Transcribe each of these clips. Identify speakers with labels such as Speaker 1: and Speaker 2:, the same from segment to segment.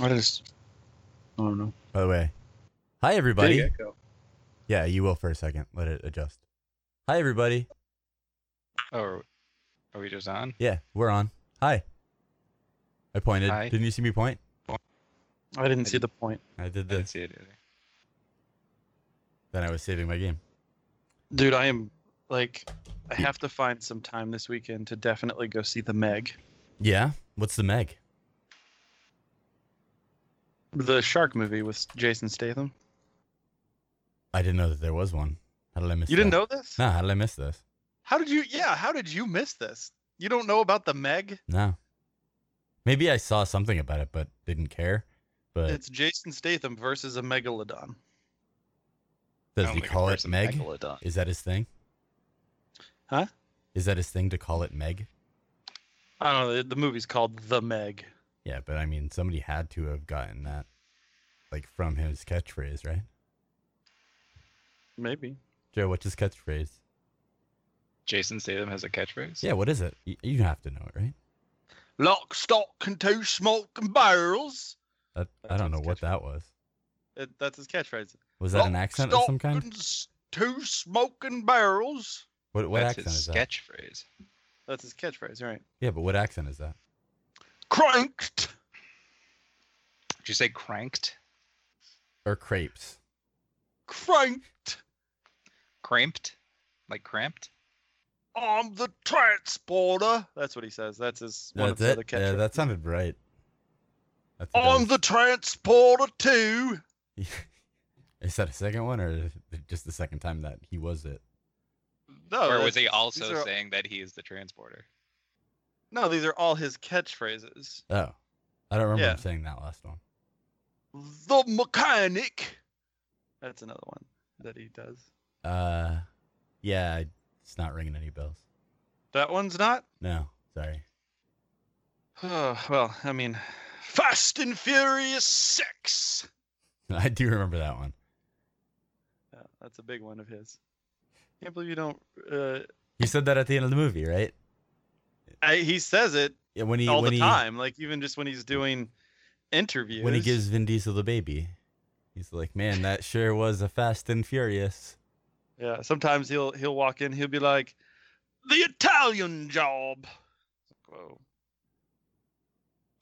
Speaker 1: I just, I don't know.
Speaker 2: By the way, hi everybody.
Speaker 1: Big echo.
Speaker 2: Yeah, you will for a second. Let it adjust. Hi everybody.
Speaker 1: Oh, are, are we just on?
Speaker 2: Yeah, we're on. Hi. I pointed.
Speaker 1: Hi.
Speaker 2: Didn't you see me point?
Speaker 3: I didn't
Speaker 1: I
Speaker 3: see the point.
Speaker 2: I did
Speaker 1: I didn't
Speaker 2: this.
Speaker 1: see it either.
Speaker 2: Then I was saving my game.
Speaker 3: Dude, I am like I have to find some time this weekend to definitely go see the Meg.
Speaker 2: Yeah. What's the Meg?
Speaker 3: The shark movie with Jason Statham.
Speaker 2: I didn't know that there was one. How did I miss?
Speaker 3: You didn't know this?
Speaker 2: No. How did I miss this?
Speaker 3: How did you yeah, how did you miss this? You don't know about the Meg?
Speaker 2: No. Maybe I saw something about it, but didn't care. But
Speaker 3: It's Jason Statham versus a megalodon.
Speaker 2: does he
Speaker 1: I don't think
Speaker 2: call it
Speaker 1: person-
Speaker 2: Meg?
Speaker 1: Megalodon.
Speaker 2: Is that his thing?
Speaker 3: Huh?
Speaker 2: Is that his thing to call it Meg?
Speaker 3: I don't know. the- The movie's called The Meg.
Speaker 2: Yeah, but I mean, somebody had to have gotten that, like from his catchphrase, right?
Speaker 3: Maybe.
Speaker 2: Joe, what's his catchphrase?
Speaker 1: Jason Statham has a catchphrase.
Speaker 2: Yeah, what is it? You, you have to know it, right?
Speaker 3: Lock, stock, and two smoking barrels.
Speaker 2: That, I
Speaker 1: That's
Speaker 2: don't know
Speaker 1: his
Speaker 2: what that was.
Speaker 3: It, that's his catchphrase.
Speaker 2: Was that an accent of some kind?
Speaker 3: Two smoking barrels.
Speaker 2: What, what
Speaker 1: That's
Speaker 2: accent
Speaker 1: his
Speaker 2: is that?
Speaker 1: catchphrase.
Speaker 3: That's his catchphrase, right?
Speaker 2: Yeah, but what accent is that?
Speaker 3: Cranked.
Speaker 1: Did you say cranked?
Speaker 2: Or crepes?
Speaker 3: Cranked.
Speaker 1: Cramped? Like cramped?
Speaker 3: I'm the transporter. That's what he says. That's his one
Speaker 2: That's
Speaker 3: of
Speaker 2: it.
Speaker 3: the
Speaker 2: Yeah,
Speaker 3: catchphrases. Oh,
Speaker 2: that sounded right. That's what that
Speaker 3: I'm
Speaker 2: was.
Speaker 3: the transporter too.
Speaker 2: Is that a second one or is it just the second time that he was it?
Speaker 3: No,
Speaker 1: or
Speaker 3: Oh,
Speaker 1: was
Speaker 3: that's-
Speaker 1: he
Speaker 3: these
Speaker 1: also
Speaker 3: are-
Speaker 1: saying that he is the transporter?
Speaker 3: No, these are all his catchphrases.
Speaker 2: Oh, I don't remember
Speaker 3: Yeah.
Speaker 2: him saying that last one.
Speaker 3: The mechanic. That's another one that he does.
Speaker 2: Uh, yeah, it's not ringing any bells.
Speaker 3: That one's not.
Speaker 2: No, sorry.
Speaker 3: Oh, well, I mean, Fast and Furious Six.
Speaker 2: I do remember that one.
Speaker 3: Yeah, that's a big one of his. Can't believe you don't. Uh,
Speaker 2: You said that at the end of the movie, right?
Speaker 3: I, he says it
Speaker 2: Yeah, when he
Speaker 3: all
Speaker 2: when
Speaker 3: the
Speaker 2: he
Speaker 3: time. Like even just when he's doing interviews.
Speaker 2: when he gives Vin Diesel the baby, he's like, "Man, that sure was a Fast and Furious."
Speaker 3: yeah, sometimes he'll he'll walk in. He'll be like, "The Italian job." Whoa,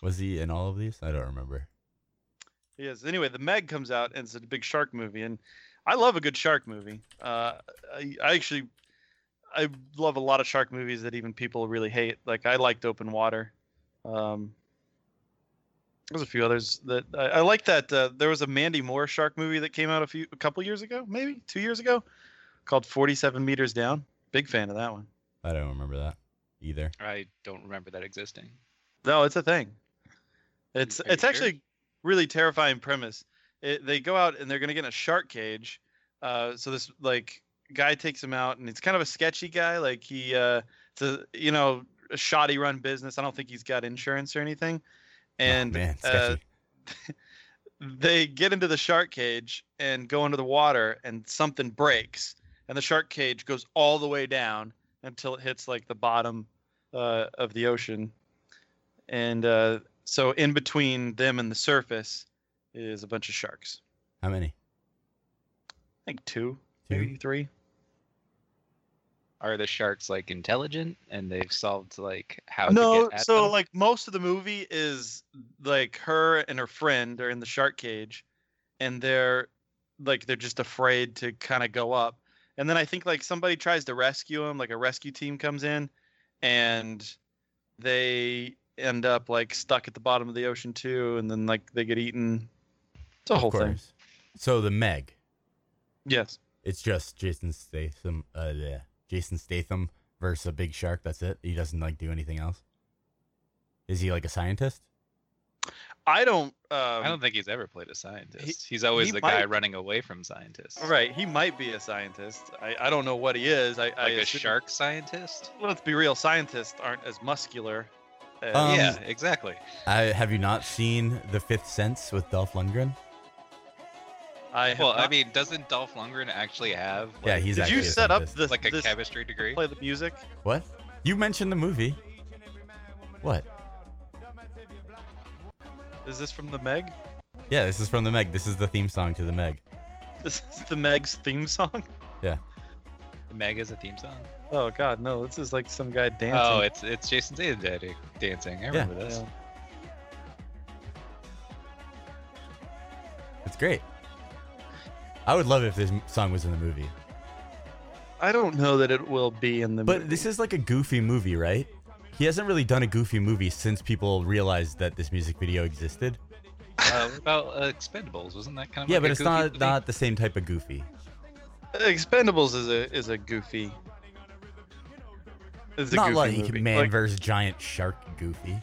Speaker 2: Was he in all of these? I don't remember.
Speaker 3: he is. Anyway, the Meg comes out and it's a big shark movie, and I love a good shark movie. Uh, I, I actually, I love a lot of shark movies that even people really hate. Like I liked Open Water. Um, there's a few others that I, I like. That uh, there was a Mandy Moore shark movie that came out a few, a couple years ago, maybe two years ago, called Forty Seven Meters Down. Big fan of that one.
Speaker 2: I don't remember that either. Oh,
Speaker 1: I don't remember that existing.
Speaker 3: No, it's a thing. It's
Speaker 1: Are you
Speaker 3: it's
Speaker 1: sure?
Speaker 3: actually really terrifying premise. It, they go out and they're gonna get in a shark cage. Uh, so this like guy takes him out, and it's kind of a sketchy guy. Like he, uh, it's a you know a shoddy run business. I don't think he's got insurance or anything.
Speaker 2: Oh,
Speaker 3: And
Speaker 2: man,
Speaker 3: uh,
Speaker 2: sketchy.
Speaker 3: they get into the shark cage and go into the water, and something breaks, and the shark cage goes all the way down until it hits like the bottom uh, of the ocean. And uh, so, in between them and the surface is a bunch of sharks.
Speaker 2: How many?
Speaker 3: I think two, maybe
Speaker 2: Two.
Speaker 3: three.
Speaker 1: Are the sharks like intelligent and they've solved like how to
Speaker 3: no,
Speaker 1: get at
Speaker 3: so
Speaker 1: them?
Speaker 3: like most of the movie is like her and her friend are in the shark cage, and they're like they're just afraid to kind of go up. And then I think like somebody tries to rescue them, like a rescue team comes in, and they end up like stuck at the bottom of the ocean too, and then like they get eaten. It's a whole
Speaker 2: of course.
Speaker 3: thing.
Speaker 2: So the Meg.
Speaker 3: Yes.
Speaker 2: It's just Jason Statham. Uh, yeah, Jason Statham versus a big shark. That's it. He doesn't like do anything else. Is he like a scientist?
Speaker 3: I don't. Um,
Speaker 1: I don't think he's ever played a scientist. He's always
Speaker 3: he
Speaker 1: the guy
Speaker 3: might-
Speaker 1: running away from scientists.
Speaker 3: Right. He might be a scientist. I, I don't know what he is. I, I
Speaker 1: Like a
Speaker 3: assume-
Speaker 1: shark scientist?
Speaker 3: let's be real, scientists aren't as muscular. As,
Speaker 2: Um,
Speaker 1: yeah, exactly.
Speaker 2: I, have you not seen The Fifth Sense with Dolph Lundgren?
Speaker 3: I have
Speaker 1: Well, I
Speaker 3: not-
Speaker 1: mean, doesn't Dolph Lundgren actually have like,
Speaker 2: yeah, he's
Speaker 3: did
Speaker 2: actually
Speaker 3: you
Speaker 2: a
Speaker 3: set up
Speaker 2: scientist.
Speaker 3: this?
Speaker 1: like a
Speaker 3: this-
Speaker 1: chemistry degree?
Speaker 3: Play the music.
Speaker 2: What? You mentioned the movie. What?
Speaker 3: Is this from the Meg?
Speaker 2: Yeah, this is from the Meg. This is the theme song to the Meg.
Speaker 3: This is the Meg's theme song.
Speaker 1: The Meg is a theme song.
Speaker 3: Oh God, no! This is like some guy dancing.
Speaker 1: Oh, it's it's Jason Statham da- dancing. I remember this.
Speaker 3: Yeah.
Speaker 2: It's great. I would love it if this m- song was in the movie.
Speaker 3: I don't know that it will be in the.
Speaker 2: But this is like a goofy movie, right? He hasn't really done a goofy movie since people realized that this music video existed.
Speaker 1: Uh, what about uh, Expendables? Wasn't that kind of
Speaker 2: yeah,
Speaker 1: like
Speaker 2: but
Speaker 1: a
Speaker 2: it's
Speaker 1: goofy
Speaker 2: not
Speaker 1: thing?
Speaker 2: not the same type of goofy.
Speaker 3: Expendables is a is a goofy. It's
Speaker 2: not
Speaker 3: a goofy
Speaker 2: like
Speaker 3: movie.
Speaker 2: man
Speaker 3: Like,
Speaker 2: versus giant shark goofy.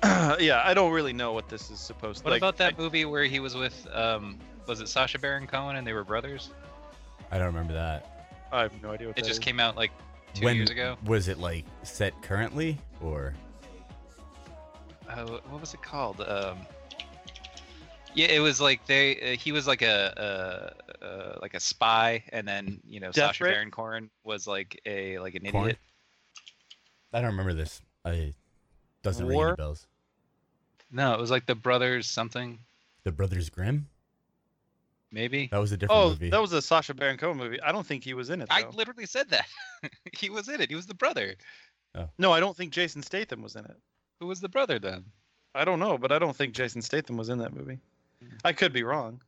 Speaker 3: yeah, I don't really know what this is supposed.
Speaker 1: What
Speaker 3: like,
Speaker 1: about that movie where he was with um was it Sasha Baron Cohen and they were brothers?
Speaker 2: I don't remember that.
Speaker 3: I, I have no idea what
Speaker 1: It
Speaker 3: that
Speaker 1: just
Speaker 3: is.
Speaker 1: came out like two
Speaker 2: when
Speaker 1: years ago.
Speaker 2: was it like set currently or
Speaker 1: Uh, what was it called? Um, yeah, it was like they uh, he was like a uh, uh, like a spy, and then you know
Speaker 3: Death
Speaker 1: Sasha
Speaker 3: Ray?
Speaker 1: Baron Cohen was like a like an
Speaker 2: Corn?
Speaker 1: idiot.
Speaker 2: I don't remember this. I doesn't ring
Speaker 3: War?
Speaker 2: any bells.
Speaker 1: No, it was like the brothers something
Speaker 2: The Brothers Grimm?
Speaker 1: maybe.
Speaker 2: That was a different
Speaker 3: Oh,
Speaker 2: movie.
Speaker 3: that was a Sasha Baron Cohen movie. I don't think he was in it.
Speaker 1: I
Speaker 3: though.
Speaker 1: literally said that. he was in it. He was the brother.
Speaker 3: No, I don't think Jason Statham was in it.
Speaker 1: Who was the brother then?
Speaker 3: I don't know, but I don't think Jason Statham was in that movie. I could be wrong.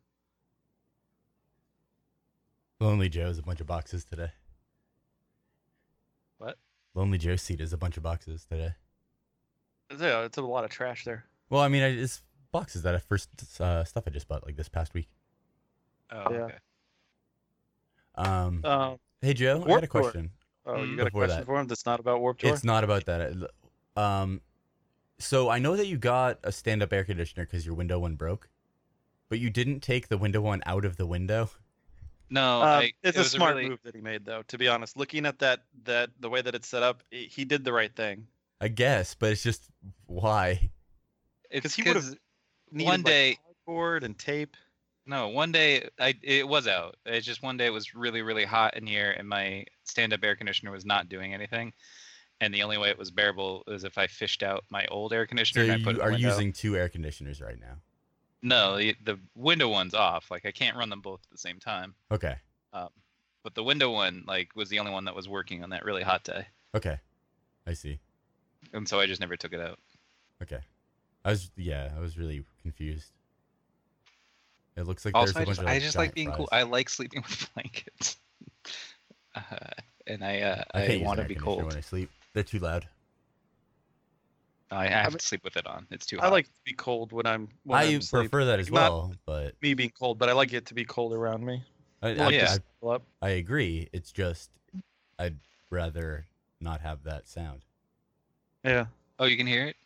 Speaker 2: Lonely Joe's a bunch of boxes today.
Speaker 1: What?
Speaker 2: Lonely Joe's seat is a bunch of boxes today.
Speaker 3: Yeah, it's a lot of trash there.
Speaker 2: Well, I mean, I, it's boxes that I first uh, stuff I just bought like this past week.
Speaker 1: Oh,
Speaker 3: Yeah.
Speaker 1: okay.
Speaker 2: Um,
Speaker 3: Um,
Speaker 2: hey Joe,
Speaker 3: Warped
Speaker 2: I got a
Speaker 3: Tour.
Speaker 2: question.
Speaker 3: oh,
Speaker 1: Mm.
Speaker 3: you got a
Speaker 2: Before
Speaker 3: question
Speaker 2: that.
Speaker 3: for him? That's not about Warped Tour.
Speaker 2: It's not about that. I- Um, so I know that you got a stand-up air conditioner because your window one broke, but you didn't take the window one out of the window.
Speaker 1: No,
Speaker 3: Um,
Speaker 1: I,
Speaker 3: it's
Speaker 1: it
Speaker 3: a
Speaker 1: was
Speaker 3: smart
Speaker 1: really,
Speaker 3: move that he made, though. To be honest, looking at that that the way that it's set up, i he did the right thing.
Speaker 2: I guess, but it's just why.
Speaker 1: It's
Speaker 3: 'Cause he would've
Speaker 1: because
Speaker 3: Needed,
Speaker 1: one
Speaker 3: like,
Speaker 1: day
Speaker 3: cardboard and tape.
Speaker 1: No, one day I it was out. It's just one day it was really really hot in here, and my stand-up air conditioner was not doing anything. And the only way it was bearable is if I fished out my old air
Speaker 2: So
Speaker 1: conditioner and I put it in
Speaker 2: you
Speaker 1: the
Speaker 2: are
Speaker 1: window.
Speaker 2: using two air conditioners right now.
Speaker 1: No, the, the window one's off. Like I can't run them both at the same time.
Speaker 2: Okay.
Speaker 1: Um, but the window one like was the only one that was working on that really hot day,
Speaker 2: Okay. I see.
Speaker 1: and so I just never took it out.
Speaker 2: Okay. I was yeah, I was really confused. It looks like
Speaker 1: also,
Speaker 2: there's a
Speaker 1: I
Speaker 2: bunch
Speaker 1: just,
Speaker 2: of
Speaker 1: I
Speaker 2: like,
Speaker 1: just like
Speaker 2: giant
Speaker 1: being cool.
Speaker 2: fries.
Speaker 1: I like sleeping with blankets, uh, and I uh,
Speaker 2: I, can't
Speaker 1: I,
Speaker 2: use an
Speaker 1: want to
Speaker 2: air
Speaker 1: be
Speaker 2: conditioner
Speaker 1: cold.
Speaker 2: when I sleep. They're too loud.
Speaker 1: I, I have
Speaker 3: mean-
Speaker 1: to sleep with it on. It's too hot.
Speaker 3: I like to be cold when I'm when
Speaker 2: I
Speaker 3: am sleeping.
Speaker 2: prefer that as
Speaker 3: Not-
Speaker 2: well, but
Speaker 3: me being cold, but I like it to be cold around me.
Speaker 2: I,
Speaker 3: I
Speaker 2: I,
Speaker 3: like
Speaker 1: yeah.
Speaker 3: to snuggle up.
Speaker 2: I, I agree. It's just I'd rather not have that sound.
Speaker 3: Yeah.
Speaker 1: Oh, you can hear it.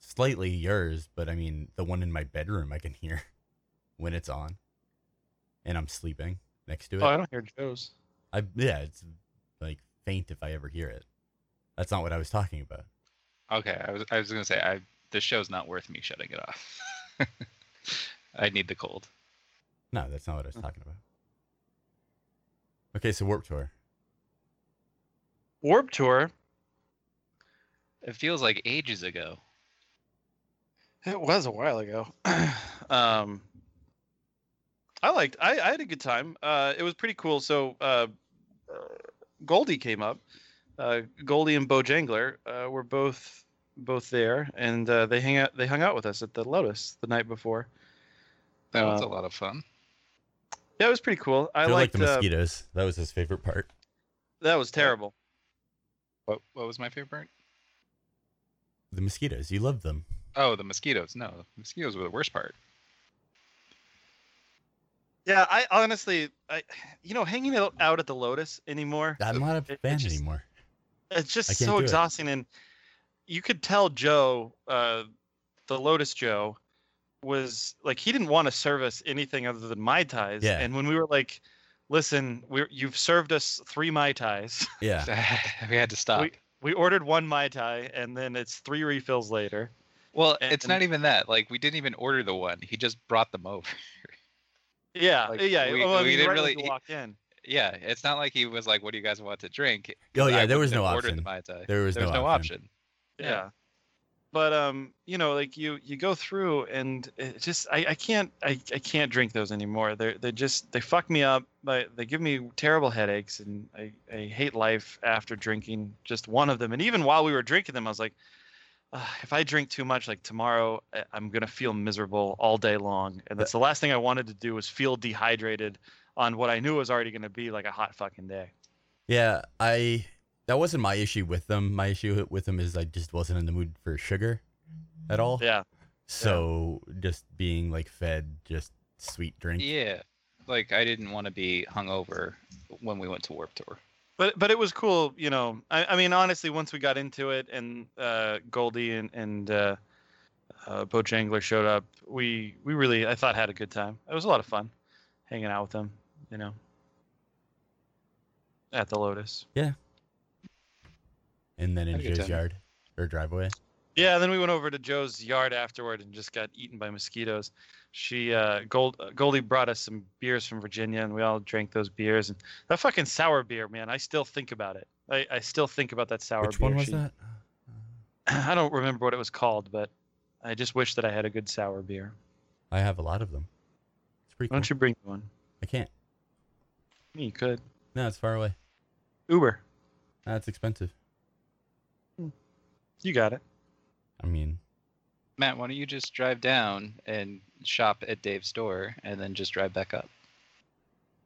Speaker 2: Slightly yours, but I mean the one in my bedroom I can hear when it's on, and I'm sleeping next to it.
Speaker 3: Oh, I don't hear Joe's.
Speaker 2: I yeah, it's like faint if I ever hear it. That's not what I was talking about.
Speaker 1: Okay, I was I was gonna say I the show's not worth me shutting it off. I need the cold.
Speaker 2: No, that's not what I was
Speaker 3: Huh.
Speaker 2: talking about. Okay, so Warp Tour.
Speaker 3: Warp Tour.
Speaker 1: It feels like ages ago.
Speaker 3: It was a while ago. um, I liked. I, I had a good time. Uh, it was pretty cool. So uh, uh, Goldie came up. Uh, Goldie and Bo Jangler uh, were both both there, and uh, they hang out. They hung out with us at the Lotus the night before.
Speaker 1: That was
Speaker 3: Uh,
Speaker 1: a lot of fun.
Speaker 3: Yeah, it was pretty cool. I
Speaker 2: They're like
Speaker 3: liked.
Speaker 2: the
Speaker 3: uh,
Speaker 2: mosquitoes. that was his favorite part.
Speaker 3: that was terrible.
Speaker 1: What what was my favorite part?
Speaker 2: The mosquitoes. You loved them.
Speaker 1: Oh, the mosquitoes. No, the mosquitoes were the worst part.
Speaker 3: Yeah, I honestly, I, you know, hanging out out at the Lotus anymore.
Speaker 2: I'm not a
Speaker 3: It- it
Speaker 2: fan
Speaker 3: just-
Speaker 2: anymore.
Speaker 3: it's
Speaker 2: I
Speaker 3: just
Speaker 2: can't
Speaker 3: so
Speaker 2: do it.
Speaker 3: exhausting and you could tell joe uh, the lotus joe was like he didn't want to serve us anything other than mai tais
Speaker 2: Yeah.
Speaker 3: and when we were like listen we're, you've served us three mai tais
Speaker 2: Yeah.
Speaker 1: we had to stop.
Speaker 3: we ordered one mai tai and then it's three refills later
Speaker 1: well,
Speaker 3: and-
Speaker 1: it's not even that. Like we didn't even order the one. He just brought them over.
Speaker 3: yeah
Speaker 1: Like,
Speaker 3: yeah
Speaker 1: we-
Speaker 3: oh, I
Speaker 1: we
Speaker 3: mean,
Speaker 1: didn't
Speaker 3: right when
Speaker 1: really- e
Speaker 3: we walked in
Speaker 1: yeah, it's not like he was like, "What do you guys want to drink?"
Speaker 2: Oh
Speaker 1: 'Cause
Speaker 2: yeah,
Speaker 1: I
Speaker 2: there was
Speaker 1: wouldn't
Speaker 2: no
Speaker 1: have ordered
Speaker 2: option.
Speaker 1: The Mai Tai.
Speaker 2: There was
Speaker 1: There was
Speaker 2: no option.
Speaker 3: yeah,
Speaker 1: Yeah.
Speaker 3: but um you know like you you go through and it just i, I can't I, I can't drink those anymore they're they just they fuck me up but they give me terrible headaches and I, I hate life after drinking just one of them and even while we were drinking them i was like "Ugh, if i drink too much like tomorrow I- i'm gonna feel miserable all day long and that's the last thing i wanted to do was feel dehydrated on what i knew was already gonna be like a hot fucking day
Speaker 2: Yeah, I that wasn't my issue with them. My issue with them is I just wasn't in the mood for sugar at all.
Speaker 3: yeah
Speaker 2: So just being like fed just sweet drink.
Speaker 1: Yeah, like I didn't want to be hungover when we went to Warp Tour.
Speaker 3: But but it was cool, you know. I, I mean, honestly, once we got into it, and uh, Goldie and and uh, uh, Bojangler showed up, we we really I thought had a good time. It was a lot of fun, hanging out with them, you know, at the Lotus.
Speaker 2: And then in
Speaker 1: Had a good
Speaker 2: Joe's
Speaker 1: time.
Speaker 2: yard or driveway.
Speaker 3: Yeah, then we went over to Joe's yard afterward and just got eaten by mosquitoes. She uh, Gold uh, Goldie brought us some beers from Virginia, and we all drank those beers. And that fucking sour beer, man, I still think about it. I, I still think about that sour
Speaker 2: Which
Speaker 3: beer.
Speaker 2: one was
Speaker 3: she-
Speaker 2: that?
Speaker 3: I don't remember what it was called, but I just wish that I had a good sour beer.
Speaker 2: I have a lot of them. It's pretty
Speaker 3: Why
Speaker 2: cool.
Speaker 3: don't you bring me one?
Speaker 2: I can't.
Speaker 3: Me, you could.
Speaker 2: No, it's far away.
Speaker 3: Uber,
Speaker 2: That's expensive.
Speaker 3: you got it.
Speaker 2: I mean,
Speaker 1: Matt, why don't you just drive down and shop at Dave's store, and then just drive back up?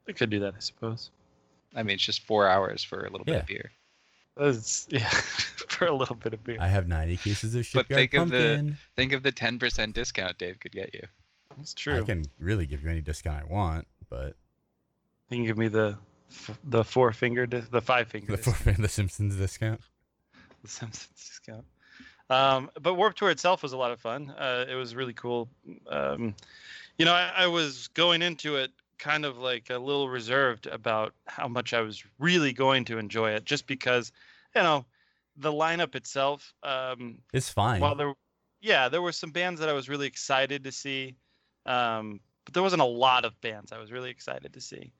Speaker 3: I could do that, I suppose.
Speaker 1: I mean, it's just four hours for a little bit
Speaker 2: Yeah.
Speaker 1: of beer.
Speaker 3: That's, yeah, for a little bit of beer.
Speaker 2: I have 90 cases of
Speaker 1: But
Speaker 2: shipyard
Speaker 1: think of the-
Speaker 2: pumpkin.
Speaker 1: Think of the ten percent discount Dave could get you.
Speaker 3: It's true.
Speaker 2: I can really give you any discount I want, but
Speaker 3: You can give me the f- the four finger, dis- the five finger,
Speaker 2: the,
Speaker 3: dis-
Speaker 2: forfeit the Simpsons discount.
Speaker 3: the Simpsons discount. Um, but Warp Tour itself was a lot of fun. Uh, it was really cool. Um, you know, I, I was going into it kind of like a little reserved about how much I was really going to enjoy it, just because, you know, the lineup itself. Um,
Speaker 2: It's fine.
Speaker 3: while there, yeah, there were some bands that I was really excited to see, um, but there wasn't a lot of bands I was really excited to see.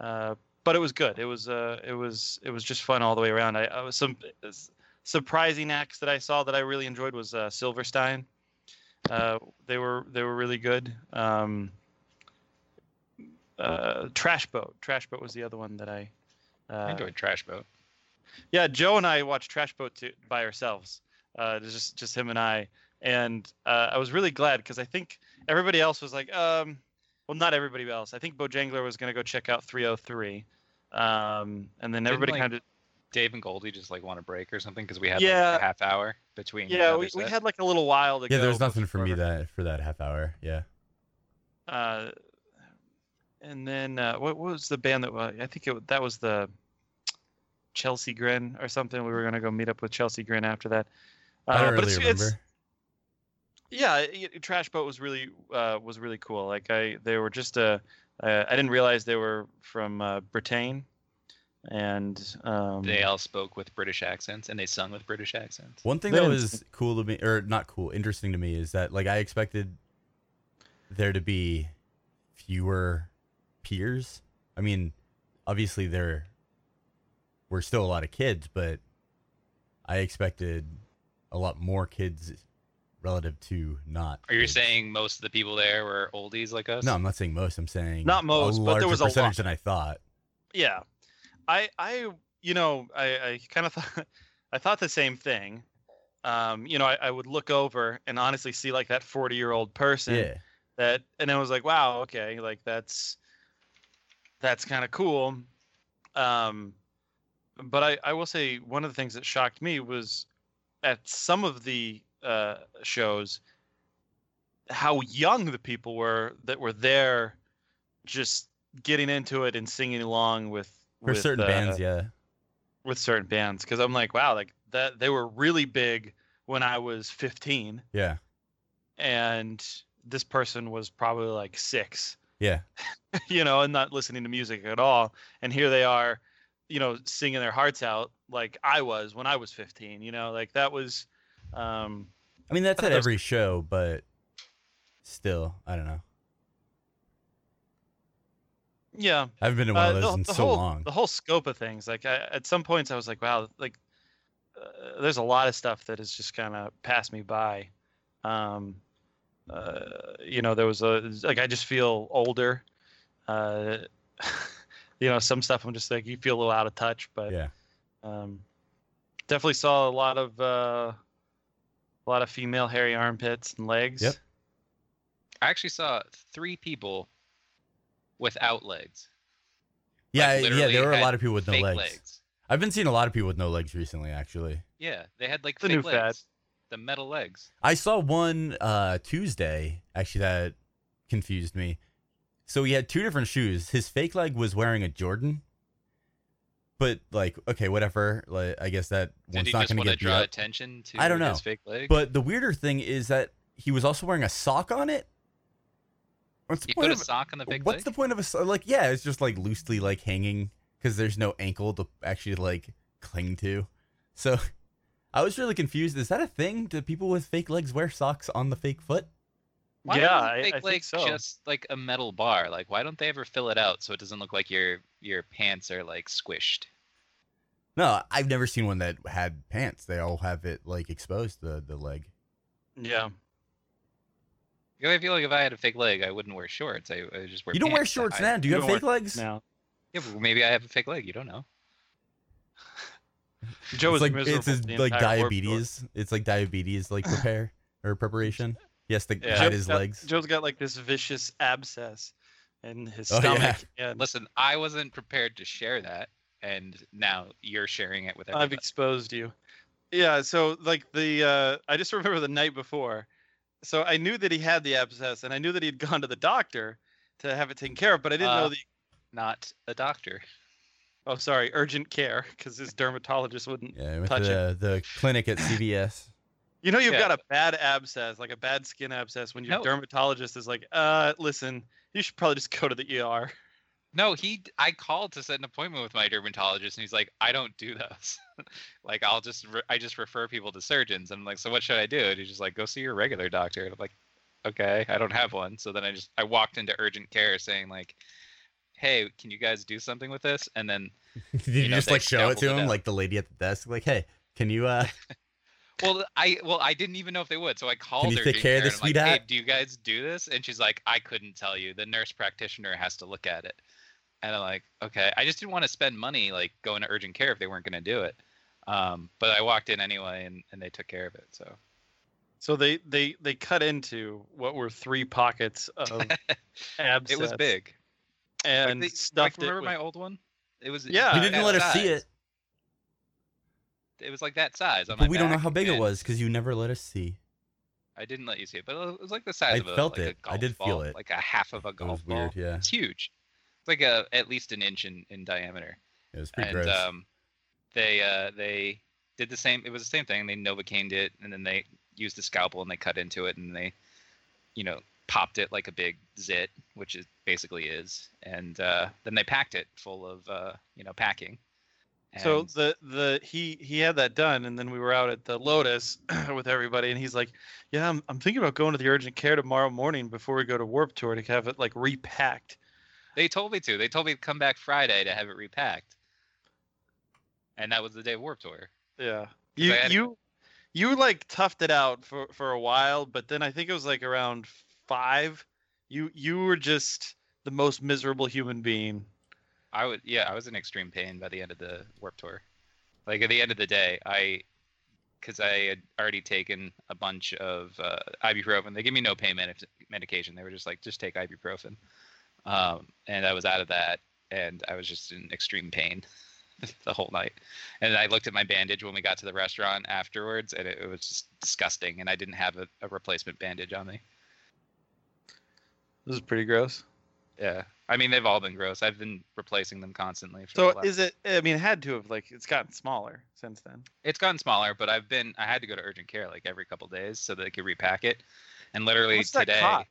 Speaker 3: Uh, but it was good. It was uh, it was it was just fun all the way around. I, I was some s- surprising acts that I saw that I really enjoyed was uh, Silverstein. Uh, they were they were really good. Um, uh, Trash Boat. Trash Boat was the other one that I. Uh,
Speaker 1: I enjoyed Trash Boat.
Speaker 3: yeah, Joe and I watched Trash Boat to, by ourselves. Uh, it was just just him and I, and uh, I was really glad because I think everybody else was like, um, well, not everybody else. I think Bojangler was gonna go check out 303, um, and then everybody
Speaker 1: like,
Speaker 3: kind of
Speaker 1: Dave and Goldie just like want a break or something because we had
Speaker 3: Yeah.
Speaker 1: like a half hour between.
Speaker 3: yeah,
Speaker 1: another
Speaker 3: we, we
Speaker 1: set.
Speaker 3: had like a little while to
Speaker 2: yeah,
Speaker 3: go.
Speaker 2: there was nothing for me
Speaker 3: before-
Speaker 2: that for that half hour. Yeah.
Speaker 3: Uh, and then uh, what, what was the band that wa- I think it, wa- that was the Chelsea Grin or something. We were gonna go meet up with Chelsea Grin after that. Uh,
Speaker 2: I don't
Speaker 3: but
Speaker 2: really
Speaker 3: it's-
Speaker 2: remember.
Speaker 3: It's, yeah it, it- trash boat was really uh, was really cool like i they were just uh, uh, i didn't realize they were from uh, britain and um,
Speaker 1: They all spoke with British accents and they sung with British accents.
Speaker 2: One thing
Speaker 3: They
Speaker 2: that
Speaker 3: didn't-
Speaker 2: was cool to me, or not cool, interesting to me, is that like I expected there to be fewer peers. I mean, obviously there were still a lot of kids, but I expected a lot more kids relative to not.
Speaker 1: Are you
Speaker 2: kids.
Speaker 1: saying most of the people there were oldies like us?
Speaker 2: No, I'm not saying most. I'm saying
Speaker 3: Not most,
Speaker 2: a
Speaker 3: but there
Speaker 2: larger
Speaker 3: was a lot.
Speaker 2: percentage than I thought.
Speaker 3: yeah i i you know i i kind of thought i thought the same thing um, you know I, I would look over and honestly see like that 40 year old person
Speaker 2: Yeah,
Speaker 3: that and I was like, wow, okay, like that's that's kind of cool. Um but I, I will say one of the things that shocked me was at some of the uh shows how young the people were that were there just getting into it and singing along with
Speaker 2: for
Speaker 3: with,
Speaker 2: certain
Speaker 3: uh,
Speaker 2: bands, yeah.
Speaker 3: with certain bands because I'm like wow like that they were really big when I was 15
Speaker 2: Yeah.
Speaker 3: and this person was probably like 6
Speaker 2: Yeah.
Speaker 3: you know, and not listening to music at all. And here they are, you know, singing their hearts out like I was when I was 15, you know, like that was, um,
Speaker 2: I mean, that's
Speaker 3: thought
Speaker 2: at
Speaker 3: that was-
Speaker 2: every show, but still, I don't know.
Speaker 3: yeah.
Speaker 2: I haven't been to one
Speaker 3: Uh,
Speaker 2: of those in so
Speaker 3: whole,
Speaker 2: long.
Speaker 3: The whole scope of things. Like I, at some points I was like, wow, like uh, there's a lot of stuff that has just kind of passed me by. Um, uh, you know, there was a like I just feel older. Uh, you know, some stuff I'm just like you feel a little out of touch, but
Speaker 2: Yeah.
Speaker 3: um, definitely saw a lot of uh, a lot of female hairy armpits and legs.
Speaker 2: Yep.
Speaker 1: I actually saw three people without legs.
Speaker 2: Yeah, yeah,
Speaker 1: literally
Speaker 2: there were a
Speaker 1: had
Speaker 2: lot of people with no
Speaker 1: fake
Speaker 2: legs. I've been seeing a lot of people with no legs recently, actually.
Speaker 1: Yeah, they had like
Speaker 3: The
Speaker 1: fake
Speaker 3: new fad.
Speaker 1: legs. The metal legs.
Speaker 2: I saw one uh, Tuesday, actually, that confused me. So he had two different shoes. His fake leg was wearing a Jordan, but like, okay, whatever. Like, I guess that
Speaker 1: Did
Speaker 2: one's
Speaker 1: he
Speaker 2: not
Speaker 1: just
Speaker 2: going
Speaker 1: want
Speaker 2: to
Speaker 1: to
Speaker 2: get beat
Speaker 1: draw
Speaker 2: up.
Speaker 1: attention to
Speaker 2: I don't know,
Speaker 1: his fake legs?
Speaker 2: But the weirder thing is that he was also wearing a sock on it. What's the
Speaker 1: he
Speaker 2: point
Speaker 1: put a
Speaker 2: of-
Speaker 1: sock on the fake
Speaker 2: What's the
Speaker 1: leg.
Speaker 2: point of a so- like? Yeah, it's just like loosely like hanging because there's no ankle to actually like cling to. So I was really confused. Is that a thing? Do people with fake legs wear socks on the fake foot?
Speaker 1: Why
Speaker 3: yeah,
Speaker 1: isn't
Speaker 3: I,
Speaker 1: fake
Speaker 3: I think
Speaker 1: legs
Speaker 3: so.
Speaker 1: just like a metal bar? Like, why don't they ever fill it out so it doesn't look like your your pants are like squished?
Speaker 2: No, I've never seen one that had pants. They all have it like exposed the the leg.
Speaker 3: Yeah.
Speaker 1: You know, I feel like if I had a fake leg, I wouldn't wear shorts. I, I would just wear.
Speaker 2: you don't wear
Speaker 1: pants to
Speaker 2: shorts
Speaker 1: hide
Speaker 2: now. Do you,
Speaker 3: You
Speaker 2: have
Speaker 3: don't
Speaker 2: fake legs?
Speaker 3: Now
Speaker 1: Yeah, but maybe I have a fake leg. You don't know.
Speaker 3: Joe
Speaker 2: it's
Speaker 3: was
Speaker 2: like
Speaker 3: miserable.
Speaker 2: it's his,
Speaker 3: the
Speaker 2: like
Speaker 3: entire Warped Tour.
Speaker 2: diabetes. It's like diabetes like prepare or preparation. Yes, the
Speaker 3: Yeah.
Speaker 2: hide
Speaker 3: Joe's
Speaker 2: his
Speaker 3: got-
Speaker 2: legs.
Speaker 3: Joe's got like this vicious abscess in his
Speaker 2: Oh, yeah.
Speaker 3: stomach, and
Speaker 1: Listen, I wasn't prepared to share that, and now you're sharing it with
Speaker 3: I've
Speaker 1: everybody.
Speaker 3: exposed you. Yeah, so like the uh, I just remember the night before. So I knew that he had the abscess, and I knew that he'd gone to the doctor to have it taken care of, but I didn't
Speaker 1: Uh,
Speaker 3: know the
Speaker 1: Not a doctor.
Speaker 3: oh sorry urgent care because his dermatologist wouldn't.
Speaker 2: Yeah, with
Speaker 3: touch
Speaker 2: the, the clinic at CVS.
Speaker 3: You know you've
Speaker 1: Yeah.
Speaker 3: got a bad abscess, like a bad skin abscess, when your
Speaker 1: No.
Speaker 3: dermatologist is like, uh, listen, you should probably just go to the ER.
Speaker 1: No, he. I called to set an appointment with my dermatologist, and he's like, "I don't do those. like, I'll just re- I just refer people to surgeons." And I'm like, "So what should I do?" And he's just like, "Go see your regular doctor." And I'm like, "Okay, I don't have one." So then I just I walked into urgent care saying like, "Hey, can you guys do something with this?" And then
Speaker 2: Did you,
Speaker 1: You know,
Speaker 2: just
Speaker 1: they
Speaker 2: like show it
Speaker 1: scalpel
Speaker 2: to
Speaker 1: it
Speaker 2: him,
Speaker 1: out.
Speaker 2: like the lady at the desk, like, "Hey, can you uh
Speaker 1: Well, I well I didn't even know if they would, so I called
Speaker 2: you
Speaker 1: her.
Speaker 2: take
Speaker 1: Jane
Speaker 2: care of
Speaker 1: Karen,
Speaker 2: this,
Speaker 1: I'm like, hey,
Speaker 2: sweetheart?"
Speaker 1: do you guys do this? And she's like, I couldn't tell you. The nurse practitioner has to look at it. And I'm like, okay. I just didn't want to spend money like going to urgent care if they weren't going to do it. Um, but I walked in anyway, and, and they took care of it. So
Speaker 3: So they they they cut into what were three pockets of abscess.
Speaker 1: it was big. Like,
Speaker 3: and
Speaker 1: they- like,
Speaker 3: stuffed it.
Speaker 1: remember
Speaker 3: with-
Speaker 1: my old one? It was
Speaker 3: Yeah,
Speaker 2: you
Speaker 3: uh,
Speaker 2: didn't
Speaker 1: that
Speaker 2: let us see
Speaker 1: size.
Speaker 2: it,
Speaker 1: It was like that size. On
Speaker 2: but
Speaker 1: my
Speaker 2: we don't know
Speaker 1: back,
Speaker 2: how big it
Speaker 1: and
Speaker 2: was because you never let us see."
Speaker 1: I didn't let you see it, but it was like the size
Speaker 2: I
Speaker 1: of a,
Speaker 2: felt
Speaker 1: like a
Speaker 2: it. I
Speaker 1: golf
Speaker 2: did feel
Speaker 1: ball,
Speaker 2: it.
Speaker 1: like a half of a
Speaker 2: It
Speaker 1: golf
Speaker 2: was
Speaker 1: ball.
Speaker 2: weird. Yeah,
Speaker 1: It's huge. It's like a at least an inch in, in diameter.
Speaker 2: it was pretty
Speaker 1: and
Speaker 2: gross.
Speaker 1: um, they uh, they did the same. It was the same thing. They novocained it, and then they used a scalpel and they cut into it, and they, you know, popped it like a big zit, which it basically is. And uh, then they packed it full of uh, you know packing.
Speaker 3: So
Speaker 1: And
Speaker 3: the the he he had that done, and then we were out at the Lotus with everybody, and he's like, "Yeah, I'm I'm thinking about going to the urgent care tomorrow morning before we go to Warp Tour to have it like repacked."
Speaker 1: they told me to. They told me to come back Friday to have it repacked. And that was the day of Warp Tour.
Speaker 3: Yeah, you
Speaker 1: I had-
Speaker 3: you you like toughed it out for for a while, but then I think it was like around five. You you were just the most miserable human being.
Speaker 1: I was yeah, I was in extreme pain by the end of the warp tour. Like at the end of the day, I because I had already taken a bunch of uh, ibuprofen. They gave me no pain medi- medication. They were just like, just take ibuprofen, um, and I was out of that, and I was just in extreme pain the whole night. And I looked at my bandage when we got to the restaurant afterwards, and it, it was just disgusting. And I didn't have a, a replacement bandage on me.
Speaker 3: This is pretty gross.
Speaker 1: Yeah, I mean they've all been gross. I've been replacing them constantly. For the
Speaker 3: So
Speaker 1: last-
Speaker 3: is it? I mean, it had to have like it's gotten smaller since then.
Speaker 1: it's gotten smaller, but I've been I had to go to urgent care like every couple days so they could repack it. And literally
Speaker 3: What's that
Speaker 1: today,
Speaker 3: cost?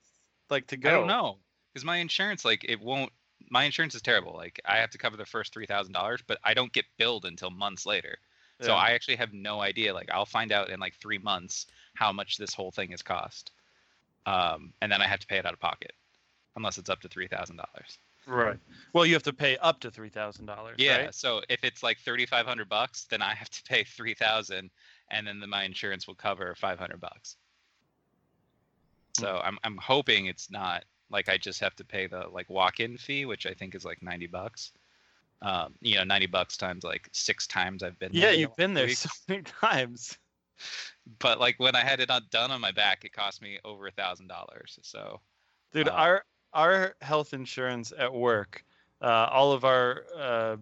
Speaker 3: Like to go?
Speaker 1: I don't know because my insurance like it won't. My insurance is terrible. Like I have to cover the first three thousand dollars, but I don't get billed until months later. So
Speaker 3: Yeah.
Speaker 1: I actually have no idea. Like I'll find out in like three months how much this whole thing has cost, um, and then I have to pay it out of pocket, unless it's up to three thousand dollars.
Speaker 3: Right. Well, you have to pay up to three thousand dollars.
Speaker 1: Yeah.
Speaker 3: Right?
Speaker 1: So if it's like thirty five hundred bucks, then I have to pay three thousand, and then the, my insurance will cover five hundred bucks.
Speaker 3: Hmm.
Speaker 1: So I'm I'm hoping it's not like I just have to pay the like walk in fee, which I think is like ninety bucks. Um, you know, ninety bucks times like six times I've been.
Speaker 3: Yeah,
Speaker 1: there.
Speaker 3: you've been there
Speaker 1: Three-
Speaker 3: so many times.
Speaker 1: But like when I had it on, done on my back, it cost me over a thousand dollars. So
Speaker 3: dude
Speaker 1: Uh,
Speaker 3: our our health insurance at work uh, all of our uh,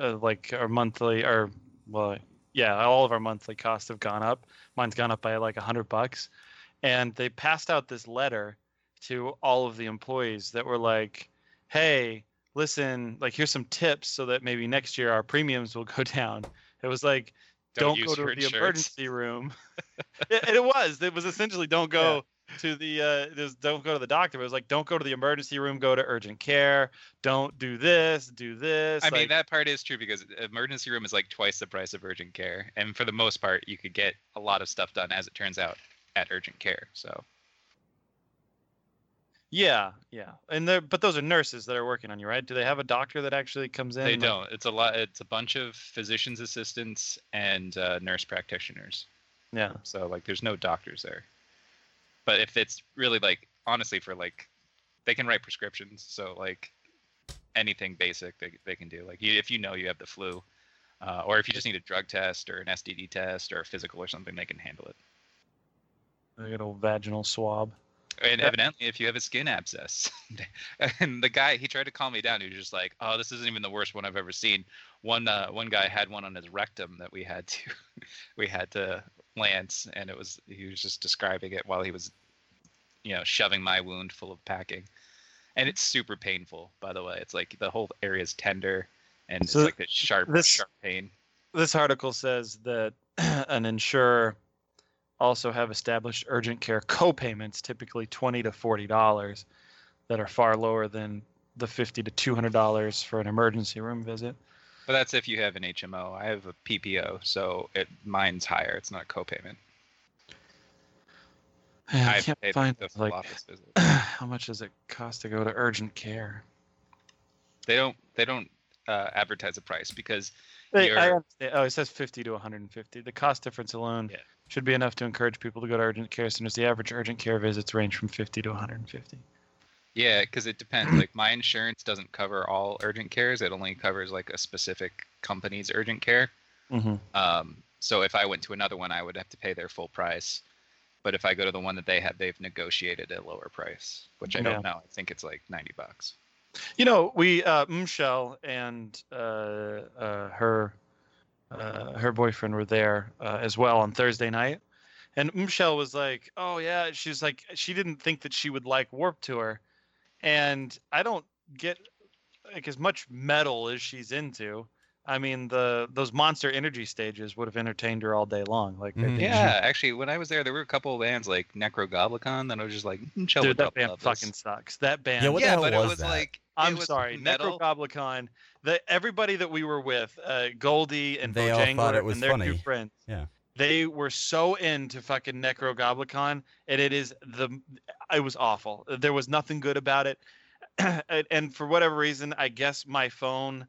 Speaker 3: uh, like our monthly or well yeah all of our monthly costs have gone up mine's gone up by like a hundred bucks and they passed out this letter to all of the employees that were like hey listen like here's some tips so that maybe next year our premiums will go down it was like don't,
Speaker 1: use
Speaker 3: go to
Speaker 1: your
Speaker 3: the
Speaker 1: insurance.
Speaker 3: emergency room. it, it was. It was essentially don't go to the uh, it was, don't go to the doctor. It was like don't go to the emergency room. Go to urgent care. Don't do this. Do this.
Speaker 1: I mean
Speaker 3: like-
Speaker 1: that part is true because emergency room is like twice the price of urgent care, and for the most part, you could get a lot of stuff done as it turns out at urgent care. So
Speaker 3: Yeah, yeah. And they're but those are nurses that are working on you, right? Do they have a doctor that actually comes in?
Speaker 1: they
Speaker 3: and, like-
Speaker 1: don't. It's a lot. It's a bunch of physicians' assistants and uh, nurse practitioners.
Speaker 3: yeah.
Speaker 1: So like, there's no doctors there. But if it's really like, honestly, for like, they can write prescriptions. So like, anything basic they they can do. Like, you, if you know you have the flu, uh, or if you just need a drug test or an STD test or a physical or something, they can handle it.
Speaker 3: They get a vaginal swab.
Speaker 1: And
Speaker 3: Yeah.
Speaker 1: evidently, if you have a skin abscess, and the guy he tried to calm me down, he was just like, "Oh, this isn't even the worst one I've ever seen." One uh, one guy had one on his rectum that we had to we had to lance, and it was he was just describing it while he was, you know, shoving my wound full of packing, and it's super painful. By the way, it's like the whole area is tender, and
Speaker 3: So
Speaker 1: it's like this sharp
Speaker 3: this-
Speaker 1: sharp pain.
Speaker 3: This article says that an insurer also have established urgent care co-payments, typically twenty to forty dollars, that are far lower than the fifty to two hundred dollars for an emergency room visit.
Speaker 1: But that's if you have an HMO. I have a PPO, so it mine's higher. It's not copayment.
Speaker 3: Yeah, I
Speaker 1: I've
Speaker 3: can't
Speaker 1: paid
Speaker 3: find
Speaker 1: the
Speaker 3: like
Speaker 1: full office visit.
Speaker 3: how much does it cost to go to urgent care.
Speaker 1: they don't they don't uh, advertise a price because
Speaker 3: Hey, I
Speaker 1: Your-
Speaker 3: understand. Oh, it says 50 to 150. The cost difference alone
Speaker 1: Yeah.
Speaker 3: should be enough to encourage people to go to urgent care, as soon as the average urgent care visits range from 50 to 150.
Speaker 1: yeah because it depends like my insurance doesn't cover all urgent cares it only covers like a specific company's urgent care
Speaker 3: Mm-hmm.
Speaker 1: um, so if i went to another one i would have to pay their full price but if i go to the one that they have they've negotiated a lower price which i don't know i think it's like 90 bucks
Speaker 3: You know, we uh, Michelle and uh, uh, her uh, her boyfriend were there uh, as well on Thursday night, and Michelle was like, "Oh yeah," she's like, she didn't think that she would like Warp Tour, and I don't get like as much metal as she's into. I mean, the those Monster Energy stages would have entertained her all day long. Like, I
Speaker 2: Mhm.
Speaker 3: think she-
Speaker 1: yeah actually when i was there there were a couple of bands like necro goblicon that i was just like mm, Chell
Speaker 3: dude,
Speaker 1: would
Speaker 3: that
Speaker 1: probably
Speaker 3: band
Speaker 1: love this.
Speaker 3: fucking sucks. That band,
Speaker 2: Yeah, what the
Speaker 1: yeah
Speaker 2: hell
Speaker 1: but it
Speaker 2: was
Speaker 1: was
Speaker 2: that?
Speaker 1: like it
Speaker 3: I'm
Speaker 1: was
Speaker 3: sorry,
Speaker 1: metal
Speaker 3: Necrogoblicon. The everybody that we were with, uh, Goldie and
Speaker 2: They all
Speaker 3: Bojangler
Speaker 2: thought it was
Speaker 3: and their two
Speaker 2: funny.
Speaker 3: friends.
Speaker 2: Yeah.
Speaker 3: They were so into fucking Necrogoblicon, and it is the it was awful. There was nothing good about it. and, and for whatever reason, I guess my phone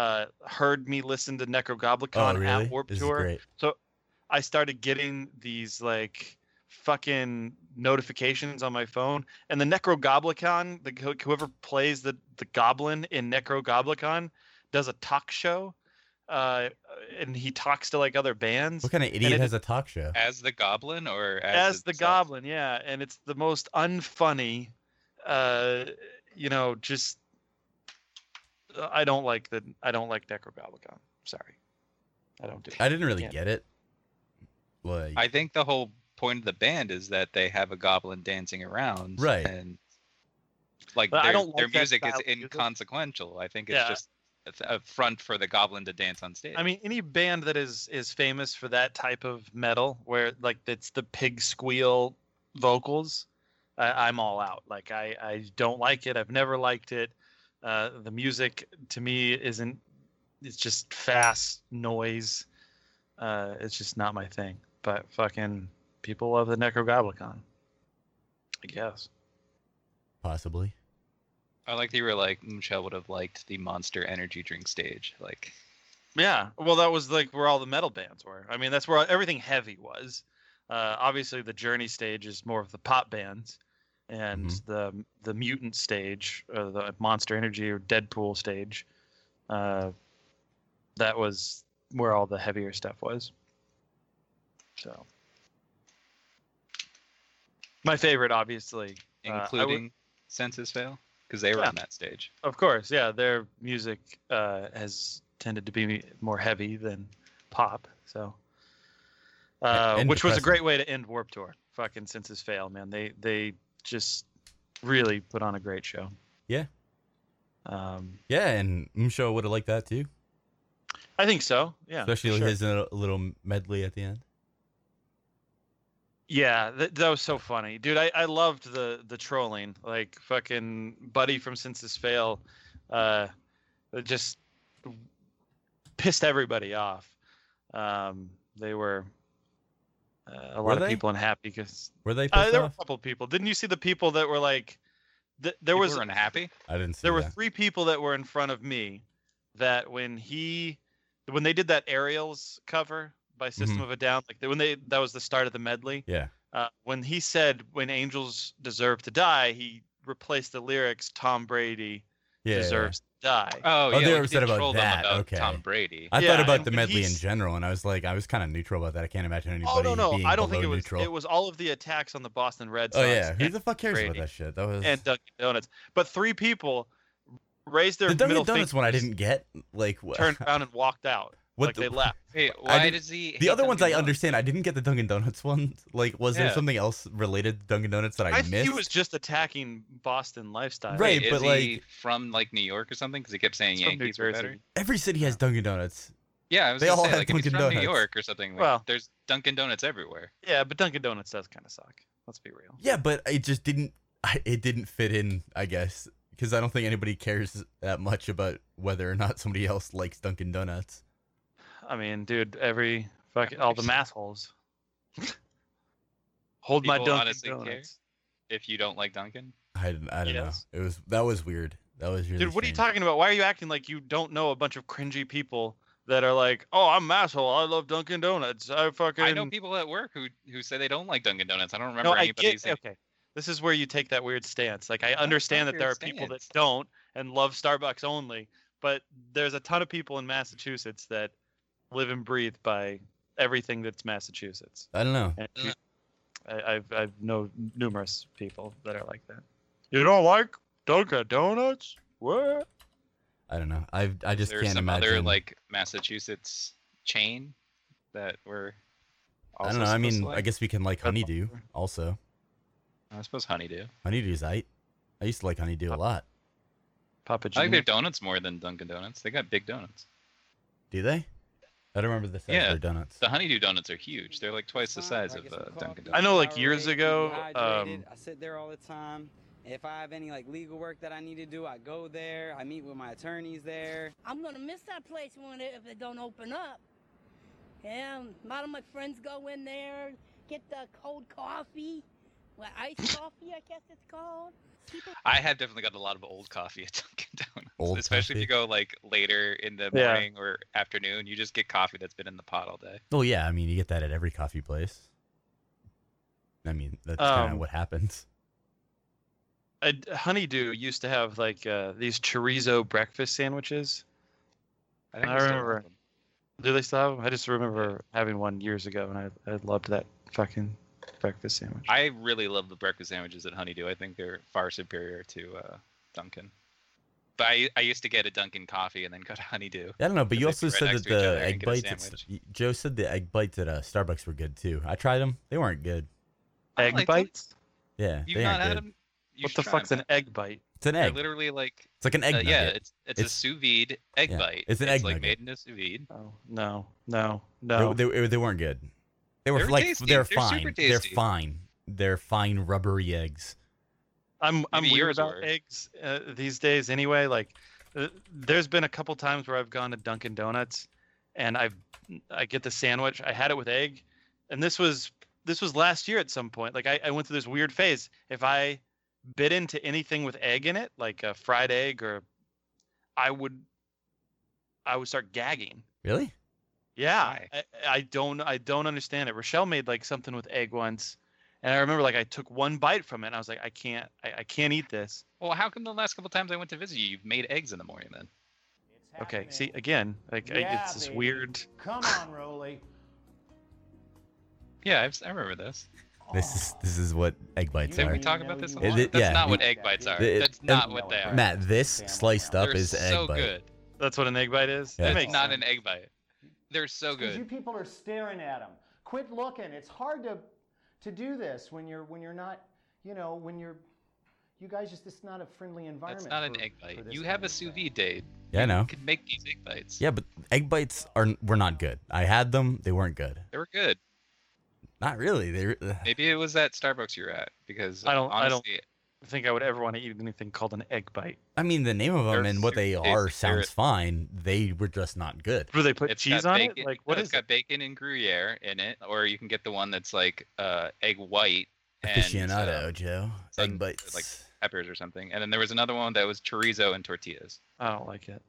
Speaker 3: uh, heard me listen to Necrogoblicon
Speaker 2: oh, really?
Speaker 3: at Warp
Speaker 2: this
Speaker 3: Tour.
Speaker 2: is great.
Speaker 3: I started getting these like fucking notifications on my phone, and the Necrogoblicon, the who- whoever plays the the goblin in Necrogoblicon, does a talk show, uh, and he talks to like other bands
Speaker 2: What kind of idiot
Speaker 3: it-
Speaker 2: has a talk show?
Speaker 1: as the goblin or as,
Speaker 3: as the
Speaker 1: himself?
Speaker 3: goblin, yeah, and it's the most unfunny, uh, you know, just I don't like the I don't like Necrogoblicon. Sorry, I don't do. it.
Speaker 2: I didn't really
Speaker 3: Yeah.
Speaker 2: get it. Like,
Speaker 1: I think the whole point of the band is that they have a goblin dancing around,
Speaker 2: Right.
Speaker 1: And like
Speaker 3: But I
Speaker 1: their,
Speaker 3: don't like
Speaker 1: their
Speaker 3: that
Speaker 1: music is
Speaker 3: style of music.
Speaker 1: inconsequential. I think it's
Speaker 3: Yeah.
Speaker 1: just a front for the goblin to dance on stage.
Speaker 3: I mean, any band that is is famous for that type of metal, where like it's the pig squeal vocals, I, I'm all out. Like I I don't like it. I've never liked it. Uh, the music to me isn't. It's just fast noise. Uh, it's just not my thing. But fucking people love the Necrogoblicon. I guess.
Speaker 2: possibly.
Speaker 1: I like that you were like Michelle would have liked the Monster Energy drink stage. Like,
Speaker 3: Yeah, well, that was like where all the metal bands were. I mean, that's where everything heavy was. Uh, obviously, the Journey stage is more of the pop bands, and the the Mutant stage, or the Monster Energy or Deadpool stage, uh, that was where all the heavier stuff was. So, my favorite, obviously, Uh, I would-
Speaker 1: including Senses Fail, because they were
Speaker 3: Yeah.
Speaker 1: on that stage.
Speaker 3: of course, yeah, their music uh, has tended to be more heavy than pop. So, uh,
Speaker 2: And
Speaker 3: which was a
Speaker 2: depressing.
Speaker 3: great way to end Warp Tour. Fucking Census Fail, man. They they just really put on a great show.
Speaker 2: Yeah.
Speaker 3: Um,
Speaker 2: Yeah, and Msho would have liked that too,
Speaker 3: I think so. Yeah. for
Speaker 2: especially
Speaker 3: sure.
Speaker 2: his little- little medley at the end.
Speaker 3: Yeah, that, that was so funny, dude. I, I loved the the trolling, like fucking buddy from Census Fail, uh, it just pissed everybody off. Um, they were uh, a lot of
Speaker 2: they?
Speaker 3: people unhappy because
Speaker 2: Were they
Speaker 3: uh,
Speaker 2: pissed
Speaker 3: there were a
Speaker 2: off?
Speaker 3: couple people. Didn't you see the people that were like, th- there
Speaker 1: People
Speaker 3: was
Speaker 1: were unhappy.
Speaker 2: I didn't see
Speaker 3: there were
Speaker 2: that.
Speaker 3: three people that were in front of me that when he when they did that Aerials cover by System
Speaker 2: Mhm.
Speaker 3: of a Down, like when they that was the start of the medley
Speaker 2: yeah.
Speaker 3: uh, when he said when angels deserve to die he replaced the lyrics tom brady
Speaker 2: Yeah. yeah, yeah.
Speaker 3: deserves to die
Speaker 1: Oh, yeah,
Speaker 2: they
Speaker 1: like
Speaker 2: were
Speaker 1: you
Speaker 2: upset
Speaker 1: did
Speaker 2: about
Speaker 1: troll them
Speaker 2: that,
Speaker 1: about
Speaker 2: okay.
Speaker 1: Tom Brady.
Speaker 2: I
Speaker 3: Yeah,
Speaker 2: thought about
Speaker 3: and
Speaker 2: the
Speaker 3: when
Speaker 2: medley in
Speaker 3: he's-
Speaker 2: general, and I was like, I was kind of neutral about that. I can't imagine anybody
Speaker 3: oh no no
Speaker 2: being
Speaker 3: i don't think it
Speaker 2: below
Speaker 3: was
Speaker 2: neutral.
Speaker 3: it was all of the attacks on the boston red
Speaker 2: oh
Speaker 3: sox
Speaker 2: yeah, who
Speaker 3: and,
Speaker 2: the fuck cares about
Speaker 3: Brady.
Speaker 2: that shit? That was
Speaker 3: and dunkin' donuts but three people raised their
Speaker 2: the Dunkin'
Speaker 3: middle
Speaker 2: Donuts one. I
Speaker 3: fingers,
Speaker 2: didn't get like what,
Speaker 3: turned around and walked out
Speaker 2: what
Speaker 3: like
Speaker 2: the,
Speaker 3: they left
Speaker 1: Wait, why
Speaker 2: didn't-
Speaker 1: does he?
Speaker 2: the
Speaker 1: hate
Speaker 2: other
Speaker 1: them
Speaker 2: ones
Speaker 1: so
Speaker 2: I
Speaker 1: much?
Speaker 2: understand. I didn't get the Dunkin' Donuts one. Like, was there
Speaker 1: Yeah.
Speaker 2: something else related to Dunkin' Donuts that I,
Speaker 3: i think
Speaker 2: missed?
Speaker 3: he was just attacking boston lifestyle
Speaker 2: Right,
Speaker 1: Wait,
Speaker 2: but,
Speaker 1: is he
Speaker 2: like-
Speaker 1: from like New York or something? Because he kept saying
Speaker 3: He's from New
Speaker 1: Yankees were
Speaker 3: Jersey.
Speaker 1: better.
Speaker 2: Every city has Dunkin' Donuts.
Speaker 1: Yeah, I was
Speaker 2: They
Speaker 1: gonna
Speaker 2: all
Speaker 1: say,
Speaker 2: have
Speaker 1: like, if he's
Speaker 2: Dunkin'
Speaker 1: from New
Speaker 2: Donuts.
Speaker 1: York or something. Like,
Speaker 3: Well-
Speaker 1: there's Dunkin' Donuts everywhere.
Speaker 3: yeah but dunkin' donuts does kind of suck let's be real
Speaker 2: Yeah, but it just didn't. I, it didn't fit in, I guess, because I don't think anybody cares that much about whether or not somebody else likes Dunkin' Donuts.
Speaker 3: I mean, dude, every fucking all the math holes. Hold my
Speaker 1: People
Speaker 3: Dunkin'
Speaker 1: honestly care?
Speaker 3: Donuts.
Speaker 1: If you don't like Dunkin',
Speaker 2: I didn't. I don't
Speaker 3: Yes.
Speaker 2: know. It was that was weird. That was really
Speaker 3: Dude, what are you
Speaker 2: strange.
Speaker 3: talking about? Why are you acting like you don't know a bunch of cringy people that are like, "Oh, I'm an asshole. I love Dunkin' Donuts. I fucking."
Speaker 1: I know people at work who who say they don't like Dunkin' Donuts. I don't remember
Speaker 3: No, I
Speaker 1: anybody
Speaker 3: get.
Speaker 1: saying.
Speaker 3: Okay, this is where you take that weird stance. Like, I
Speaker 1: not
Speaker 3: understand that there are
Speaker 1: weird
Speaker 3: people that
Speaker 1: stance.
Speaker 3: don't and love Starbucks only, but there's a ton of people in Massachusetts that live and breathe by everything that's Massachusetts.
Speaker 2: I don't know.
Speaker 3: And
Speaker 1: Yeah.
Speaker 3: I, I've I've known numerous people that are like that. You don't like Dunkin' Donuts? What?
Speaker 2: I don't know. I I just
Speaker 1: There's
Speaker 2: can't
Speaker 1: some
Speaker 2: imagine.
Speaker 1: other like Massachusetts chain that were.
Speaker 2: I
Speaker 1: also
Speaker 2: don't know. I
Speaker 1: supposed
Speaker 2: mean,
Speaker 1: to like?
Speaker 2: I guess we can like
Speaker 3: Red
Speaker 2: honeydew
Speaker 3: Lobster.
Speaker 2: also.
Speaker 1: I suppose Honeydew.
Speaker 2: Honeydew's I. I used to like honeydew a
Speaker 3: Pop-
Speaker 2: lot.
Speaker 3: Papa
Speaker 1: I like their
Speaker 3: Gino?
Speaker 1: donuts more than Dunkin' Donuts. They got big donuts.
Speaker 2: Do they? I don't remember the size
Speaker 1: Yeah.
Speaker 2: of their donuts.
Speaker 1: The Honeydew donuts are huge. They're like twice the size of uh, Dunkin'
Speaker 3: I
Speaker 1: Donuts.
Speaker 3: know, like, years ago,
Speaker 4: Dehydrated.
Speaker 3: um,
Speaker 4: I sit there all the time. If I have any like legal work that I need to do, I go there. I meet with my attorneys there.
Speaker 5: I'm gonna miss that place when it, if it don't open up. Yeah, a lot of my friends go in there, get the cold coffee, well, iced coffee, I guess it's called. People
Speaker 1: I have definitely got a lot of old coffee at Dunkin' Donuts,
Speaker 2: Old
Speaker 1: especially if you go like later in the
Speaker 3: Yeah.
Speaker 1: morning or afternoon. You just get coffee that's been in the pot all day.
Speaker 2: Well, yeah. I mean, you get that at every coffee place. I mean, that's kind
Speaker 3: Um,
Speaker 2: of what happens.
Speaker 3: I- Honeydew used to have like uh, these chorizo breakfast sandwiches.
Speaker 1: I, think
Speaker 3: I
Speaker 1: they still have
Speaker 3: remember.
Speaker 1: them.
Speaker 3: Do they still have them? I just remember having one years ago, and I, I loved that fucking breakfast sandwich.
Speaker 1: I really love the breakfast sandwiches at Honeydew. I think they're far superior to uh, Dunkin'. But I, I used to get a Dunkin' coffee and then go to Honeydew.
Speaker 2: I don't know, but
Speaker 1: if
Speaker 2: you
Speaker 1: they
Speaker 2: also
Speaker 1: sit
Speaker 2: said
Speaker 1: right next
Speaker 2: that
Speaker 1: to each other
Speaker 2: the
Speaker 1: and
Speaker 2: egg
Speaker 1: get a
Speaker 2: bites. At,
Speaker 1: sandwich.
Speaker 2: y- Joe said the egg bites at uh, Starbucks were good too. I tried them. They weren't good.
Speaker 1: I
Speaker 3: Egg
Speaker 1: liked it.
Speaker 3: bites?
Speaker 2: Yeah,
Speaker 1: You've
Speaker 2: they
Speaker 1: not
Speaker 2: aren't
Speaker 1: had
Speaker 2: good.
Speaker 1: them? You
Speaker 3: What
Speaker 1: should
Speaker 3: the
Speaker 1: try
Speaker 3: fuck's
Speaker 1: them.
Speaker 3: an egg bite?
Speaker 2: It's an
Speaker 1: They're
Speaker 2: egg.
Speaker 1: literally like
Speaker 2: It's like an egg.
Speaker 1: uh, yeah,
Speaker 2: nugget.
Speaker 1: it's it's,
Speaker 2: It's-
Speaker 1: a sous vide egg
Speaker 2: yeah,
Speaker 1: bite.
Speaker 2: it's an egg
Speaker 1: like
Speaker 2: nugget.
Speaker 1: made in a sous vide.
Speaker 3: Oh no, no, no.
Speaker 2: They, they, they weren't good. They were
Speaker 1: um, They were
Speaker 2: like
Speaker 1: tasty.
Speaker 2: they're,
Speaker 1: They're super
Speaker 2: fine. They're
Speaker 1: tasty.
Speaker 2: fine. They're fine rubbery eggs.
Speaker 3: I'm I'm
Speaker 1: Maybe
Speaker 3: weird
Speaker 1: yours
Speaker 3: about
Speaker 1: were.
Speaker 3: eggs uh, these days anyway. Like, uh, there's been a couple times where I've gone to Dunkin' Donuts, and I I get the sandwich. I had it with egg, and this was this was last year at some point. Like I, I went through this weird phase. If I bit into anything with egg in it, like a fried egg, or I would, I would start gagging.
Speaker 2: Really?
Speaker 3: Yeah,
Speaker 1: Why?
Speaker 3: I, I don't, I don't understand it. Rochelle made like something with egg once, and I remember like I took one bite from it, and I was like, I can't, I, I can't eat this.
Speaker 1: Well, how come the last couple times I went to visit you, you've made eggs in the morning then?
Speaker 3: Okay, see again, like I-
Speaker 6: Yeah,
Speaker 3: it's this
Speaker 6: baby.
Speaker 3: weird.
Speaker 6: Come on, Rolly.
Speaker 1: Yeah, I've, I remember this.
Speaker 2: This is this is what egg bites
Speaker 1: Didn't
Speaker 2: are.
Speaker 1: we talk about this? a
Speaker 2: It-
Speaker 1: lot?
Speaker 2: it-
Speaker 1: That's
Speaker 2: yeah,
Speaker 1: not
Speaker 2: we-
Speaker 1: what egg bites are.
Speaker 2: It-
Speaker 1: That's
Speaker 2: and-
Speaker 1: not what they are.
Speaker 2: Matt, this sliced up
Speaker 1: They're
Speaker 2: is egg
Speaker 1: so
Speaker 2: bite.
Speaker 1: good.
Speaker 3: That's what an egg bite is.
Speaker 2: Yeah.
Speaker 3: That
Speaker 1: That's
Speaker 3: makes
Speaker 1: not
Speaker 3: sense.
Speaker 1: an egg bite. They're so
Speaker 6: Oh, Because you
Speaker 1: good.
Speaker 6: people are staring at them. Quit looking. It's hard to to do this when you're when you're not, you know, when you're you guys just it's not a friendly
Speaker 1: That's
Speaker 6: environment.
Speaker 1: not an
Speaker 6: for-
Speaker 1: egg
Speaker 6: for
Speaker 1: bite.
Speaker 6: this
Speaker 1: You
Speaker 6: kind
Speaker 1: have a
Speaker 6: of
Speaker 1: sous
Speaker 6: thing.
Speaker 1: vide, Dave.
Speaker 2: Yeah, I know.
Speaker 1: You could make these egg bites.
Speaker 2: Yeah, but egg bites are were not good. I had them; they weren't good.
Speaker 1: They were good.
Speaker 2: Not really. They were-
Speaker 1: Maybe it was that Starbucks you were at because
Speaker 3: I don't- I don't-
Speaker 1: honestly,
Speaker 3: I think I would ever want to eat anything called an egg bite.
Speaker 2: I mean, the name of them
Speaker 1: They're
Speaker 2: and what they
Speaker 1: super
Speaker 2: are
Speaker 1: tasty.
Speaker 2: sounds
Speaker 1: They're-
Speaker 2: fine. They were just not good.
Speaker 3: Do they put
Speaker 1: it's
Speaker 3: cheese
Speaker 1: got
Speaker 3: on
Speaker 1: bacon.
Speaker 3: it? Like what
Speaker 1: no,
Speaker 3: is
Speaker 1: it's got bacon and Gruyere in it, or you can get the one that's like uh, egg white and
Speaker 2: Aficionado,
Speaker 1: uh,
Speaker 2: Joe.
Speaker 1: some-
Speaker 2: egg bites.
Speaker 1: like- peppers or something. And then there was another one that was chorizo and tortillas.
Speaker 3: it? I don't like it.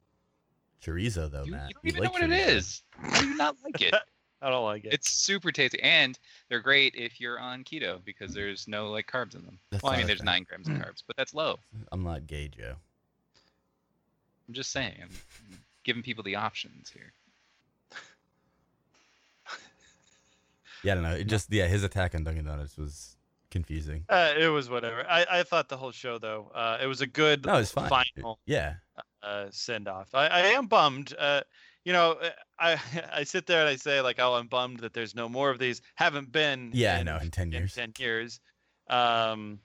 Speaker 2: chorizo, though,
Speaker 1: you,
Speaker 2: Matt.
Speaker 1: you don't even
Speaker 2: Oh, like
Speaker 1: know what it
Speaker 2: chorizo.
Speaker 1: is. How do you not like it?
Speaker 3: I don't like it.
Speaker 1: It's super tasty, and they're great if you're on keto because there's no like carbs in them.
Speaker 2: That's
Speaker 1: well, I
Speaker 2: not
Speaker 1: mean,
Speaker 2: a
Speaker 1: there's
Speaker 2: thing.
Speaker 1: nine grams of carbs, but that's low.
Speaker 2: I'm not gay, Joe.
Speaker 1: I'm just saying, I'm giving people the options here.
Speaker 2: Yeah, I don't know. It just yeah, his attack on Dunkin' Donuts was confusing.
Speaker 3: Uh, it was whatever. I, I thought the whole show though. Uh, it was a good
Speaker 2: No, it's fine.
Speaker 3: final
Speaker 2: Yeah,
Speaker 3: uh, send off. I, I am bummed. Uh, you know, I I sit there and I say like, oh, I'm bummed that there's no more of these. Haven't been.
Speaker 2: yeah, I
Speaker 3: in-
Speaker 2: know. In ten
Speaker 3: in
Speaker 2: years,
Speaker 3: ten years. Um,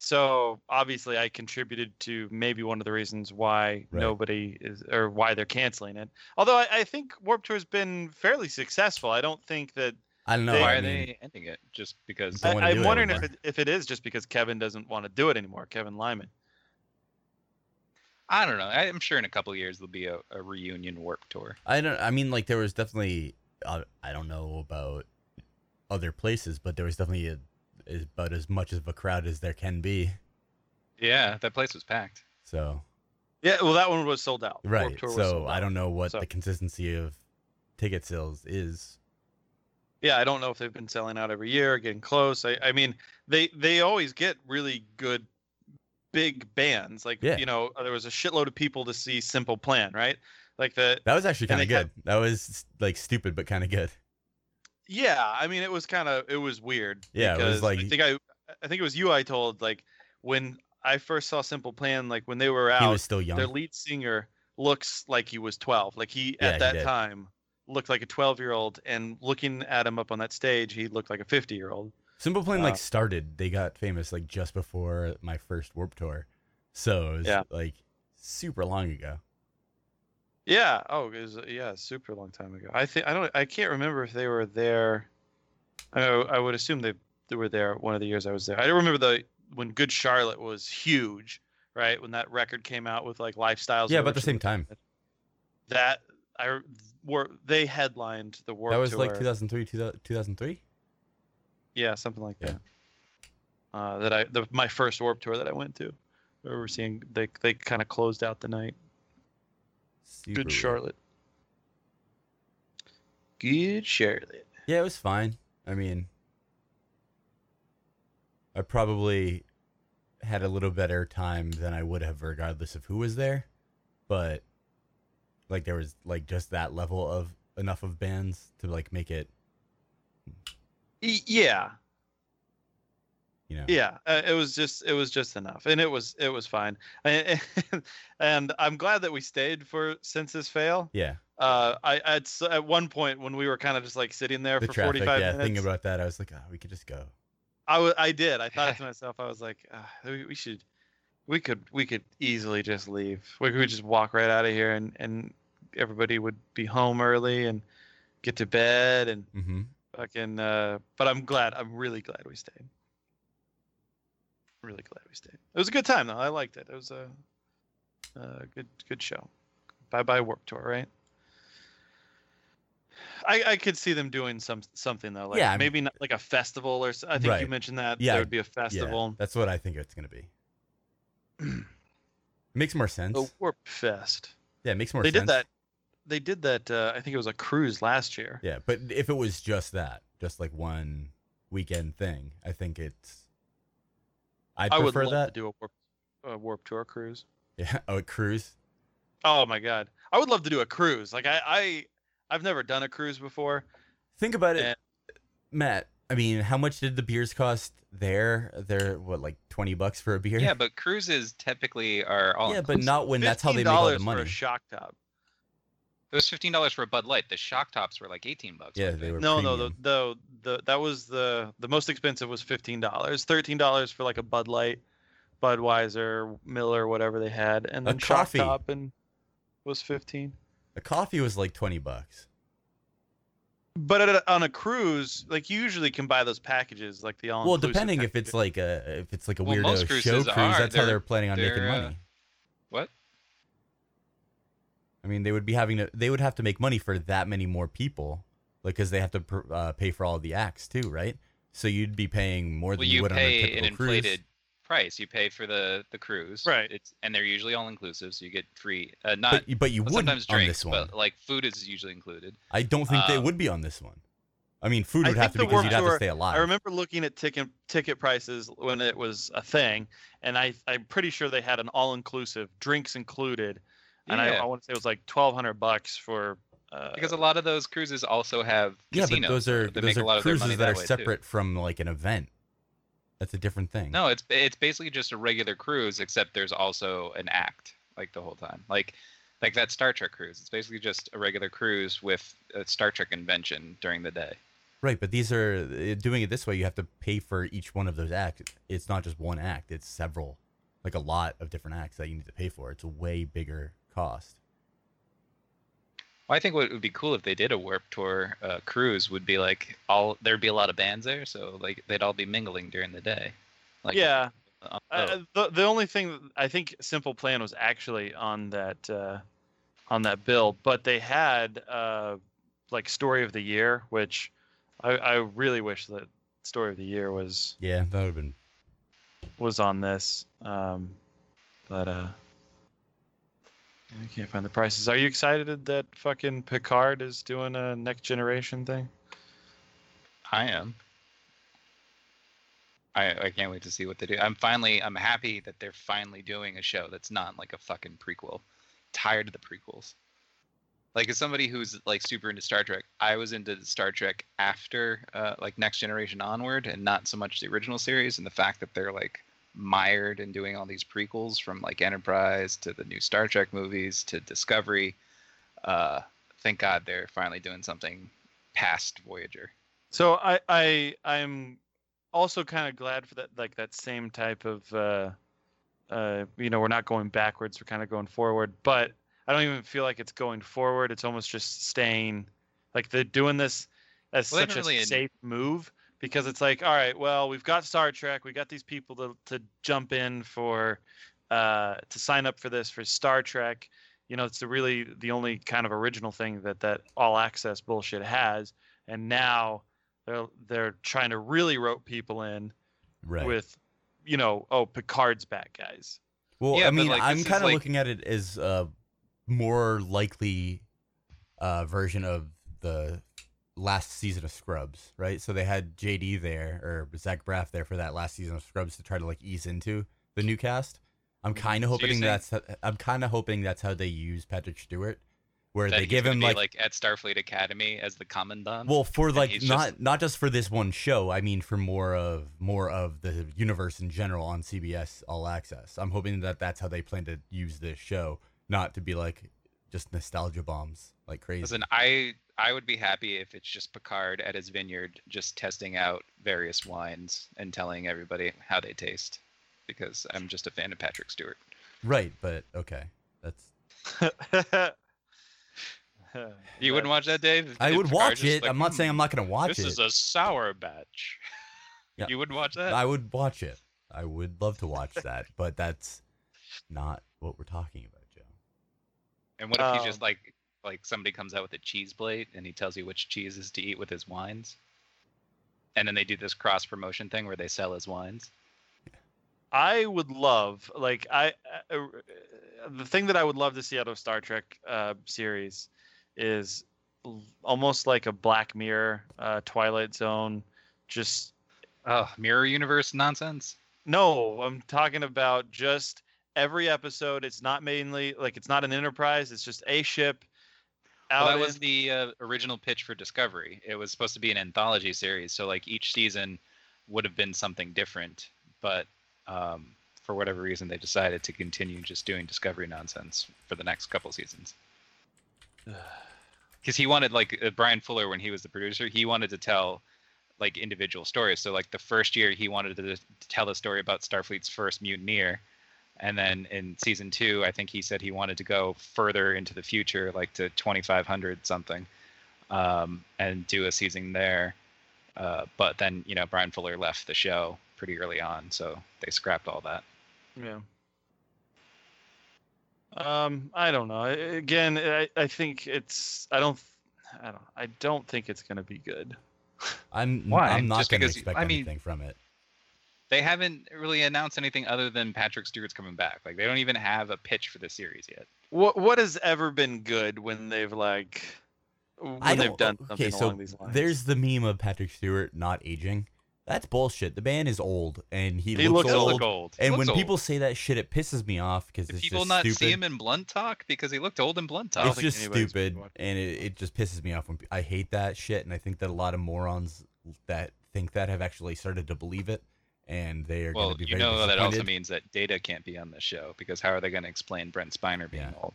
Speaker 3: so obviously I contributed to maybe one of the reasons why
Speaker 2: Right.
Speaker 3: nobody is or why they're canceling it. Although I, I think Warp Tour has been fairly successful. I don't think that
Speaker 2: I don't know.
Speaker 3: They-
Speaker 1: Why
Speaker 2: I
Speaker 1: are
Speaker 2: mean,
Speaker 1: they ending it? Just because
Speaker 2: Don't
Speaker 3: I,
Speaker 2: wanna do
Speaker 3: I'm
Speaker 2: that
Speaker 3: wondering if
Speaker 2: anymore.
Speaker 3: it, if it is just because Kevin doesn't want to do it anymore. Kevin Lyman.
Speaker 1: I don't know. I- I'm sure in a couple of years there'll be a, a reunion warp tour.
Speaker 2: I don't. I mean, like there was definitely. Uh, I don't know about other places, but there was definitely a, is about as much of a crowd as there can be.
Speaker 1: Yeah, that place was packed.
Speaker 2: So
Speaker 3: Yeah, well, that one was sold out. Warped
Speaker 2: right.
Speaker 3: Tour was
Speaker 2: So
Speaker 3: sold
Speaker 2: I
Speaker 3: out.
Speaker 2: don't know what
Speaker 3: So-
Speaker 2: the consistency of ticket sales is.
Speaker 3: Yeah, I don't know if they've been selling out every year, or getting close. I, I mean, they they always get really good, big bands. Like
Speaker 2: Yeah.
Speaker 3: you know, uh, there was a shitload of people to see Simple Plan, right? Like the
Speaker 2: That was actually
Speaker 3: And
Speaker 2: kind of
Speaker 3: they
Speaker 2: good. That was like stupid, but kind of good.
Speaker 3: yeah. I mean, it was kind of it was weird.
Speaker 2: Yeah, it was
Speaker 3: because I
Speaker 2: like-
Speaker 3: think I I think it was you I told like when I first saw Simple Plan, like when they were out,
Speaker 2: He was still young.
Speaker 3: their lead singer looks like he was 12 like he
Speaker 2: Yeah, he
Speaker 3: at that
Speaker 2: did.
Speaker 3: time looked like a 12 year old and looking at him up on that stage he looked like a 50 year old
Speaker 2: Simple Plan
Speaker 3: Uh,
Speaker 2: like started. They got famous like just before my first Warp Tour, so it was
Speaker 3: Yeah.
Speaker 2: like super long ago.
Speaker 3: yeah oh it was, yeah super long time ago i think i don't i can't remember if they were there i i would assume they, they were there one of the years i was there i remember the when good charlotte was huge right when that record came out with like lifestyles
Speaker 2: yeah,
Speaker 3: or
Speaker 2: about the
Speaker 3: whatever,
Speaker 2: same time.
Speaker 3: that i were they headlined the war
Speaker 2: That was like
Speaker 3: tour.
Speaker 2: 2003, 2003.
Speaker 3: Yeah, something like
Speaker 2: Yeah.
Speaker 3: that. Uh, that I the my first Warp tour that I went to. I remember seeing they they kind of closed out the night.
Speaker 2: Super
Speaker 3: Good
Speaker 2: weird.
Speaker 3: Charlotte. Good Charlotte.
Speaker 2: Yeah, it was fine. I mean, I probably had a little better time than I would have, regardless of who was there. But like, there was like just that level of enough of bands to like make it,
Speaker 3: E- yeah,
Speaker 2: you know.
Speaker 3: yeah. Uh, it was just it was just enough, and it was it was fine. And, and I'm glad that we stayed for Census Fail.
Speaker 2: Yeah,
Speaker 3: Uh, I at s- at one point when we were kind of just like sitting there
Speaker 2: the
Speaker 3: for
Speaker 2: traffic.
Speaker 3: 45
Speaker 2: Yeah,
Speaker 3: minutes,
Speaker 2: thinking about that, I was like, oh, we could just go.
Speaker 3: I wa- I did. I thought to myself, I was like, "Ah, we, we should, we could, we could easily just leave. We could just walk right out of here, and and everybody would be home early and get to bed and
Speaker 2: Mm-hmm.
Speaker 3: fucking. Uh, but I'm glad. I'm really glad we stayed. Really glad we stayed. It was a good time though. I liked it. It was a, a good good show. Bye bye Warp Tour, right? I, I could see them doing some something though, like
Speaker 2: Yeah, I mean-
Speaker 3: maybe not like a festival or. s- I think you
Speaker 2: Right.
Speaker 3: mentioned that
Speaker 2: Yeah,
Speaker 3: there would be a festival.
Speaker 2: Yeah, that's what I think it's gonna be. makes more sense.
Speaker 3: The Warp Fest.
Speaker 2: yeah, it makes more
Speaker 3: Oh. They
Speaker 2: sense.
Speaker 3: did that. They did that. Uh, I think it was a cruise last year.
Speaker 2: Yeah, but if it was just that, just like one weekend thing, I think it's. I'd
Speaker 3: I would
Speaker 2: prefer
Speaker 3: love
Speaker 2: that.
Speaker 3: to do a warp, a warp tour cruise.
Speaker 2: yeah. Oh, a cruise.
Speaker 3: Oh my god, I would love to do a cruise. Like I, I I've never done a cruise before.
Speaker 2: Think about it,
Speaker 3: And-
Speaker 2: Matt. I mean, how much did the beers cost there? They're what, like twenty bucks for a beer?
Speaker 1: Yeah, but cruises typically are all.
Speaker 2: yeah, but not when that's how they make all
Speaker 3: $15
Speaker 2: the money.
Speaker 3: For a shock top.
Speaker 1: It was fifteen dollars for a Bud Light. The shock tops were like eighteen bucks.
Speaker 2: Yeah,
Speaker 1: weren't
Speaker 2: they were.
Speaker 3: No, no, the,
Speaker 2: premium.
Speaker 3: the the that was the the most expensive was fifteen dollars. Thirteen dollars for like a Bud Light, Budweiser, Miller, whatever they had, and
Speaker 2: A
Speaker 3: then shock
Speaker 2: coffee.
Speaker 3: top and was fifteen.
Speaker 2: The coffee was like twenty bucks.
Speaker 3: But at a, on a cruise, like you usually can buy those packages, like the all.
Speaker 2: Well, depending if it's like a if it's like a
Speaker 1: Well,
Speaker 2: weirdo
Speaker 1: most
Speaker 2: show
Speaker 1: cruises
Speaker 2: cruise,
Speaker 1: are.
Speaker 2: that's how
Speaker 1: They're-
Speaker 2: they're planning on making
Speaker 1: they're, uh,
Speaker 2: money.
Speaker 1: What?
Speaker 2: I mean, they would be having to they would have to make money for that many more people, like because they have to pr- uh, pay for all the acts too, right? So you'd be paying more than
Speaker 1: Well,
Speaker 2: you,
Speaker 1: you
Speaker 2: would on a
Speaker 1: pay
Speaker 2: typical
Speaker 1: an
Speaker 2: cruise.
Speaker 1: inflated price. You pay for the the cruise,
Speaker 3: Right.
Speaker 1: It's and they're usually all inclusive, so you get free. Uh, not
Speaker 2: but, you- but you
Speaker 1: well,
Speaker 2: wouldn't
Speaker 1: sometimes
Speaker 2: on
Speaker 1: drinks,
Speaker 2: this one.
Speaker 1: but like food is usually included.
Speaker 2: I don't think they
Speaker 1: um,
Speaker 2: would be on this one. I mean, food
Speaker 3: I
Speaker 2: would have
Speaker 3: think
Speaker 2: to
Speaker 3: the
Speaker 2: because you'd
Speaker 3: Warped
Speaker 2: have to
Speaker 3: Tour-
Speaker 2: stay alive.
Speaker 3: I remember looking at ticket ticket prices when it was a thing, and I I'm pretty sure they had an all inclusive, drinks included, and I,
Speaker 1: Yeah.
Speaker 3: I want to say it was like twelve hundred bucks for. Uh,
Speaker 1: Because a lot of those cruises also have
Speaker 2: yeah, but
Speaker 1: casinos.
Speaker 2: those are
Speaker 1: they
Speaker 2: those
Speaker 1: make a lot
Speaker 2: are
Speaker 1: of their money
Speaker 2: cruises that
Speaker 1: that
Speaker 2: are
Speaker 1: way, too.
Speaker 2: separate from like an event. That's a different thing.
Speaker 1: No, it's it's basically just a regular cruise, except there's also an act like the whole time, like like that Star Trek cruise. It's basically just a regular cruise with a Star Trek convention during the day.
Speaker 2: Right, but these are uh, doing it this way. You have to pay for each one of those acts. It's not just one act; it's several, like a lot of different acts that you need to pay for. It's a way bigger cost.
Speaker 1: Well, I think what would be cool if they did a Warp Tour uh, cruise would be like all there'd be a lot of bands there, so like they'd all be mingling during the day. Like,
Speaker 3: yeah,
Speaker 1: on the boat.
Speaker 3: Uh, the the only thing that I think Simple Plan was actually on that uh, on that bill, but they had uh, like Story of the Year, which I, I really wish that Story of the Year was
Speaker 2: Yeah, that would have been.
Speaker 3: was on this. Um, but uh, I can't find the prices. Are you excited that fucking Picard is doing a next generation thing?
Speaker 1: I am. I, I can't wait to see what they do. I'm finally I'm happy that they're finally doing a show that's not like a fucking prequel. Tired of the prequels. Like as somebody who's like super into Star Trek, I was into Star Trek after uh, like Next Generation onward, and not so much the original series. And the fact that they're like mired in doing all these prequels from like Enterprise to the new Star Trek movies to Discovery. Uh, thank God they're finally doing something past Voyager.
Speaker 3: So I I I'm also kind of glad for that like that same type of uh uh you know we're not going backwards we're kind of going forward but I don't even feel like it's going forward it's almost just staying like they're doing this as
Speaker 1: Well, they
Speaker 3: such a
Speaker 1: haven't really-
Speaker 3: safe move because it's like all right well we've got Star Trek we got these people to to jump in for uh to sign up for this for Star Trek you know it's the really the only kind of original thing that that all access bullshit has and now they're they're trying to really rope people in
Speaker 2: Right.
Speaker 3: with you know oh picard's back guys
Speaker 2: well, I
Speaker 1: Yeah, but,
Speaker 2: mean,
Speaker 1: like,
Speaker 2: I'm
Speaker 1: this is
Speaker 2: kind of
Speaker 1: like-
Speaker 2: looking at it as a more likely uh, version of the last season of Scrubs, right? So they had JD there or Zach Braff there for that last season of Scrubs to try to like ease into the new cast. I'm kind of
Speaker 1: Mm-hmm. So you're
Speaker 2: hoping
Speaker 1: saying-
Speaker 2: that's I'm kind of hoping that's how they use Patrick Stewart, where
Speaker 1: that
Speaker 2: they
Speaker 1: he's
Speaker 2: give
Speaker 1: gonna
Speaker 2: him
Speaker 1: be,
Speaker 2: like,
Speaker 1: at Starfleet Academy as the commandant.
Speaker 2: well for like
Speaker 1: he's
Speaker 2: not
Speaker 1: just-
Speaker 2: not just for this one show. I mean for more of more of the universe in general on CBS All Access. I'm hoping that that's how they plan to use this show, not to be like just nostalgia bombs like crazy.
Speaker 1: Listen, I I would be happy if it's just Picard at his vineyard, just testing out various wines and telling everybody how they taste, because I'm just a fan of Patrick Stewart.
Speaker 2: Right, but okay, that's
Speaker 1: You wouldn't watch that, Dave?
Speaker 2: I
Speaker 1: If
Speaker 2: would
Speaker 1: Picard
Speaker 2: watch
Speaker 1: just
Speaker 2: it.
Speaker 1: like,
Speaker 2: I'm not
Speaker 1: "Hmm,
Speaker 2: saying I'm not gonna watch
Speaker 1: This
Speaker 2: it.
Speaker 1: is a sour batch.
Speaker 2: Yeah.
Speaker 1: You wouldn't watch that?
Speaker 2: I would watch it. I would love to watch that, but that's not what we're talking about, Joe.
Speaker 1: and what if he just
Speaker 3: Um,
Speaker 1: like like somebody comes out with a cheese plate and he tells you which cheeses to eat with his wines? And then they do this cross promotion thing where they sell his wines.
Speaker 3: I would love like I uh, the thing that I would love to see out of Star Trek uh, series is l- almost like a Black Mirror, uh, Twilight Zone, just
Speaker 1: Oh, mirror universe nonsense.
Speaker 3: No, I'm talking about just every episode. It's not mainly like it's not an enterprise. It's just a ship.
Speaker 1: Well,
Speaker 3: Out
Speaker 1: that was
Speaker 3: in-
Speaker 1: the uh, original pitch for Discovery. It was supposed to be an anthology series, so like each season would have been something different. But um, for whatever reason, they decided to continue just doing Discovery nonsense for the next couple seasons. Because he wanted, like uh, Brian Fuller, when he was the producer, he wanted to tell like individual stories. So like the first year, he wanted to, to tell a story about Starfleet's first mutineer. And then in season two, I think he said he wanted to go further into the future, like to 2500 something, um, and do a season there. Uh, but then, you know, Brian Fuller left the show pretty early on, so they scrapped all that.
Speaker 3: Yeah. Um, I don't know. I- Again, I, I think it's I don't I don't I don't think it's gonna be good.
Speaker 2: I'm
Speaker 1: Why?
Speaker 2: I'm not
Speaker 1: Just
Speaker 2: going to
Speaker 1: because-
Speaker 2: expect
Speaker 1: I mean-
Speaker 2: anything from it.
Speaker 1: They haven't really announced anything other than Patrick Stewart's coming back. Like, they don't even have a pitch for the series yet.
Speaker 3: What what has ever been good when they've like when
Speaker 2: I
Speaker 3: they've
Speaker 2: don't-
Speaker 3: done something
Speaker 2: okay, so
Speaker 3: along these lines?
Speaker 2: There's the meme of Patrick Stewart not aging. That's bullshit. The man is old, and he,
Speaker 3: He looks
Speaker 2: looks,
Speaker 1: Does
Speaker 2: old.
Speaker 3: old.
Speaker 1: look old.
Speaker 2: And
Speaker 1: Looks
Speaker 2: when
Speaker 1: old.
Speaker 2: people say that shit, it pisses me off because
Speaker 1: Did
Speaker 2: it's
Speaker 1: people
Speaker 2: just
Speaker 1: not
Speaker 2: stupid.
Speaker 1: see him in Blunt Talk because he looked old in Blunt
Speaker 3: I don't
Speaker 1: Talk.
Speaker 3: think
Speaker 2: it's just
Speaker 3: anybody's
Speaker 2: stupid,
Speaker 3: watching.
Speaker 2: and it, it just pisses me off. When pe- I hate that shit, and I think that a lot of morons that think that have actually started to believe it, and they are
Speaker 1: Well,
Speaker 2: going to be
Speaker 1: you
Speaker 2: very
Speaker 1: know that also
Speaker 2: disappointed.
Speaker 1: means that Data can't be on this show because how are they going to explain Brent Spiner being
Speaker 2: Yeah.
Speaker 1: old?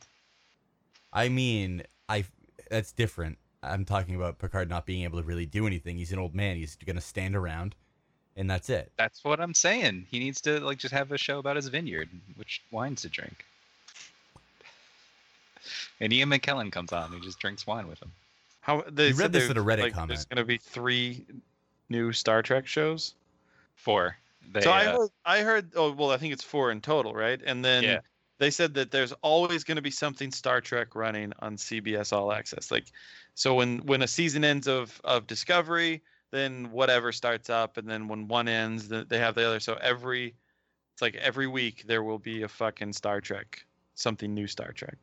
Speaker 2: I mean, I that's different. I'm talking about Picard not being able to really do anything. He's an old man. He's going to stand around, and that's it.
Speaker 1: That's what I'm saying. He needs to like just have a show about his vineyard, which wines to drink. And Ian McKellen comes on. He just drinks wine with him.
Speaker 3: How they
Speaker 2: You read
Speaker 3: said
Speaker 2: this
Speaker 3: they-
Speaker 2: in a Reddit
Speaker 3: like, There's
Speaker 2: comment.
Speaker 3: gonna be three new Star Trek shows.
Speaker 1: Four. They,
Speaker 3: so I
Speaker 1: uh,
Speaker 3: heard, I heard. Oh well, I think it's four in total, right? And then
Speaker 1: Yeah.
Speaker 3: they said that there's always going to be something Star Trek running on CBS All Access. Like, so when when a season ends of of Discovery, then whatever starts up, and then when one ends, th- they have the other. So every, it's like every week there will be a fucking Star Trek, something new Star Trek.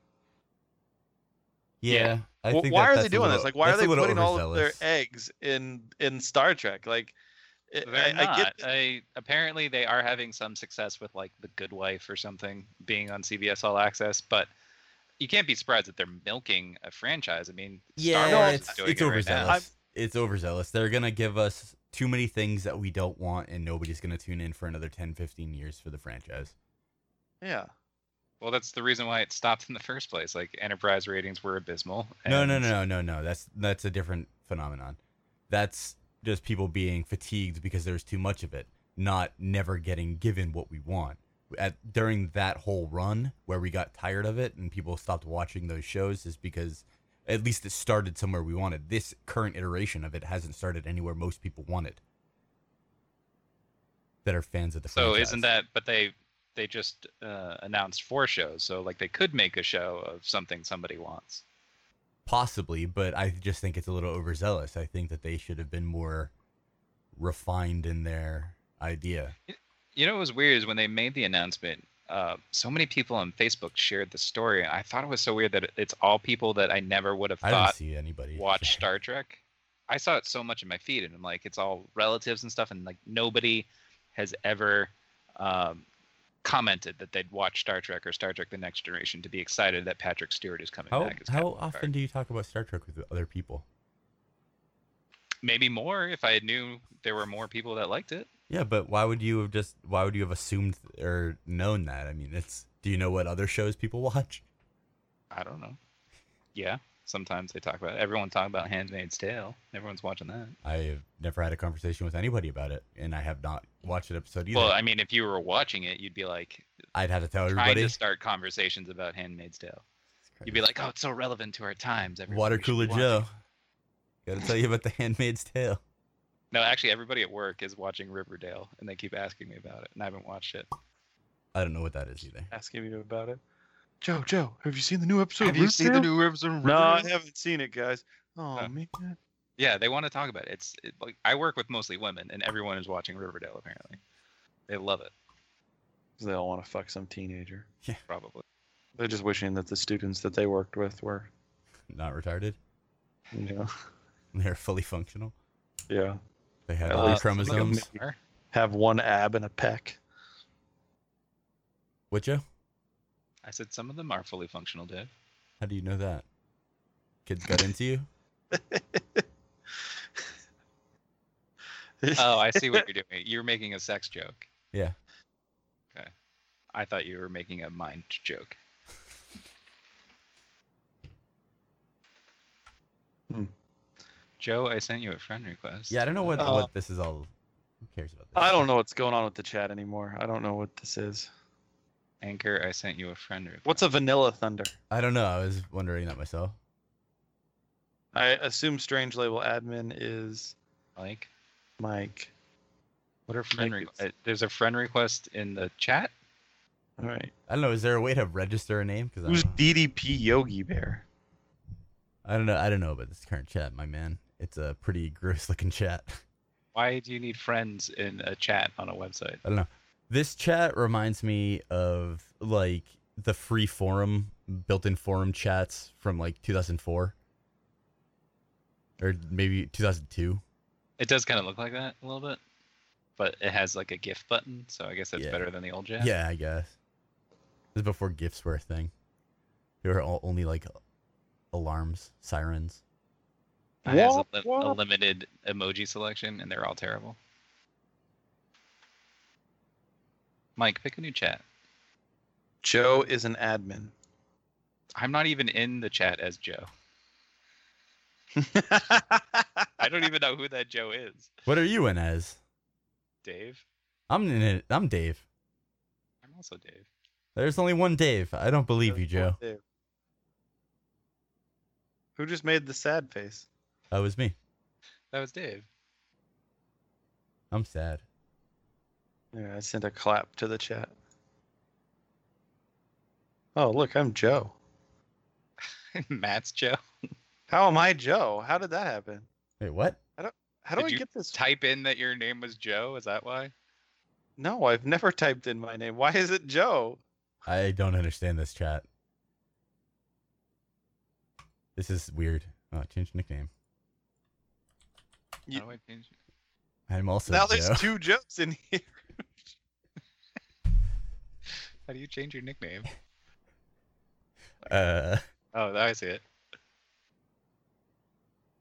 Speaker 1: Yeah.
Speaker 2: I
Speaker 3: Wh-
Speaker 2: think
Speaker 3: why
Speaker 2: that
Speaker 3: are
Speaker 2: that's
Speaker 3: they
Speaker 2: a
Speaker 3: doing
Speaker 2: little-
Speaker 3: this? Like, why are
Speaker 2: that's a
Speaker 3: they
Speaker 2: little
Speaker 3: putting all of their
Speaker 2: overzealous.
Speaker 3: eggs in in Star Trek? Like, it,
Speaker 1: they're
Speaker 3: I,
Speaker 1: not.
Speaker 3: I get. that-
Speaker 1: I- apparently, they are having some success with like The Good Wife or something being on CBS All Access, but you can't be surprised that they're milking a franchise. I mean, Star
Speaker 2: Yeah,
Speaker 1: Wars is
Speaker 2: it's,
Speaker 1: doing
Speaker 2: it's
Speaker 1: it right now.
Speaker 2: overzealous. it's overzealous. They're going to give us too many things that we don't want, and nobody's going to tune in for another 10, 15 years for the franchise.
Speaker 3: yeah.
Speaker 1: Well, that's the reason why it stopped in the first place. Like Enterprise ratings were abysmal.
Speaker 2: No, no,
Speaker 1: and-
Speaker 2: no, no, no. That's that's a different phenomenon. That's just people being fatigued because there's too much of it, not never getting given what we want. At during that whole run where we got tired of it and people stopped watching those shows is because at least it started somewhere we wanted. This current iteration of it hasn't started anywhere most people wanted. That are fans of the
Speaker 1: So
Speaker 2: franchise.
Speaker 1: isn't that? But they they just uh, announced four shows, so like they could make a show of something somebody wants.
Speaker 2: possibly, but I just think it's a little overzealous. I think that they should have been more refined in their idea.
Speaker 1: You know, what was weird is when they made the announcement. Uh, so many people on Facebook shared the story. I thought it was so weird that it- it's all people that I never would have
Speaker 2: I didn't
Speaker 1: thought
Speaker 2: see anybody
Speaker 1: watch Star Trek. I saw it so much in my feed, and I'm like, it's all relatives and stuff, and like nobody has ever um, commented that they'd watch Star Trek or Star Trek: The Next Generation to be excited that Patrick Stewart is coming
Speaker 2: How
Speaker 1: back. As
Speaker 2: how
Speaker 1: Captain Picard.
Speaker 2: often do you talk about Star Trek with other people?
Speaker 1: Maybe more if I knew there were more people that liked it.
Speaker 2: Yeah, but why would you have just why would you have assumed or known that? I mean, it's do you know what other shows people watch?
Speaker 1: I don't know. Yeah, sometimes they talk about it. everyone talk about Handmaid's Tale. Everyone's watching that.
Speaker 2: I have never had a conversation with anybody about it, and I have not watched an episode either.
Speaker 1: Well, I mean, if you were watching it, you'd be like
Speaker 2: I'd have to tell
Speaker 1: trying
Speaker 2: Oh, everybody.
Speaker 1: to start conversations about Handmaid's Tale. You'd be like, "Oh, it's so relevant to our times." everyone.
Speaker 2: Water
Speaker 1: We should
Speaker 2: Cooler
Speaker 1: be
Speaker 2: Joe.
Speaker 1: watching
Speaker 2: Got to tell you about The Handmaid's Tale.
Speaker 1: No, actually, everybody at work is watching Riverdale, and they keep asking me about it, and I haven't watched it.
Speaker 2: I don't know what that is either.
Speaker 3: asking you about it. Joe, Joe, have you seen the new episode?
Speaker 7: Have you seen the
Speaker 3: Riverdale?
Speaker 7: new episode? of
Speaker 3: No, I
Speaker 7: Riverdale?
Speaker 3: haven't seen it, guys. Oh
Speaker 1: Uh,
Speaker 3: man.
Speaker 1: Yeah, they want to talk about it. It's it, like I work with mostly women, and everyone is watching Riverdale. Apparently, they love it.
Speaker 3: 'Cause they all want to fuck some teenager.
Speaker 1: probably.
Speaker 3: They're just wishing that the students that they worked with were,
Speaker 2: Not retarded.
Speaker 3: you know,
Speaker 2: They're fully functional.
Speaker 3: yeah,
Speaker 2: They have
Speaker 3: Uh,
Speaker 2: all
Speaker 3: look
Speaker 2: the
Speaker 3: at
Speaker 2: chromosomes.
Speaker 3: me. have one ab and a peck.
Speaker 2: What, Joe?
Speaker 1: I said some of them are fully functional, Dave.
Speaker 2: How do you know that? Kids got into you?
Speaker 3: Uh,
Speaker 1: Oh, I see what you're doing. You're making a sex joke.
Speaker 2: Yeah.
Speaker 1: Okay. I thought you were making a mind joke.
Speaker 3: Hmm.
Speaker 1: Joe, I sent you a friend request.
Speaker 2: Yeah, I don't know what,
Speaker 3: Uh,
Speaker 2: what this is all. Who cares about this?
Speaker 3: I don't know what's going on with the chat anymore. I don't know what this is.
Speaker 1: Anchor, I sent you a friend request.
Speaker 3: What's a vanilla thunder?
Speaker 2: I don't know. I was wondering that myself.
Speaker 3: I assume strange label admin is
Speaker 1: Mike?
Speaker 3: Mike.
Speaker 1: What are friend
Speaker 3: Mike, it's-
Speaker 1: requests? There's a friend request in the chat.
Speaker 3: All right.
Speaker 2: I don't know. Is there a way to register a name? Because I,
Speaker 3: Who's
Speaker 2: don't know.
Speaker 3: DDP Yogi Bear?
Speaker 2: I don't know. I don't know about this current chat, my man. It's a pretty gross looking chat.
Speaker 1: Why do you need friends in a chat on a website?
Speaker 2: I don't know. This chat reminds me of like the free forum, built-in forum chats from like 2004 or maybe 2002.
Speaker 1: It does kind of look like that a little bit, but it has like a GIF button, so I guess that's
Speaker 2: Yeah.
Speaker 1: better than the old
Speaker 2: Yeah,
Speaker 1: chat.
Speaker 2: I guess. This is before gifts were a thing. They were all only like alarms, sirens.
Speaker 1: It has a,
Speaker 3: Womp
Speaker 1: li- a
Speaker 3: womp.
Speaker 1: limited emoji selection, and they're all terrible. Mike, pick a new chat.
Speaker 3: Joe is an admin.
Speaker 1: I'm not even in the chat as Joe. I don't even know who that Joe is.
Speaker 2: What are you in as?
Speaker 1: Dave?
Speaker 2: I'm in it. I'm Dave.
Speaker 1: I'm also Dave.
Speaker 2: There's only one Dave. I don't believe you, Joe.
Speaker 3: Who just made the sad face?
Speaker 2: That was me.
Speaker 1: That was Dave.
Speaker 2: I'm sad.
Speaker 3: Yeah, I sent a clap to the chat. Oh, look, I'm Joe.
Speaker 1: Matt's Joe.
Speaker 3: How am I Joe? How did that happen?
Speaker 2: Wait, what?
Speaker 3: How do I
Speaker 1: Did you
Speaker 3: get this?
Speaker 1: Type in that your name was Joe. Is that why?
Speaker 3: no, I've never typed in my name. Why is it Joe?
Speaker 2: I don't understand this chat. This is weird. Oh, change nickname.
Speaker 3: You-
Speaker 1: How do I change it?
Speaker 2: I'm also
Speaker 3: now
Speaker 2: Joe.
Speaker 3: there's two Joes in here.
Speaker 1: How do you change your nickname?
Speaker 2: Uh,
Speaker 1: Oh, now I see it.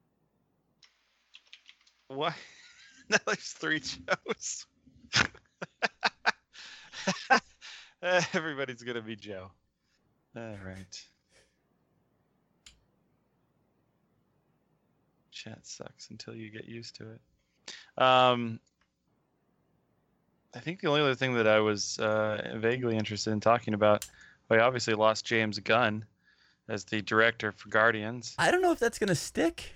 Speaker 3: Why? now there's three Joes. Everybody's gonna be Joe. All right. Chat sucks until you get used to it. Um, I think the only other thing that I was uh, vaguely interested in talking about, we obviously lost James Gunn as the director for Guardians.
Speaker 2: I don't know if that's gonna stick.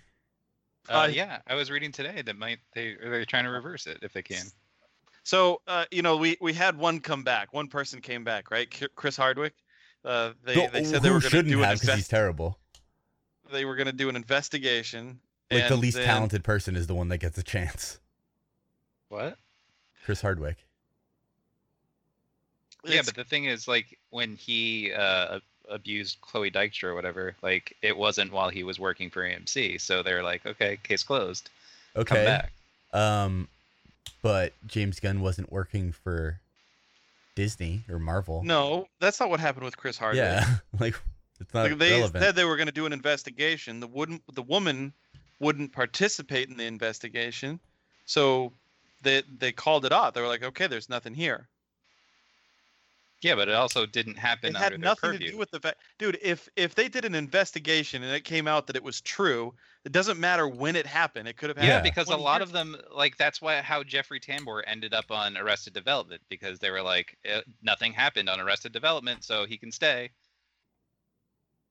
Speaker 1: Uh,
Speaker 3: Uh,
Speaker 1: yeah, I was reading today that might they they're trying to reverse it if they can.
Speaker 3: So uh, you know, we we had one come back. One person came back, right? Ki- Chris Hardwick. Uh, they,
Speaker 2: No,
Speaker 3: they said they
Speaker 2: who
Speaker 3: were going to
Speaker 2: shouldn't
Speaker 3: do an
Speaker 2: have because he's
Speaker 3: invest-
Speaker 2: terrible.
Speaker 3: they were going to do an investigation.
Speaker 2: Like the
Speaker 3: and
Speaker 2: least
Speaker 3: then-
Speaker 2: talented person is the one that gets a chance.
Speaker 1: What?
Speaker 2: Chris Hardwick.
Speaker 1: Yeah,
Speaker 3: It's-
Speaker 1: but the thing is, like when he uh, abused Chloe Dykstra or whatever, like it wasn't while he was working for AMC. So they're like, okay, case closed. Come
Speaker 2: Okay.
Speaker 1: back.
Speaker 2: Um, but James Gunn wasn't working for Disney or Marvel.
Speaker 3: no, that's not what happened with Chris Hardwick.
Speaker 2: Yeah, like it's not
Speaker 3: Like, they
Speaker 2: relevant.
Speaker 3: said they were going to do an investigation. The wouldn't the woman wouldn't participate in the investigation, so they they called it off. They were like, okay, there's nothing here.
Speaker 1: Yeah, but it also didn't happen
Speaker 3: it
Speaker 1: under
Speaker 3: had
Speaker 1: their
Speaker 3: nothing to
Speaker 1: purview.
Speaker 3: do with the fact dude if if they did an investigation and it came out that it was true it doesn't matter when it happened it could have
Speaker 1: yeah,
Speaker 2: Yeah.
Speaker 3: happened
Speaker 1: because a
Speaker 3: 20
Speaker 1: lot
Speaker 3: years
Speaker 1: of them, like that's why how Jeffrey Tambor ended up on Arrested Development because they were like, eh, nothing happened on Arrested Development, so he can stay.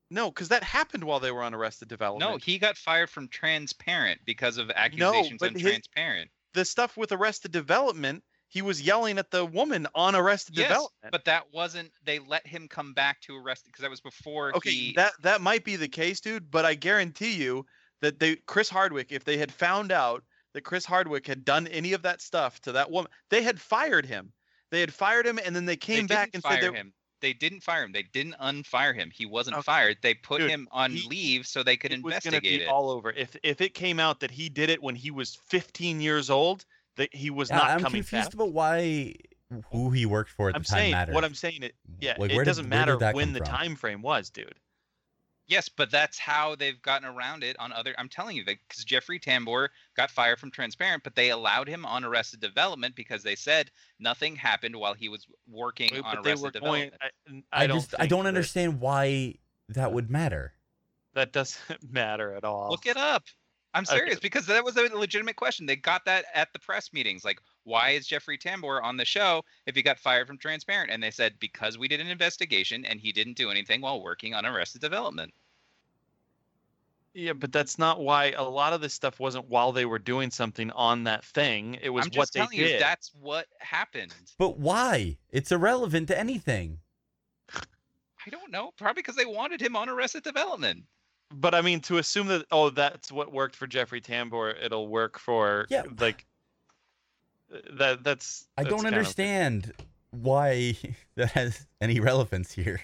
Speaker 3: no because that happened while they were on arrested development
Speaker 1: No, he got fired from Transparent because of accusations
Speaker 3: but
Speaker 1: on
Speaker 3: his-
Speaker 1: Transparent.
Speaker 3: the stuff with arrested development he was yelling at the woman on arrested
Speaker 1: Yes,
Speaker 3: development
Speaker 1: but that wasn't. They let him come back to arrest because that was before
Speaker 3: okay
Speaker 1: he.
Speaker 3: that that might be the case dude but i guarantee you that they chris hardwick if they had found out that chris hardwick had done any of that stuff to that woman they had fired him They had fired him, and then they
Speaker 1: They
Speaker 3: came
Speaker 1: didn't
Speaker 3: back and
Speaker 1: fire
Speaker 3: said they
Speaker 1: him. They didn't fire him. They didn't unfire him. He wasn't
Speaker 3: Okay.
Speaker 1: fired. They put
Speaker 3: Dude,
Speaker 1: him on
Speaker 3: he-
Speaker 1: leave so they could
Speaker 3: it was going to
Speaker 1: investigate
Speaker 3: be
Speaker 1: it.
Speaker 3: all over. If if it came out that he did it when he was 15 years old, that he was
Speaker 2: Yeah,
Speaker 3: not
Speaker 2: I'm
Speaker 3: coming
Speaker 2: confused
Speaker 3: back.
Speaker 2: about why who he worked for at the
Speaker 3: I'm
Speaker 2: time
Speaker 3: saying
Speaker 2: mattered.
Speaker 3: what I'm saying. It yeah,
Speaker 2: Like,
Speaker 3: it
Speaker 2: where did-
Speaker 3: doesn't
Speaker 2: where did
Speaker 3: matter
Speaker 2: that
Speaker 3: when
Speaker 2: come
Speaker 3: the
Speaker 2: from?
Speaker 3: time frame was, dude.
Speaker 1: Yes, but that's how they've gotten around it on other. I'm telling you, because Jeffrey Tambor got fired from Transparent, but they allowed him on Arrested Development because they said nothing happened while he was working on
Speaker 3: But they were
Speaker 1: Arrested
Speaker 3: going.
Speaker 1: Development.
Speaker 3: I,
Speaker 2: I,
Speaker 3: I don't.
Speaker 2: just I
Speaker 3: think
Speaker 2: don't
Speaker 3: that-
Speaker 2: understand why that would matter.
Speaker 3: That doesn't matter at all.
Speaker 1: Look it up. I'm
Speaker 3: Oh. Okay.
Speaker 1: serious because that was a legitimate question. They got that at the press meetings. Like, why is Jeffrey Tambor on the show if he got fired from Transparent? And they said because we did an investigation and he didn't do anything while working on Arrested Development.
Speaker 3: Yeah, but that's not why a lot of this stuff wasn't while they were doing something on that thing. It was
Speaker 1: I'm just
Speaker 3: what they
Speaker 1: telling you,
Speaker 3: did.
Speaker 1: that's what happened.
Speaker 2: But why? It's irrelevant to anything.
Speaker 1: I don't know. Probably because they wanted him on Arrested Development.
Speaker 3: But I mean, to assume that oh, that's what worked for Jeffrey Tambor, it'll work for
Speaker 2: Yeah.
Speaker 3: like uh, that. That's
Speaker 2: I
Speaker 3: that's
Speaker 2: don't
Speaker 3: kind of-
Speaker 2: understand why that has any relevance here.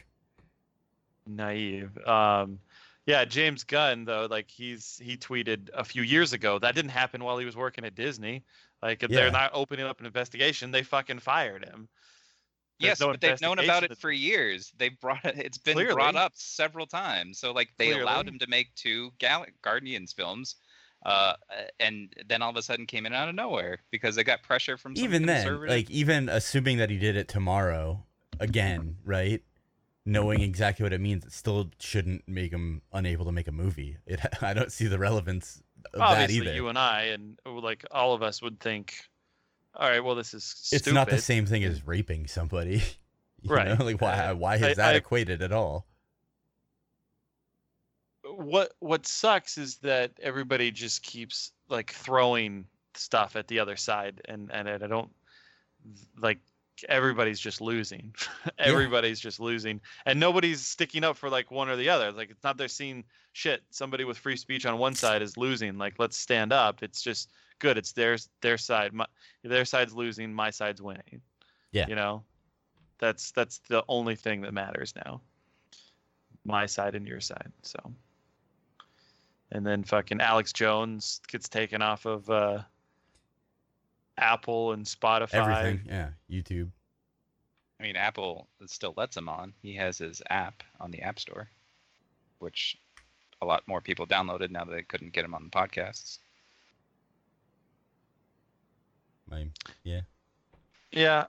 Speaker 3: naive. Um, yeah, James Gunn though, like he's he tweeted a few years ago that didn't happen while he was working at Disney. Like if
Speaker 2: Yeah.
Speaker 3: they're not opening up an investigation, they fucking fired him. There's
Speaker 1: yes,
Speaker 3: no
Speaker 1: but they've known about
Speaker 3: investigation
Speaker 1: it for years. They've brought it. It's been brought
Speaker 3: Clearly.
Speaker 1: up several times. So like they allowed
Speaker 3: Clearly.
Speaker 1: him to make two Gal- Guardians films, uh, and then all of a sudden came in out of nowhere because they got pressure from some
Speaker 2: even then,
Speaker 1: conservative-
Speaker 2: like even assuming that he did it tomorrow again, right? Knowing exactly what it means, it still shouldn't make him unable to make a movie. It, I don't see the relevance of
Speaker 3: Obviously,
Speaker 2: that either.
Speaker 3: you and I and like all of us would think, all right, well this is
Speaker 2: it's
Speaker 3: stupid.
Speaker 2: not the same thing as raping somebody. You
Speaker 3: Right.
Speaker 2: know, Like why?
Speaker 3: Uh,
Speaker 2: Why is
Speaker 3: I-
Speaker 2: that
Speaker 3: I-
Speaker 2: equated at all?
Speaker 3: What what sucks is that everybody just keeps like throwing stuff at the other side, and and it, I don't like everybody's just losing. everybody's just losing, and nobody's sticking up for like one or the other. Like it's not they're seeing shit. Somebody with free speech on one side is losing. Like let's stand up. It's just good. It's their their side. My, their side's losing. My side's winning.
Speaker 2: Yeah.
Speaker 3: You know, that's that's the only thing that matters now. My side and your side. So. And then fucking Alex Jones gets taken off of uh, Apple and Spotify.
Speaker 2: Everything. Yeah. YouTube.
Speaker 1: I mean, Apple still lets him on. He has his app on the App Store, which a lot more people downloaded now that they couldn't get him on the podcasts.
Speaker 2: My,
Speaker 3: Yeah.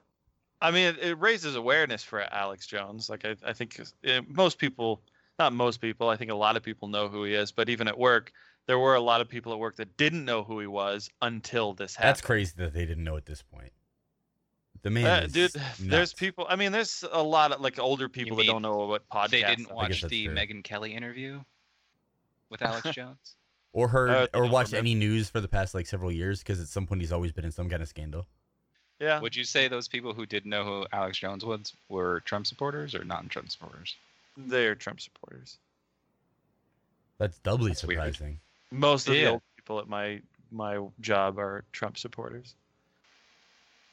Speaker 3: I mean, it, it raises awareness for Alex Jones. Like, I, I think uh, most people, not most people, I think a lot of people know who he is. But even at work, there were a lot of people at work that didn't know who he was until this happened.
Speaker 2: that's crazy that they didn't know at this point. The man,
Speaker 3: Uh,
Speaker 2: is
Speaker 3: dude,
Speaker 2: nuts.
Speaker 3: there's people. I mean, there's a lot of like older people that
Speaker 1: mean
Speaker 3: don't know what podcast.
Speaker 1: they didn't
Speaker 3: are.
Speaker 2: I guess
Speaker 1: watch
Speaker 2: that's
Speaker 1: the
Speaker 2: fair.
Speaker 1: Megan Kelly interview with Alex Jones.
Speaker 2: or heard
Speaker 3: Uh, they
Speaker 2: or
Speaker 3: don't
Speaker 2: watched
Speaker 3: remember.
Speaker 2: any news for the past like several years because at some point he's always been in some kind of scandal.
Speaker 3: Yeah.
Speaker 1: Would you say those people who didn't know who Alex Jones was were Trump supporters or non-Trump supporters?
Speaker 3: They're Trump supporters.
Speaker 2: That's doubly
Speaker 1: That's weird.
Speaker 2: surprising.
Speaker 3: Most of
Speaker 1: Yeah.
Speaker 3: the old people at my my job are Trump supporters.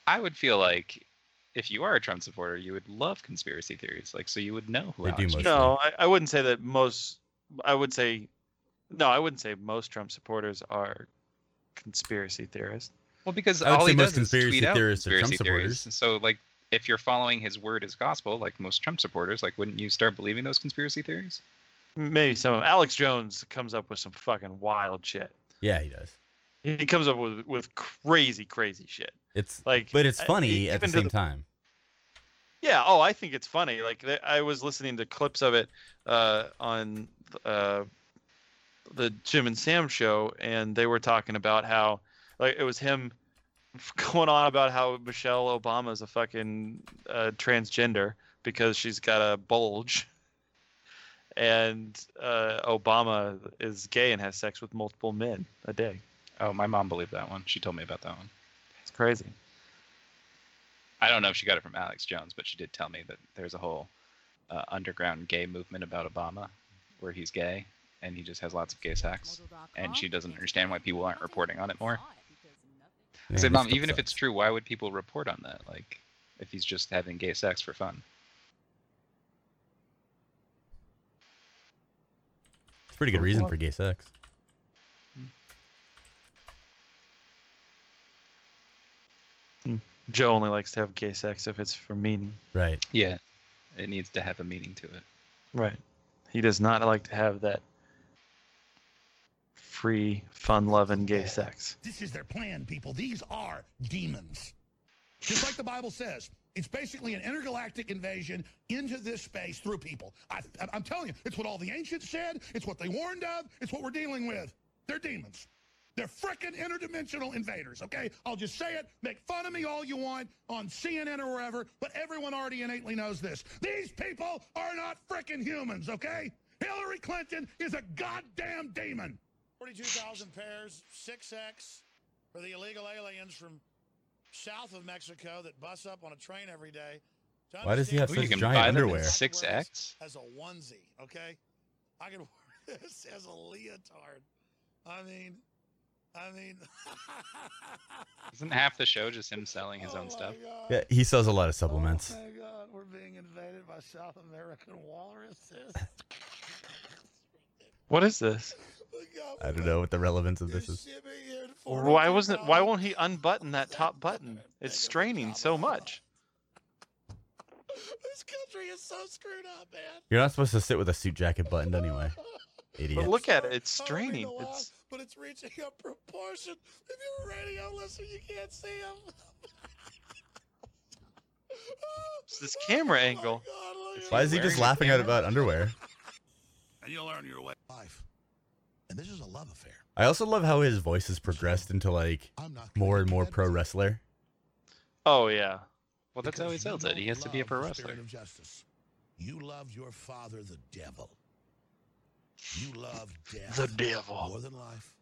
Speaker 1: I would feel like if you are a Trump supporter, you would love conspiracy theories. Like, so you would know who
Speaker 2: They do
Speaker 1: Alex
Speaker 2: most-
Speaker 1: Jones.
Speaker 3: No, I, I wouldn't say that most. I would say, no, I wouldn't say most Trump supporters are conspiracy theorists.
Speaker 1: Well, because
Speaker 2: I would
Speaker 1: all
Speaker 2: say
Speaker 1: he
Speaker 2: most
Speaker 1: does is
Speaker 2: conspiracy
Speaker 1: tweet out
Speaker 2: theorists are Trump
Speaker 1: conspiracy theories. So, like, if you're following his word as gospel, like most Trump supporters, like, wouldn't you start believing those conspiracy theories?
Speaker 3: Maybe some of Alex Jones comes up with some fucking wild shit.
Speaker 2: Yeah, he does.
Speaker 3: He comes up with with crazy, crazy shit.
Speaker 2: It's
Speaker 3: Like,
Speaker 2: but it's
Speaker 3: I-
Speaker 2: funny at the
Speaker 3: even to
Speaker 2: same time.
Speaker 3: Yeah. Oh, I think it's funny. Like th- I was listening to clips of it uh, on uh, the Jim and Sam show, and they were talking about how like it was him going on about how Michelle Obama's a fucking uh, transgender because she's got a bulge, and uh, Obama is gay and has sex with multiple men a day.
Speaker 1: Oh, my mom believed that one. She told me about that one.
Speaker 3: It's crazy.
Speaker 1: I don't know if she got it from Alex Jones, but she did tell me that there's a whole uh, underground gay movement about Obama, where he's gay and he just has lots of gay sex, and she doesn't understand why people aren't reporting on it more.
Speaker 2: Yeah,
Speaker 1: I said,
Speaker 2: this
Speaker 1: Mom,
Speaker 2: stuff
Speaker 1: even if it's
Speaker 2: sucks.
Speaker 1: true, why would people report on that? Like, if he's just having gay sex for fun.
Speaker 2: It's a pretty good reason for gay sex.
Speaker 3: Joe only likes to have gay sex if it's for meaning.
Speaker 2: Right.
Speaker 1: Yeah, it needs to have a meaning to it.
Speaker 3: Right. He does not like to have that free, fun-loving gay sex.
Speaker 7: This is their plan, people. These are demons. Just like the Bible says, it's basically an intergalactic invasion into this space through people. I, I- I'm telling you, it's what all the ancients said, it's what they warned of, it's what we're dealing with. They're demons. They're frickin' interdimensional invaders, okay? I'll just say it. Make fun of me all you want on CNN or wherever, but everyone already innately knows this. These people are not frickin' humans, okay? Hillary Clinton is a goddamn demon.
Speaker 8: 42,000 pairs, 6X for the illegal aliens from south of Mexico that bus up on a train every day. To
Speaker 2: Why does he have
Speaker 1: Ooh,
Speaker 8: understand
Speaker 1: you
Speaker 2: such
Speaker 1: can
Speaker 2: giant
Speaker 1: buy them in
Speaker 2: underwear?
Speaker 1: six X.
Speaker 8: As a onesie, okay? I can wear this as a leotard. I mean, I mean.
Speaker 1: Isn't half the show just him selling his
Speaker 8: Oh
Speaker 1: own
Speaker 8: my
Speaker 1: stuff?
Speaker 8: God.
Speaker 2: Yeah, he sells a lot of supplements.
Speaker 8: Oh my God, we're being invaded by South American walruses.
Speaker 3: What is this?
Speaker 2: I don't know what the relevance of
Speaker 8: You're
Speaker 2: this is.
Speaker 8: shipping in
Speaker 3: Why wasn't? Why
Speaker 8: 42,000
Speaker 3: won't he unbutton that top button? It's straining so much.
Speaker 8: This country is so screwed up, man.
Speaker 2: You're not supposed to sit with a suit jacket buttoned anyway,
Speaker 3: But
Speaker 2: idiot.
Speaker 3: look at it. It's
Speaker 8: It's
Speaker 3: straining.
Speaker 8: hard to walk,
Speaker 3: It's
Speaker 8: but it's reaching a proportion. If you're a radio listener, you can't see him.
Speaker 3: It's this
Speaker 7: Oh
Speaker 3: camera angle.
Speaker 2: Why is he just laughing at about underwear?
Speaker 7: and you'll earn your way life. And this is a love affair.
Speaker 2: I also love how his voice has progressed into like
Speaker 7: I'm not gonna
Speaker 2: more and
Speaker 7: do
Speaker 2: more
Speaker 7: that
Speaker 2: pro wrestler.
Speaker 3: Oh yeah.
Speaker 1: Well, that's how
Speaker 7: because
Speaker 1: he sells
Speaker 7: you
Speaker 1: it. He has to be a
Speaker 7: love
Speaker 1: pro
Speaker 7: the
Speaker 1: wrestler.
Speaker 7: spirit of justice. You loved your father, the devil. You love death.
Speaker 3: The devil.
Speaker 7: More than life.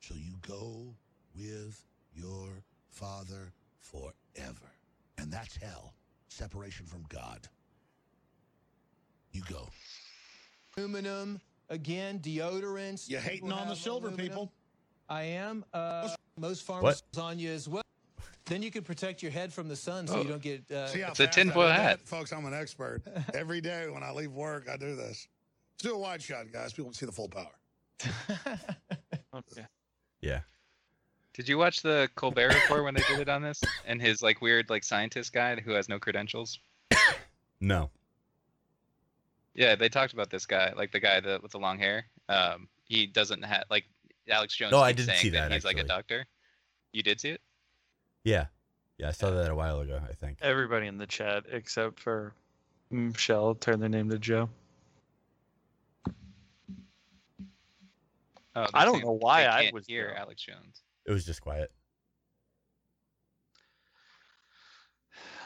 Speaker 7: So you go with your father forever. And that's hell. Separation from God. You go.
Speaker 9: aluminum again deodorants
Speaker 8: You're hating on the
Speaker 9: have
Speaker 8: silver,
Speaker 9: aluminum.
Speaker 8: people.
Speaker 9: i am uh most farmers
Speaker 2: What?
Speaker 9: on you as well then you can protect your head from the sun
Speaker 1: Oh.
Speaker 9: so you don't get uh,
Speaker 8: See how
Speaker 1: It's a
Speaker 8: fast I
Speaker 1: tinfoil
Speaker 8: did that?
Speaker 1: hat.
Speaker 8: Folks, I'm an expert. Every day when I leave work, I do this. Let's do a wide shot, guys. People can see the full power.
Speaker 3: Okay.
Speaker 2: Yeah.
Speaker 1: Did you watch the Colbert Report when they did it on this? And his like weird like scientist guy who has no credentials.
Speaker 2: No.
Speaker 1: Yeah, they talked about this guy, like the guy that with the long hair. Um, he doesn't have like Alex Jones.
Speaker 2: No, I
Speaker 1: keeps
Speaker 2: did
Speaker 1: saying
Speaker 2: see that,
Speaker 1: he's like a
Speaker 2: actually.
Speaker 1: doctor. You did see it?
Speaker 2: Yeah. Yeah, I saw that a while ago, I think.
Speaker 3: Everybody in the chat except for Michelle turned their name to Joe.
Speaker 1: Oh,
Speaker 3: I
Speaker 1: they're
Speaker 3: don't
Speaker 1: saying
Speaker 3: know why
Speaker 1: they
Speaker 3: I
Speaker 1: can't
Speaker 3: was
Speaker 1: hear
Speaker 3: there.
Speaker 1: Alex Jones.
Speaker 2: It was just quiet.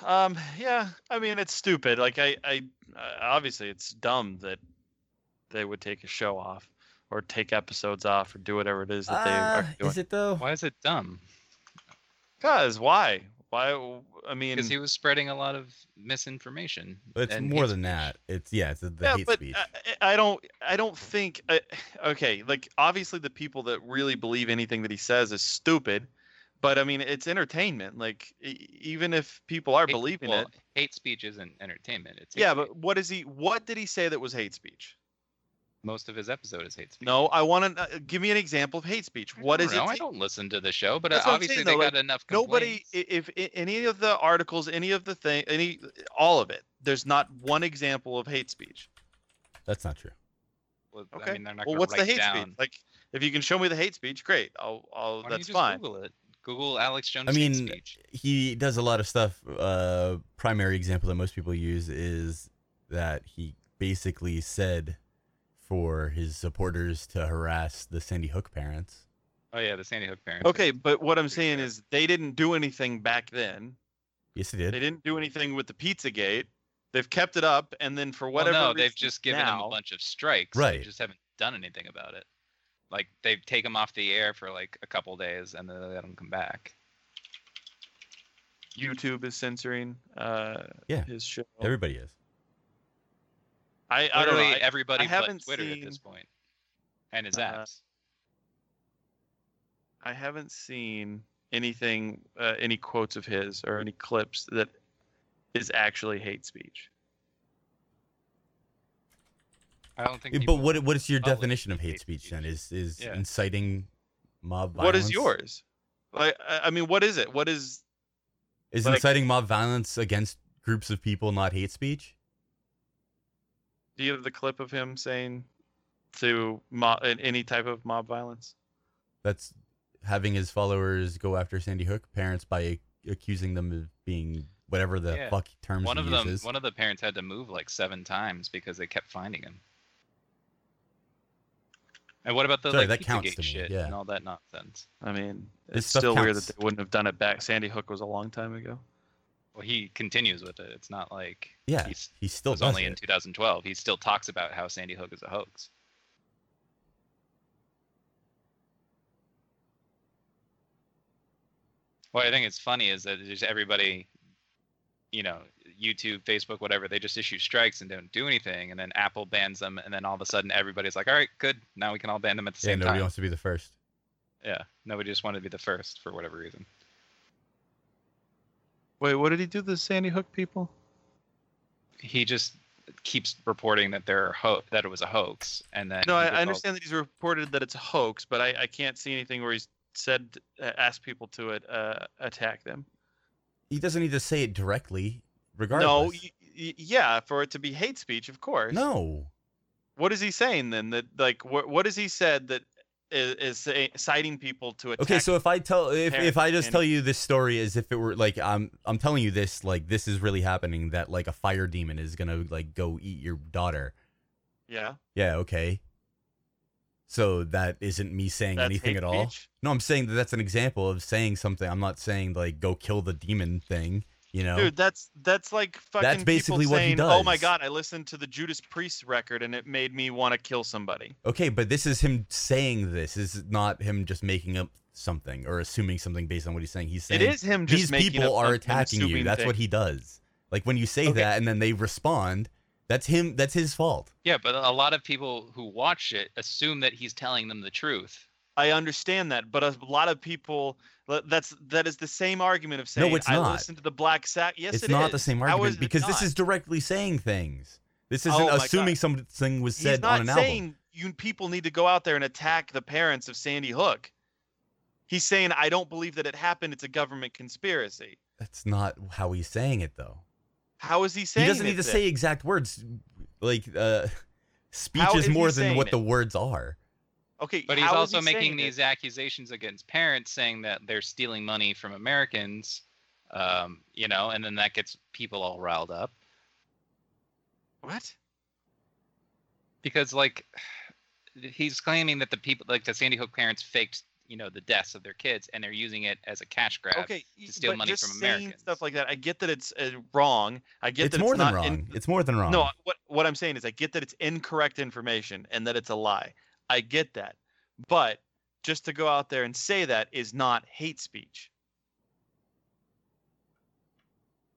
Speaker 3: Um, yeah, I mean it's stupid. Like I, I uh, obviously it's dumb that they would take a show off or take episodes off or do whatever it is that they
Speaker 4: Uh,
Speaker 3: are doing.
Speaker 2: Ah, it though?
Speaker 1: Why is it dumb?
Speaker 3: Cause why? Why? I mean,
Speaker 1: Because he was spreading a lot of misinformation.
Speaker 2: It's
Speaker 1: and
Speaker 2: more
Speaker 1: hate
Speaker 2: than
Speaker 1: speech.
Speaker 2: that. It's yeah, it's the
Speaker 3: yeah,
Speaker 2: hate
Speaker 3: but
Speaker 2: speech.
Speaker 3: I, I don't. I don't think. I, okay, like obviously the people that really believe anything that he says is stupid, but I mean it's entertainment. Like e- even if people are
Speaker 1: Hate-
Speaker 3: believing
Speaker 1: well,
Speaker 3: it,
Speaker 1: Hate speech isn't entertainment. It's hate
Speaker 3: yeah.
Speaker 1: speech.
Speaker 3: But what is he? What did he say that was hate speech?
Speaker 1: most of his episode is hate speech.
Speaker 3: No, I want to uh, give me an example of hate speech.
Speaker 1: I
Speaker 3: What
Speaker 1: don't
Speaker 3: is
Speaker 1: know.
Speaker 3: it?
Speaker 1: I don't listen to the show, but uh,
Speaker 3: That's what I'm
Speaker 1: obviously
Speaker 3: saying,
Speaker 1: they
Speaker 3: though, like,
Speaker 1: got enough.
Speaker 3: Nobody,
Speaker 1: complaints.
Speaker 3: i- if, i any of the articles, any of the thing, any, all of it, there's not one example of hate speech.
Speaker 2: That's not true.
Speaker 1: Well,
Speaker 3: Okay.
Speaker 1: I mean, they're not
Speaker 3: well,
Speaker 1: gonna
Speaker 3: what's the
Speaker 1: write
Speaker 3: hate
Speaker 1: down.
Speaker 3: speech? Like, if you can show me the hate speech, great. I'll, I'll
Speaker 1: Why don't you
Speaker 3: that's
Speaker 1: just
Speaker 3: fine.
Speaker 1: Google it. Google Alex Jones
Speaker 2: I mean,
Speaker 1: hate speech.
Speaker 2: He does a lot of stuff. Uh, primary example that most people use is that he basically said for his supporters to harass the Sandy Hook parents.
Speaker 1: Oh yeah, the Sandy Hook parents.
Speaker 3: Okay, but what I'm
Speaker 1: Pretty
Speaker 3: saying
Speaker 1: sure.
Speaker 3: is they didn't do anything back then.
Speaker 2: Yes, he
Speaker 3: They
Speaker 2: did.
Speaker 3: didn't do anything with the Pizzagate. They've kept it up, and then for whatever
Speaker 1: well, no, they've
Speaker 3: reason
Speaker 1: just given him
Speaker 3: now,
Speaker 1: a bunch of strikes.
Speaker 2: Right.
Speaker 1: They just haven't done anything about it. Like they've taken him off the air for like a couple days, and then they let him come back.
Speaker 3: YouTube is censoring uh,
Speaker 2: Yeah.
Speaker 3: his show.
Speaker 2: Everybody is.
Speaker 3: I, I don't know.
Speaker 1: Literally
Speaker 3: I-
Speaker 1: everybody
Speaker 3: haven't
Speaker 1: but Twitter at this
Speaker 3: seen,
Speaker 1: point, and his
Speaker 3: uh,
Speaker 1: apps.
Speaker 3: I haven't seen anything, uh, any quotes of his or any clips that is actually hate speech.
Speaker 1: I don't think.
Speaker 2: Yeah, but
Speaker 1: people-
Speaker 2: what what is your
Speaker 1: public
Speaker 2: definition of
Speaker 1: hate
Speaker 2: hate speech then?
Speaker 1: speech.
Speaker 2: Is is
Speaker 1: Yeah.
Speaker 2: inciting mob violence?
Speaker 3: What is yours? Like, I I mean, what is it? What is?
Speaker 2: Is
Speaker 3: Like-
Speaker 2: inciting mob violence against groups of people not hate speech?
Speaker 3: Do you have the clip of him saying to mo- any type of mob violence?
Speaker 2: That's having his followers go after Sandy Hook parents by accusing them of being whatever the
Speaker 1: Yeah.
Speaker 2: fuck terms
Speaker 1: One
Speaker 2: he
Speaker 1: of them,
Speaker 2: uses.
Speaker 1: one of the parents had to move like seven times because they kept finding him. And what about the
Speaker 2: Sorry,
Speaker 1: like
Speaker 2: that counts
Speaker 1: Pizzagate
Speaker 2: to me,
Speaker 1: shit
Speaker 2: yeah.
Speaker 1: and all that nonsense?
Speaker 3: I mean,
Speaker 2: This
Speaker 3: it's
Speaker 2: stuff
Speaker 3: still weird
Speaker 2: counts.
Speaker 3: that they wouldn't have done it back. Sandy Hook was a long time ago.
Speaker 1: Well, he continues with it. It's not like
Speaker 2: yeah,
Speaker 1: he's
Speaker 2: he still
Speaker 1: was
Speaker 2: does
Speaker 1: only
Speaker 2: it.
Speaker 1: in 2012. He still talks about how Sandy Hook is a hoax. What I think is funny is that just everybody, you know, YouTube, Facebook, whatever, they just issue strikes and don't do anything, and then Apple bans them, and then all of a sudden everybody's like, "All right, good, now we can all ban them at the
Speaker 2: yeah,
Speaker 1: same
Speaker 2: nobody
Speaker 1: time."
Speaker 2: wants to be the first.
Speaker 1: Yeah, nobody just wanted to be the first for whatever reason.
Speaker 3: Wait, what did he do to the Sandy Hook people?
Speaker 1: He just keeps reporting that there are ho- that it was a hoax, and then
Speaker 3: No,
Speaker 1: he
Speaker 3: I,
Speaker 1: gets
Speaker 3: I
Speaker 1: all-
Speaker 3: understand that he's reported that it's a hoax, but I, I can't see anything where he's said uh, asked people to uh, attack them.
Speaker 2: He doesn't need to say it directly, regardless.
Speaker 3: No, y- y- yeah, for it to be hate speech, of course.
Speaker 2: no.
Speaker 3: What is he saying then? That like, what what has he said that is, is say, citing people to attack?
Speaker 2: Okay, so if I tell if, if I just
Speaker 3: Parent
Speaker 2: tell you this story as if it were like I'm I'm telling you this like this is really happening that like a fire demon is gonna like go eat your daughter.
Speaker 3: yeah,
Speaker 2: Yeah, okay. So that isn't me saying
Speaker 3: that's
Speaker 2: anything
Speaker 3: hate
Speaker 2: at all.
Speaker 3: speech?
Speaker 2: No, I'm saying that that's an example of saying something. I'm not saying like go kill the demon thing. You know,
Speaker 3: Dude, that's that's like fucking
Speaker 2: basically
Speaker 3: people
Speaker 2: what he
Speaker 3: saying, "Oh my
Speaker 2: does."
Speaker 3: god, I listened to the Judas Priest record and it made me want to kill somebody."
Speaker 2: okay, but this is him saying this. This is not him just making up something or assuming something based on what he's saying. He's saying
Speaker 3: it is him just
Speaker 2: these
Speaker 3: making
Speaker 2: people
Speaker 3: up
Speaker 2: are
Speaker 3: some-
Speaker 2: attacking you.
Speaker 3: assuming
Speaker 2: That's what
Speaker 3: thing.
Speaker 2: he does. Like when you say
Speaker 3: Okay.
Speaker 2: that and then they respond, that's him. That's his fault.
Speaker 1: Yeah, but a lot of people who watch it assume that he's telling them the truth.
Speaker 3: I understand that, but a lot of people le- that's that is the same argument of saying
Speaker 2: it's
Speaker 3: I
Speaker 2: not.
Speaker 3: listened to the Black Sack. Yes,
Speaker 2: it's
Speaker 3: it
Speaker 2: not the
Speaker 3: is.
Speaker 2: same
Speaker 3: How
Speaker 2: argument
Speaker 3: is it
Speaker 2: because this
Speaker 3: not?
Speaker 2: is directly saying things. This
Speaker 3: Oh
Speaker 2: isn't
Speaker 3: my God.
Speaker 2: assuming something was
Speaker 3: He's
Speaker 2: said
Speaker 3: not
Speaker 2: on an
Speaker 3: saying
Speaker 2: album.
Speaker 3: you people need to go out there and attack the parents of Sandy Hook. He's saying I don't believe that it happened. It's a government conspiracy.
Speaker 2: That's not how he's saying it though.
Speaker 3: How is he saying?
Speaker 2: he doesn't
Speaker 3: it
Speaker 2: need to
Speaker 3: then?
Speaker 2: say exact words. Like uh, speech
Speaker 3: How is
Speaker 2: is
Speaker 3: he
Speaker 2: more than
Speaker 3: saying
Speaker 2: what
Speaker 3: it?
Speaker 2: the words are.
Speaker 3: Okay,
Speaker 1: But he's
Speaker 3: how is
Speaker 1: also
Speaker 3: he
Speaker 1: making
Speaker 3: saying it?
Speaker 1: these accusations against parents, saying that they're stealing money from Americans, um, you know, and then that gets people all riled up.
Speaker 3: What?
Speaker 1: Because, like, he's claiming that the people, like the Sandy Hook parents, faked, you know, the deaths of their kids, and they're using it as a cash grab.
Speaker 3: Okay, y-
Speaker 1: to steal
Speaker 3: but
Speaker 1: money
Speaker 3: just
Speaker 1: from
Speaker 3: saying
Speaker 1: Americans.
Speaker 3: Stuff like that. I get that it's uh, wrong. I get
Speaker 2: It's
Speaker 3: that
Speaker 2: more
Speaker 3: it's not
Speaker 2: than wrong.
Speaker 3: in-
Speaker 2: It's more than wrong.
Speaker 3: No, what what I'm saying is I get that it's incorrect information and that it's a lie. I get that. But just to go out there and say that is not hate speech.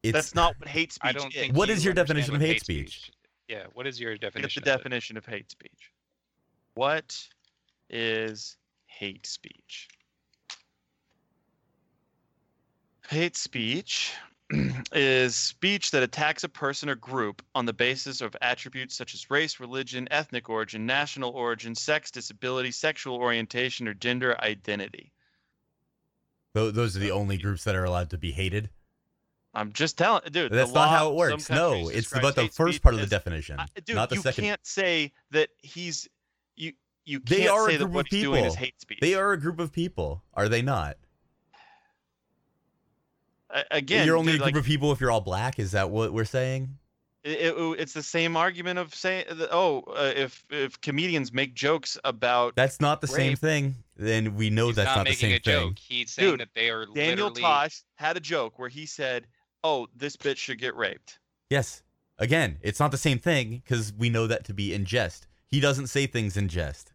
Speaker 2: it's
Speaker 3: That's not what hate speech
Speaker 1: I don't
Speaker 3: is.
Speaker 1: think.
Speaker 2: What is your
Speaker 1: understand
Speaker 2: definition
Speaker 1: what
Speaker 2: of hate speech?
Speaker 1: Yeah. What is your
Speaker 3: get the
Speaker 1: definition? of it?
Speaker 3: definition of hate speech. What is hate speech? Hate speech is speech that attacks a person or group on the basis of attributes such as race, religion, ethnic origin, national origin, sex, disability, sexual orientation, or gender identity.
Speaker 2: Tho- those are the only groups that are allowed to be hated.
Speaker 3: I'm just telling, dude. the
Speaker 2: That's not
Speaker 3: law
Speaker 2: how it
Speaker 3: in
Speaker 2: works.
Speaker 3: some
Speaker 2: No,
Speaker 3: countries
Speaker 2: it's
Speaker 3: describes
Speaker 2: about the
Speaker 3: hate
Speaker 2: first
Speaker 3: speech
Speaker 2: part of the
Speaker 3: as-
Speaker 2: definition,
Speaker 3: I- dude,
Speaker 2: not the
Speaker 3: you
Speaker 2: second.
Speaker 3: can't say that he's you. You can't
Speaker 2: They are a
Speaker 3: say that
Speaker 2: group of
Speaker 3: what he's doing is
Speaker 2: people.
Speaker 3: hate speech.
Speaker 2: They are a group of people, are they not?
Speaker 3: A- again.
Speaker 2: you're only
Speaker 3: dude,
Speaker 2: a group
Speaker 3: like,
Speaker 2: of people if you're all black. Is that what we're saying?
Speaker 3: it, it- it's the same argument of saying, that, oh, uh, if if comedians make jokes about
Speaker 2: That's not the same
Speaker 3: Rape.
Speaker 2: thing. Then we know
Speaker 1: He's
Speaker 2: that's
Speaker 1: not,
Speaker 2: not, the
Speaker 1: making
Speaker 2: same
Speaker 1: a joke.
Speaker 2: thing.
Speaker 1: He's saying
Speaker 3: Dude,
Speaker 1: that they are
Speaker 3: Daniel
Speaker 1: literally.
Speaker 3: Tosh had a joke where he said, "Oh, this bitch should get raped."
Speaker 2: Yes. Again, it's not the same thing because we know that to be in jest. He doesn't say things in jest.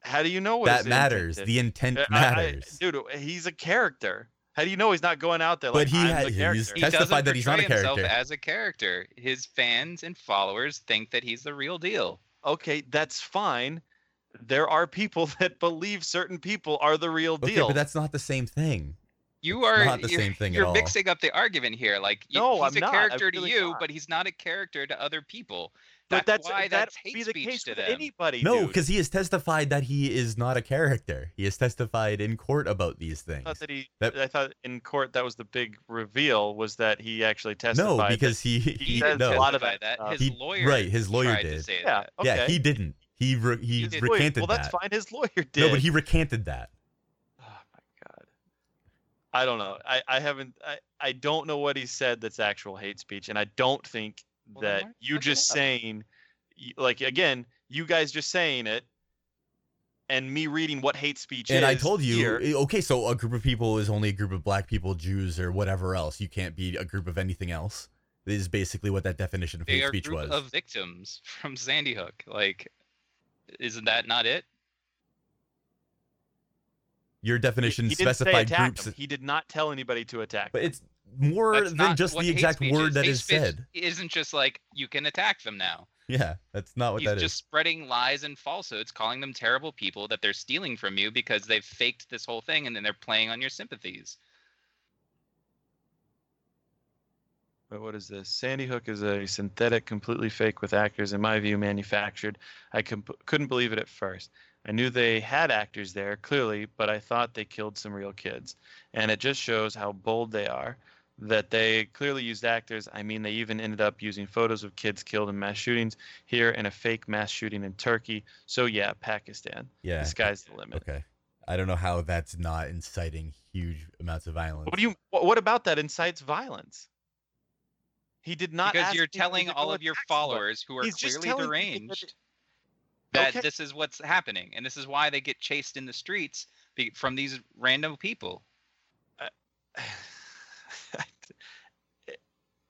Speaker 3: How do you know what
Speaker 2: that
Speaker 3: his intent
Speaker 2: matters.
Speaker 3: is?
Speaker 2: The intent
Speaker 3: Uh, I- I-
Speaker 2: matters.
Speaker 3: dude, he's a character. How do you know he's not going out there
Speaker 2: but
Speaker 3: like
Speaker 2: he
Speaker 3: I'm
Speaker 2: ha-
Speaker 3: the
Speaker 2: he's
Speaker 3: character?
Speaker 1: He
Speaker 2: testified
Speaker 1: doesn't
Speaker 2: that he's not a
Speaker 1: portray himself
Speaker 2: character.
Speaker 1: as a character. His fans and followers think that he's the real deal.
Speaker 3: okay, that's fine. There are people that believe certain people are the real
Speaker 2: okay,
Speaker 3: deal.
Speaker 2: but that's not the same thing.
Speaker 1: You are
Speaker 2: not the
Speaker 1: you're-
Speaker 2: same thing at
Speaker 1: You're
Speaker 2: all.
Speaker 1: mixing up the argument here. Like, y-
Speaker 3: No,
Speaker 1: he's
Speaker 3: I'm
Speaker 1: a
Speaker 3: not. I
Speaker 1: character to
Speaker 3: really
Speaker 1: you,
Speaker 3: not.
Speaker 1: but he's not a character to other people.
Speaker 3: but that's
Speaker 1: why
Speaker 3: that'd
Speaker 1: that's hate
Speaker 3: be the
Speaker 1: speech
Speaker 3: case
Speaker 1: to
Speaker 3: with
Speaker 1: them.
Speaker 3: anybody.
Speaker 2: No,
Speaker 3: dude.
Speaker 2: because he has testified that he is not a character. He has testified in court about these
Speaker 3: I
Speaker 2: things.
Speaker 3: thought that he.
Speaker 2: That-
Speaker 3: I thought in court that was the big reveal was that he actually testified.
Speaker 2: No,
Speaker 3: that-
Speaker 2: because he
Speaker 1: He,
Speaker 2: he,
Speaker 3: says
Speaker 2: no.
Speaker 3: a lot of
Speaker 1: by
Speaker 3: that
Speaker 1: that.
Speaker 3: stuff.
Speaker 1: His
Speaker 2: He-
Speaker 1: lawyer,
Speaker 2: right, his lawyer
Speaker 1: tried
Speaker 2: did.
Speaker 1: to say
Speaker 3: yeah,
Speaker 1: that.
Speaker 3: okay.
Speaker 2: Yeah, he didn't. He re- he
Speaker 1: His lawyer-
Speaker 2: recanted
Speaker 3: Well, that's
Speaker 2: that.
Speaker 3: fine. His lawyer did.
Speaker 2: No, but he recanted that.
Speaker 3: Oh my god. I don't know. I, I haven't I, I don't know what he said that's actual hate speech and I don't think
Speaker 1: Well, then
Speaker 3: that
Speaker 1: why-
Speaker 3: you
Speaker 1: look it
Speaker 3: just
Speaker 1: up.
Speaker 3: saying y- like again, you guys just saying it and me reading what hate speech is.
Speaker 2: and I told you,
Speaker 3: here-
Speaker 2: eh, okay, so a group of people is only a group of black people, Jews, or whatever else. You can't be a group of anything else. Is basically what that definition of
Speaker 1: They
Speaker 2: hate
Speaker 1: are
Speaker 2: speech
Speaker 1: group
Speaker 2: was.
Speaker 1: of victims from Sandy Hook. Like, isn't that not it?
Speaker 2: Your
Speaker 3: he,
Speaker 2: definition
Speaker 3: he didn't say
Speaker 2: specified
Speaker 3: attack
Speaker 2: groups,
Speaker 3: him. He did not tell anybody to attack.
Speaker 2: but
Speaker 3: them.
Speaker 2: it's more
Speaker 1: That's
Speaker 2: than
Speaker 1: not
Speaker 2: just
Speaker 1: what
Speaker 2: the
Speaker 1: hate
Speaker 2: exact
Speaker 1: speech
Speaker 2: word
Speaker 1: is.
Speaker 2: that
Speaker 1: Hate
Speaker 2: is
Speaker 1: speech
Speaker 2: said.
Speaker 1: Isn't just like you can attack them now.
Speaker 2: Yeah, that's not what
Speaker 1: He's
Speaker 2: that is.
Speaker 1: just spreading lies and falsehoods, calling them terrible people that they're stealing from you because they've faked this whole thing and then they're playing on your sympathies.
Speaker 3: Wait, what is this? Sandy Hook is a synthetic, completely fake, with actors, in my view, manufactured. I com- couldn't believe it at first. I knew they had actors there, clearly, but I thought they killed some real kids. And it just shows how bold they are that they clearly used actors. I mean, they even ended up using photos of kids killed in mass shootings here and a fake mass shooting in Turkey. So, yeah, Pakistan.
Speaker 2: yeah.
Speaker 3: The sky's the limit.
Speaker 2: Okay. I don't know how that's not inciting huge amounts of violence.
Speaker 3: What do you? wh- What about that incites violence? He did not
Speaker 1: because
Speaker 3: ask
Speaker 1: you're
Speaker 3: anybody
Speaker 1: telling
Speaker 3: to go
Speaker 1: all of your
Speaker 3: attack somebody.
Speaker 1: followers who are
Speaker 3: He's just
Speaker 1: clearly
Speaker 3: telling people that
Speaker 1: deranged that
Speaker 3: Okay.
Speaker 1: this is what's happening and this is why they get chased in the streets be- from these random people.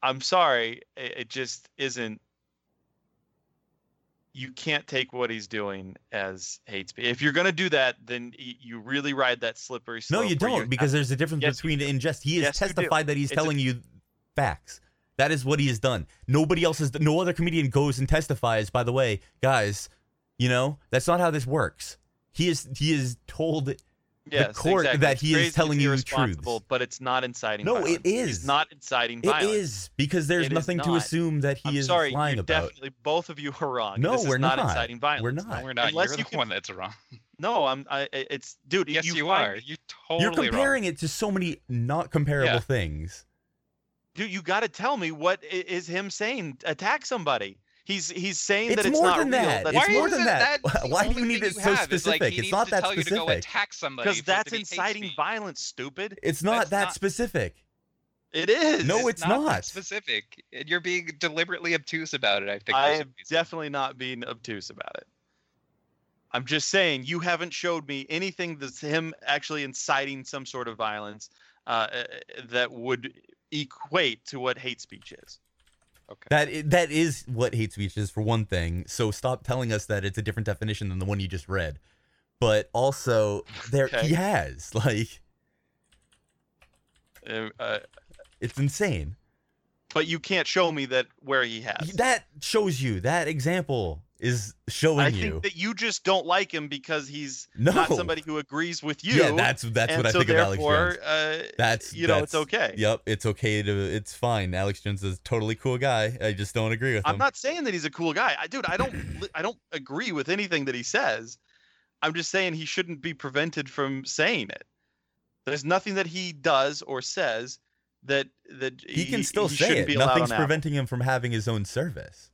Speaker 3: I'm sorry, it, it just isn't. You can't take what he's doing as hate speech. If you're gonna do that, then y- you really ride that slippery
Speaker 2: No,
Speaker 3: slope.
Speaker 2: you
Speaker 3: where
Speaker 2: don't, because there's a difference
Speaker 3: uh, Yes, you
Speaker 2: between ingest. He has
Speaker 3: Yes, you do.
Speaker 2: testified that he's
Speaker 3: It's a-
Speaker 2: telling you facts. That is what he has done. Nobody else has. No other comedian goes and testifies. By the way, guys, you know that's not how this works. He is. He is told.
Speaker 3: Yes,
Speaker 2: court
Speaker 3: exactly.
Speaker 2: that
Speaker 3: It's
Speaker 2: he is
Speaker 3: crazy, it's
Speaker 2: telling you
Speaker 3: irresponsible,
Speaker 2: truths.
Speaker 3: but it's not inciting.
Speaker 2: No,
Speaker 3: violence.
Speaker 2: it is.
Speaker 3: He's not inciting
Speaker 2: It is
Speaker 3: violence.
Speaker 2: because there's
Speaker 3: It is
Speaker 2: nothing to
Speaker 3: not.
Speaker 2: assume that he
Speaker 3: I'm
Speaker 2: is
Speaker 3: sorry,
Speaker 2: lying
Speaker 3: you're
Speaker 2: about.
Speaker 3: definitely both of you are wrong.
Speaker 2: No,
Speaker 3: this
Speaker 2: we're
Speaker 3: is not,
Speaker 2: not.
Speaker 3: inciting violence.
Speaker 2: We're not.
Speaker 1: No, we're not.
Speaker 3: Unless
Speaker 1: You're
Speaker 3: you
Speaker 1: the
Speaker 3: can-
Speaker 1: one that's wrong.
Speaker 3: No, I'm. I, I- it's dude.
Speaker 1: yes, you,
Speaker 3: find
Speaker 1: are. You're
Speaker 2: You're
Speaker 1: totally
Speaker 2: comparing it to so many not comparable
Speaker 1: Yeah.
Speaker 2: things.
Speaker 3: dude, you got to tell me what i- is him saying? Attack somebody. He's he's saying that
Speaker 2: It's
Speaker 3: it's
Speaker 2: more
Speaker 3: not
Speaker 2: than
Speaker 3: real.
Speaker 2: that.
Speaker 1: wrong.
Speaker 2: It's
Speaker 1: Why
Speaker 2: more
Speaker 1: is
Speaker 2: than
Speaker 1: it
Speaker 2: that.
Speaker 1: that's the
Speaker 2: Why do you
Speaker 1: only
Speaker 2: need
Speaker 1: thing
Speaker 2: it so
Speaker 1: have? It's like
Speaker 2: specific?
Speaker 1: he
Speaker 2: It's
Speaker 1: needs
Speaker 2: not
Speaker 1: to
Speaker 2: that
Speaker 1: tell you to go
Speaker 2: specific.
Speaker 1: attack somebody
Speaker 3: because
Speaker 1: for it to
Speaker 3: that's
Speaker 1: be hate
Speaker 3: inciting
Speaker 1: speech.
Speaker 3: violence. Stupid.
Speaker 2: It's not
Speaker 1: That's
Speaker 2: that
Speaker 1: not-
Speaker 2: specific.
Speaker 3: It is.
Speaker 2: No,
Speaker 3: it's
Speaker 2: it's
Speaker 1: not, that
Speaker 2: not.
Speaker 1: specific. And You're being deliberately obtuse about it. I think. for
Speaker 3: I
Speaker 1: some
Speaker 3: am
Speaker 1: reason.
Speaker 3: definitely not being obtuse about it. I'm just saying you haven't showed me anything that's him actually inciting some sort of violence uh, uh, that would equate to what hate speech is.
Speaker 2: That i- that is what hate speech is for one thing. So stop telling us that it's a different definition than the one you just read. But also, there he
Speaker 3: Okay.
Speaker 2: has like
Speaker 3: Uh, uh,
Speaker 2: it's insane.
Speaker 3: but you can't show me that where he has. it.
Speaker 2: That shows you that example is showing
Speaker 3: I
Speaker 2: you.
Speaker 3: think that you just don't like him because he's
Speaker 2: no,
Speaker 3: not somebody who agrees with you.
Speaker 2: Oh. yeah, that's that's
Speaker 3: and
Speaker 2: what I
Speaker 3: so
Speaker 2: think of Alex
Speaker 3: therefore,
Speaker 2: Jones.
Speaker 3: Uh,
Speaker 2: That's
Speaker 3: you know, it's
Speaker 2: that's-
Speaker 3: okay.
Speaker 2: Yep, it's okay to it's fine. Alex Jones is a totally cool guy. I just don't agree with
Speaker 3: I'm
Speaker 2: him.
Speaker 3: not saying that he's a cool guy. I dude, I don't li- I don't agree with anything that he says. I'm just saying he shouldn't be prevented from saying it. There's nothing that he does or says that that
Speaker 2: he can still
Speaker 3: he
Speaker 2: say
Speaker 3: shouldn't
Speaker 2: it.
Speaker 3: Be allowed
Speaker 2: Nothing's
Speaker 3: on Apple.
Speaker 2: preventing him from having his own service.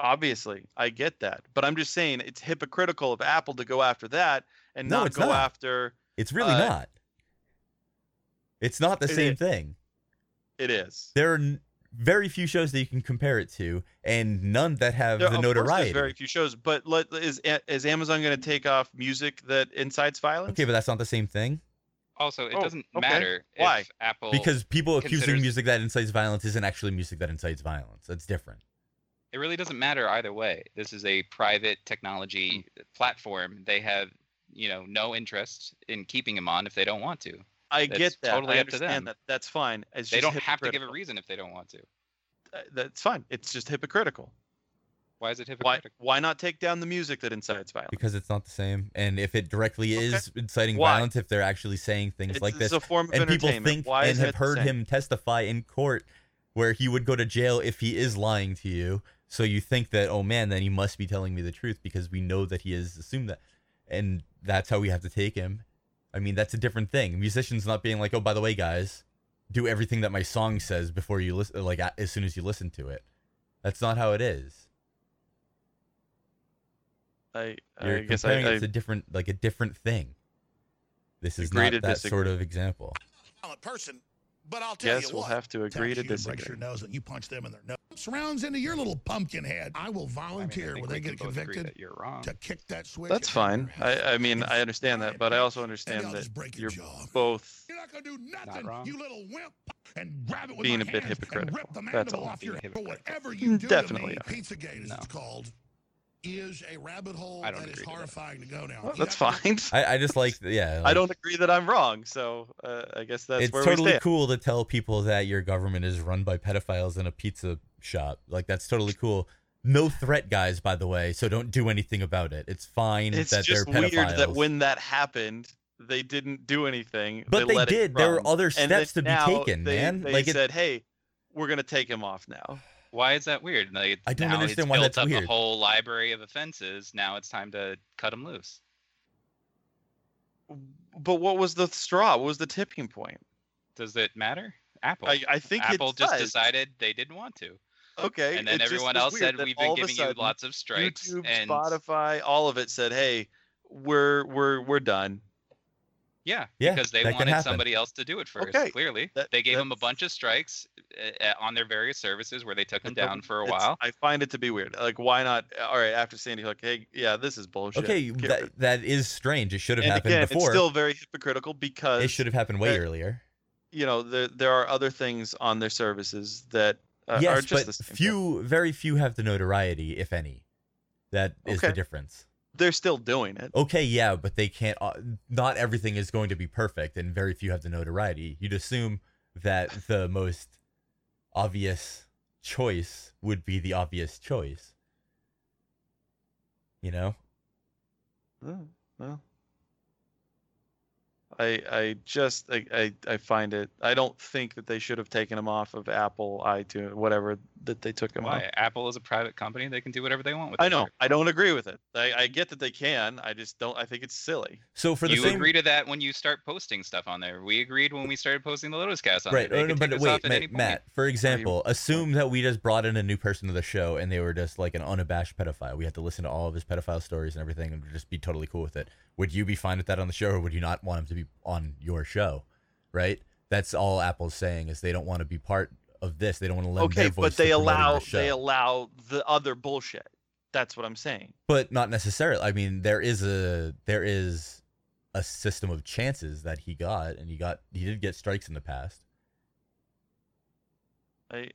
Speaker 3: Obviously, I get that, but I'm just saying it's hypocritical of Apple to go after that and
Speaker 2: No,
Speaker 3: not
Speaker 2: it's
Speaker 3: go
Speaker 2: not.
Speaker 3: after
Speaker 2: It's really
Speaker 3: Uh,
Speaker 2: not. It's not the
Speaker 3: it
Speaker 2: same
Speaker 3: is.
Speaker 2: thing.
Speaker 3: it is.
Speaker 2: there are n- very few shows that you can compare it to, and none that have
Speaker 3: There-
Speaker 2: the
Speaker 3: of course
Speaker 2: notoriety.
Speaker 3: There's very few shows, but let, is A- is Amazon going to take off music that incites violence?
Speaker 2: Okay, but that's not the same thing
Speaker 1: Also, it
Speaker 3: Oh,
Speaker 1: doesn't
Speaker 3: okay.
Speaker 1: matter
Speaker 3: Why?
Speaker 1: if Apple
Speaker 2: because people accusing
Speaker 1: considers-
Speaker 2: music that incites violence isn't actually music that incites violence. That's different.
Speaker 1: it really doesn't matter either way. This is a private technology platform. They have, you know, no interest in keeping him on if they don't want to.
Speaker 3: I
Speaker 1: That's
Speaker 3: get that.
Speaker 1: totally
Speaker 3: I
Speaker 1: up to
Speaker 3: understand
Speaker 1: them.
Speaker 3: that. That's fine. It's
Speaker 1: They
Speaker 3: just
Speaker 1: don't have to give a
Speaker 3: hypocritical.
Speaker 1: reason if they don't want to.
Speaker 3: Uh, That's fine. It's just hypocritical.
Speaker 1: Why is it
Speaker 3: Why
Speaker 1: hypocritical?
Speaker 3: why not take down the music that incites violence?
Speaker 2: because it's not the same. And if it directly
Speaker 3: Okay.
Speaker 2: is inciting
Speaker 3: Why?
Speaker 2: violence, if they're actually saying things
Speaker 3: It's,
Speaker 2: like
Speaker 3: it's
Speaker 2: this,
Speaker 3: a form of
Speaker 2: and people
Speaker 3: entertainment.
Speaker 2: think
Speaker 3: why
Speaker 2: and
Speaker 3: is
Speaker 2: have
Speaker 3: it the
Speaker 2: heard
Speaker 3: same?
Speaker 2: him testify in court where he would go to jail if he is lying to you. So you think that, oh man, then he must be telling me the truth because we know that he has assumed that. And that's how we have to take him. I mean, that's a different thing. Musicians not being like, oh, by the way, guys, do everything that my song says before you listen, like a- as soon as you listen to it. That's not how it is.
Speaker 3: I,
Speaker 2: You're
Speaker 3: I guess I,
Speaker 2: comparing
Speaker 3: I
Speaker 2: it to different, like a different thing. This is
Speaker 3: Agree
Speaker 2: not
Speaker 3: to
Speaker 2: that sort of example.
Speaker 7: violent person, but I'll tell
Speaker 3: guess
Speaker 7: you
Speaker 3: we'll
Speaker 7: what.
Speaker 3: have to agree to
Speaker 7: Tax you and breaks
Speaker 3: disagree.
Speaker 7: your nose and you punch them in their nose. Rounds into your little pumpkin head. I will
Speaker 1: I mean, I
Speaker 7: volunteer
Speaker 1: think
Speaker 7: when
Speaker 1: we
Speaker 7: they
Speaker 1: can
Speaker 7: get
Speaker 1: both agree
Speaker 7: convicted
Speaker 1: that you're wrong.
Speaker 7: to kick that switch.
Speaker 3: That's
Speaker 7: and-
Speaker 3: fine. I, I mean,
Speaker 7: It's
Speaker 3: I understand that, but I also understand
Speaker 7: I'll
Speaker 3: that
Speaker 7: just break
Speaker 3: you're
Speaker 7: your jaw.
Speaker 3: both.
Speaker 7: You're not gonna do nothing,
Speaker 1: wrong.
Speaker 7: you little wimp. And grab it with
Speaker 3: Being
Speaker 7: my
Speaker 3: a bit
Speaker 7: hands and
Speaker 3: hypocritical.
Speaker 7: rip the
Speaker 3: That's
Speaker 7: mandible
Speaker 3: all.
Speaker 7: off your
Speaker 1: Being
Speaker 7: head.
Speaker 1: hypocritical.
Speaker 7: whatever you do
Speaker 3: Definitely
Speaker 7: to
Speaker 3: are.
Speaker 7: me, Pizzagate is
Speaker 1: No.
Speaker 7: it's called, is a rabbit hole
Speaker 1: I don't
Speaker 7: that is
Speaker 1: agree to that.
Speaker 7: horrifying to go down.
Speaker 3: Well,
Speaker 7: You
Speaker 3: that's
Speaker 7: have to-
Speaker 3: fine.
Speaker 2: I, I just like, yeah.
Speaker 3: I
Speaker 2: like-
Speaker 3: don't agree that I'm wrong, so uh, I guess that's
Speaker 2: it's
Speaker 3: where we
Speaker 2: totally
Speaker 3: stand.
Speaker 2: cool to tell people that your government is run by pedophiles in a pizza shop. Like that's totally cool. No threat, guys. By the way, so don't do anything about it. It's fine
Speaker 3: It's
Speaker 2: that
Speaker 3: just
Speaker 2: they're pedophiles.
Speaker 3: weird that when that happened, they didn't do anything.
Speaker 2: but they,
Speaker 3: let it
Speaker 2: did. There
Speaker 3: run.
Speaker 2: were other
Speaker 3: And then
Speaker 2: steps to be
Speaker 3: now
Speaker 2: taken,
Speaker 3: they,
Speaker 2: man.
Speaker 3: They
Speaker 2: like it,
Speaker 3: said, "Hey, we're gonna take him off now."
Speaker 1: Why is that weird? Like,
Speaker 2: I don't
Speaker 1: now
Speaker 2: understand
Speaker 1: he's
Speaker 2: why
Speaker 1: built
Speaker 2: that's
Speaker 1: up
Speaker 2: weird.
Speaker 1: a whole library of offenses. Now it's time to cut him loose.
Speaker 3: But what was the straw? What was the tipping point?
Speaker 1: Does it matter? Apple.
Speaker 3: I, I think
Speaker 1: Apple
Speaker 3: it
Speaker 1: just
Speaker 3: does.
Speaker 1: decided they didn't want to,
Speaker 3: Okay,
Speaker 1: and then
Speaker 3: it just
Speaker 1: everyone
Speaker 3: is
Speaker 1: else
Speaker 3: weird
Speaker 1: said
Speaker 3: that
Speaker 1: we've
Speaker 3: all
Speaker 1: been
Speaker 3: of a
Speaker 1: giving you
Speaker 3: sudden,
Speaker 1: lots of strikes,
Speaker 3: YouTube,
Speaker 1: and
Speaker 3: Spotify, all of it said, "Hey, we're we're we're done."
Speaker 1: yeah,
Speaker 2: Yeah,
Speaker 1: because they
Speaker 2: that can
Speaker 1: wanted
Speaker 2: happen.
Speaker 1: somebody else to do it first.
Speaker 3: Okay,
Speaker 1: Clearly,
Speaker 3: that-
Speaker 1: they gave him a
Speaker 3: that's-
Speaker 1: bunch of strikes uh, on their various services where they took him
Speaker 3: But
Speaker 1: down for a
Speaker 3: it's-
Speaker 1: while.
Speaker 3: I find it to be weird. Like, why not? All right, after Sandy Hook, hey, yeah, this is bullshit.
Speaker 2: okay,
Speaker 3: Get rid of
Speaker 2: that, that is strange. It should
Speaker 3: it. and
Speaker 2: have happened
Speaker 3: again,
Speaker 2: before.
Speaker 3: it's still very hypocritical because
Speaker 2: it should have happened way
Speaker 3: uh,
Speaker 2: earlier.
Speaker 3: you know there there are other things on their services that uh, are
Speaker 2: yes,
Speaker 3: just
Speaker 2: but
Speaker 3: the same thing.
Speaker 2: few, very few, have the notoriety, if any. That is the
Speaker 3: Okay.
Speaker 2: difference.
Speaker 3: They're still doing it.
Speaker 2: okay, yeah, but they can't. Uh, not everything is going to be perfect, and very few have the notoriety. You'd assume that the most obvious choice would be the obvious choice. You know,
Speaker 3: Oh, well, I I just I, I I find it. I don't think that they should have taken him off of Apple, iTunes, whatever that they took him off.
Speaker 1: Why? Apple is a private company; they can do whatever they want with.
Speaker 3: I
Speaker 1: their
Speaker 3: know.
Speaker 1: service.
Speaker 3: I don't agree with it. I, I get that they can. I just don't. I think it's silly.
Speaker 2: so for the
Speaker 1: you
Speaker 2: same
Speaker 1: agree to that when you start posting stuff on there. We agreed when we started posting the Lotus Cast on
Speaker 2: right,
Speaker 1: there.
Speaker 2: no, no,
Speaker 1: They could
Speaker 2: but
Speaker 1: take us
Speaker 2: wait,
Speaker 1: off at
Speaker 2: Ma-
Speaker 1: any point.
Speaker 2: Matt. For example, assume that we just brought in a new person to the show, and they were just like an unabashed pedophile. We had to listen to all of his pedophile stories and everything, and just be totally cool with it. Would you be fine with that on the show, or would you not want him to be on your show? Right. That's all Apple's saying is they don't want to be part of this. They don't want to lend
Speaker 3: okay,
Speaker 2: their voice
Speaker 3: but
Speaker 2: to
Speaker 3: they
Speaker 2: promoting the
Speaker 3: allow
Speaker 2: show.
Speaker 3: they allow the other bullshit. That's what I'm saying.
Speaker 2: but not necessarily. I mean, there is a there is a system of chances that he got, and he got he did get strikes in the past.
Speaker 3: I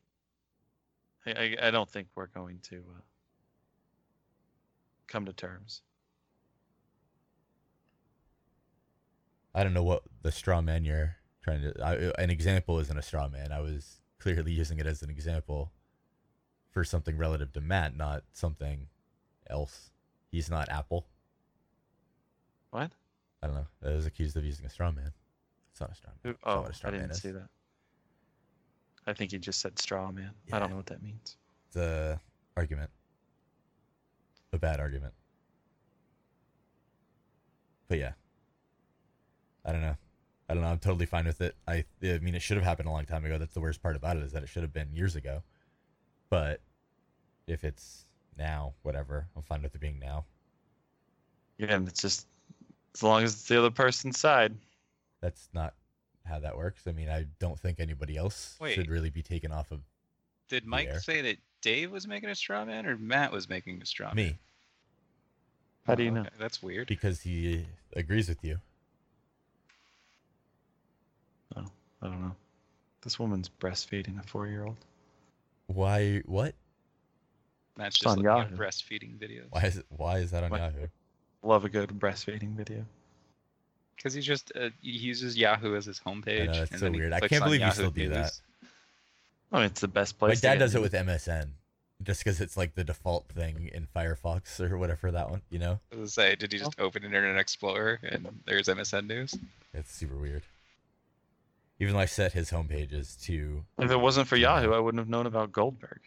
Speaker 3: I, I- I don't think we're going to uh, come to terms.
Speaker 2: I don't know what the straw man you're trying to. I, an example isn't a straw man. I was clearly using it as an example for something relative to Matt, not something else. He's not Apple.
Speaker 3: What?
Speaker 2: I don't know. I was accused of using a straw man. It's not a straw man.
Speaker 3: Who-
Speaker 2: It's not
Speaker 3: Oh,
Speaker 2: what a straw
Speaker 3: I didn't
Speaker 2: man is.
Speaker 3: see that. I think he just said straw man. I
Speaker 2: Yeah.
Speaker 3: don't know what that means.
Speaker 2: It's a argument. A bad argument. But yeah. I don't know. I don't know. I'm totally fine with it. I, I mean, it should have happened a long time ago. That's the worst part about it is that it should have been years ago. But if it's now, whatever, I'm fine with it being now.
Speaker 3: Yeah, and it's just as long as it's the other person's side.
Speaker 2: That's not how that works. I mean, I don't think anybody else
Speaker 1: Wait.
Speaker 2: should really be taken off of
Speaker 1: Did Mike
Speaker 2: Yeah.
Speaker 1: say that Dave was making a straw man or Matt was making a straw man?
Speaker 2: me
Speaker 3: How do you
Speaker 1: Oh,
Speaker 3: know?
Speaker 1: okay, That's weird.
Speaker 2: because he agrees with you.
Speaker 3: I don't know. This woman's breastfeeding a four-year-old.
Speaker 2: Why? What?
Speaker 1: Matt's
Speaker 3: on
Speaker 1: just looking at
Speaker 3: Yahoo.
Speaker 1: breastfeeding videos.
Speaker 2: Why is it? Why is that on
Speaker 3: Why-
Speaker 2: Yahoo?
Speaker 3: Love a good breastfeeding video.
Speaker 1: Because he just uh, he uses Yahoo as his homepage.
Speaker 2: that's
Speaker 1: and
Speaker 2: so
Speaker 1: then he
Speaker 2: weird. I
Speaker 1: clicks
Speaker 2: can't
Speaker 1: on
Speaker 2: believe you
Speaker 1: Yahoo
Speaker 2: still do that.
Speaker 1: News.
Speaker 3: I mean, it's the best
Speaker 2: My
Speaker 3: place. to
Speaker 2: dad
Speaker 3: get
Speaker 2: does it
Speaker 3: news.
Speaker 2: with MSN. just because it's like the default thing in Firefox or whatever that one, you know?
Speaker 1: I was gonna say, did you just open Internet Explorer and there's MSN News?
Speaker 2: It's super weird. Even though I set his home pages to,
Speaker 3: If it wasn't for Yahoo, I wouldn't have known about Goldberg.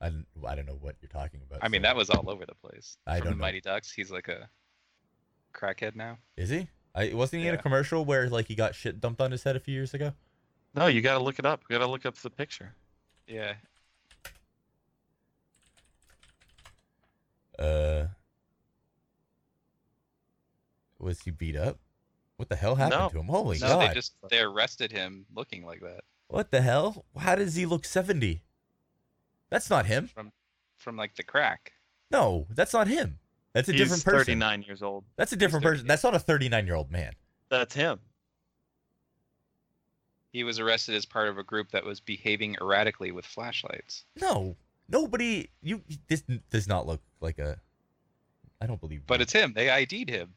Speaker 2: I don't, I don't know what you're talking about.
Speaker 1: I mean, that was all over the place.
Speaker 2: I
Speaker 1: From
Speaker 2: don't
Speaker 1: the
Speaker 2: know.
Speaker 1: Mighty Ducks, he's like a crackhead now.
Speaker 2: Is he? I wasn't he in a
Speaker 1: Yeah.
Speaker 2: commercial where like he got shit dumped on his head a few years ago?
Speaker 3: No, you got to look it up. You got to look up the picture.
Speaker 1: Yeah.
Speaker 2: Uh, was he beat up? What the hell happened
Speaker 3: No.
Speaker 2: to him? Holy
Speaker 1: no,
Speaker 2: god!
Speaker 1: they just they arrested him looking like that
Speaker 2: What the hell? How does he look seventy? That's not him.
Speaker 1: from like the crack.
Speaker 2: No, that's not him. That's a
Speaker 3: He's
Speaker 2: different person.
Speaker 3: 39 years old.
Speaker 2: That's a different person. That's not a thirty-nine-year-old man.
Speaker 3: That's him.
Speaker 1: He was arrested as part of a group that was behaving erratically with flashlights.
Speaker 2: No, nobody. You this does not look like a. I don't believe.
Speaker 1: But
Speaker 2: you.
Speaker 1: it's him. They ID'd him.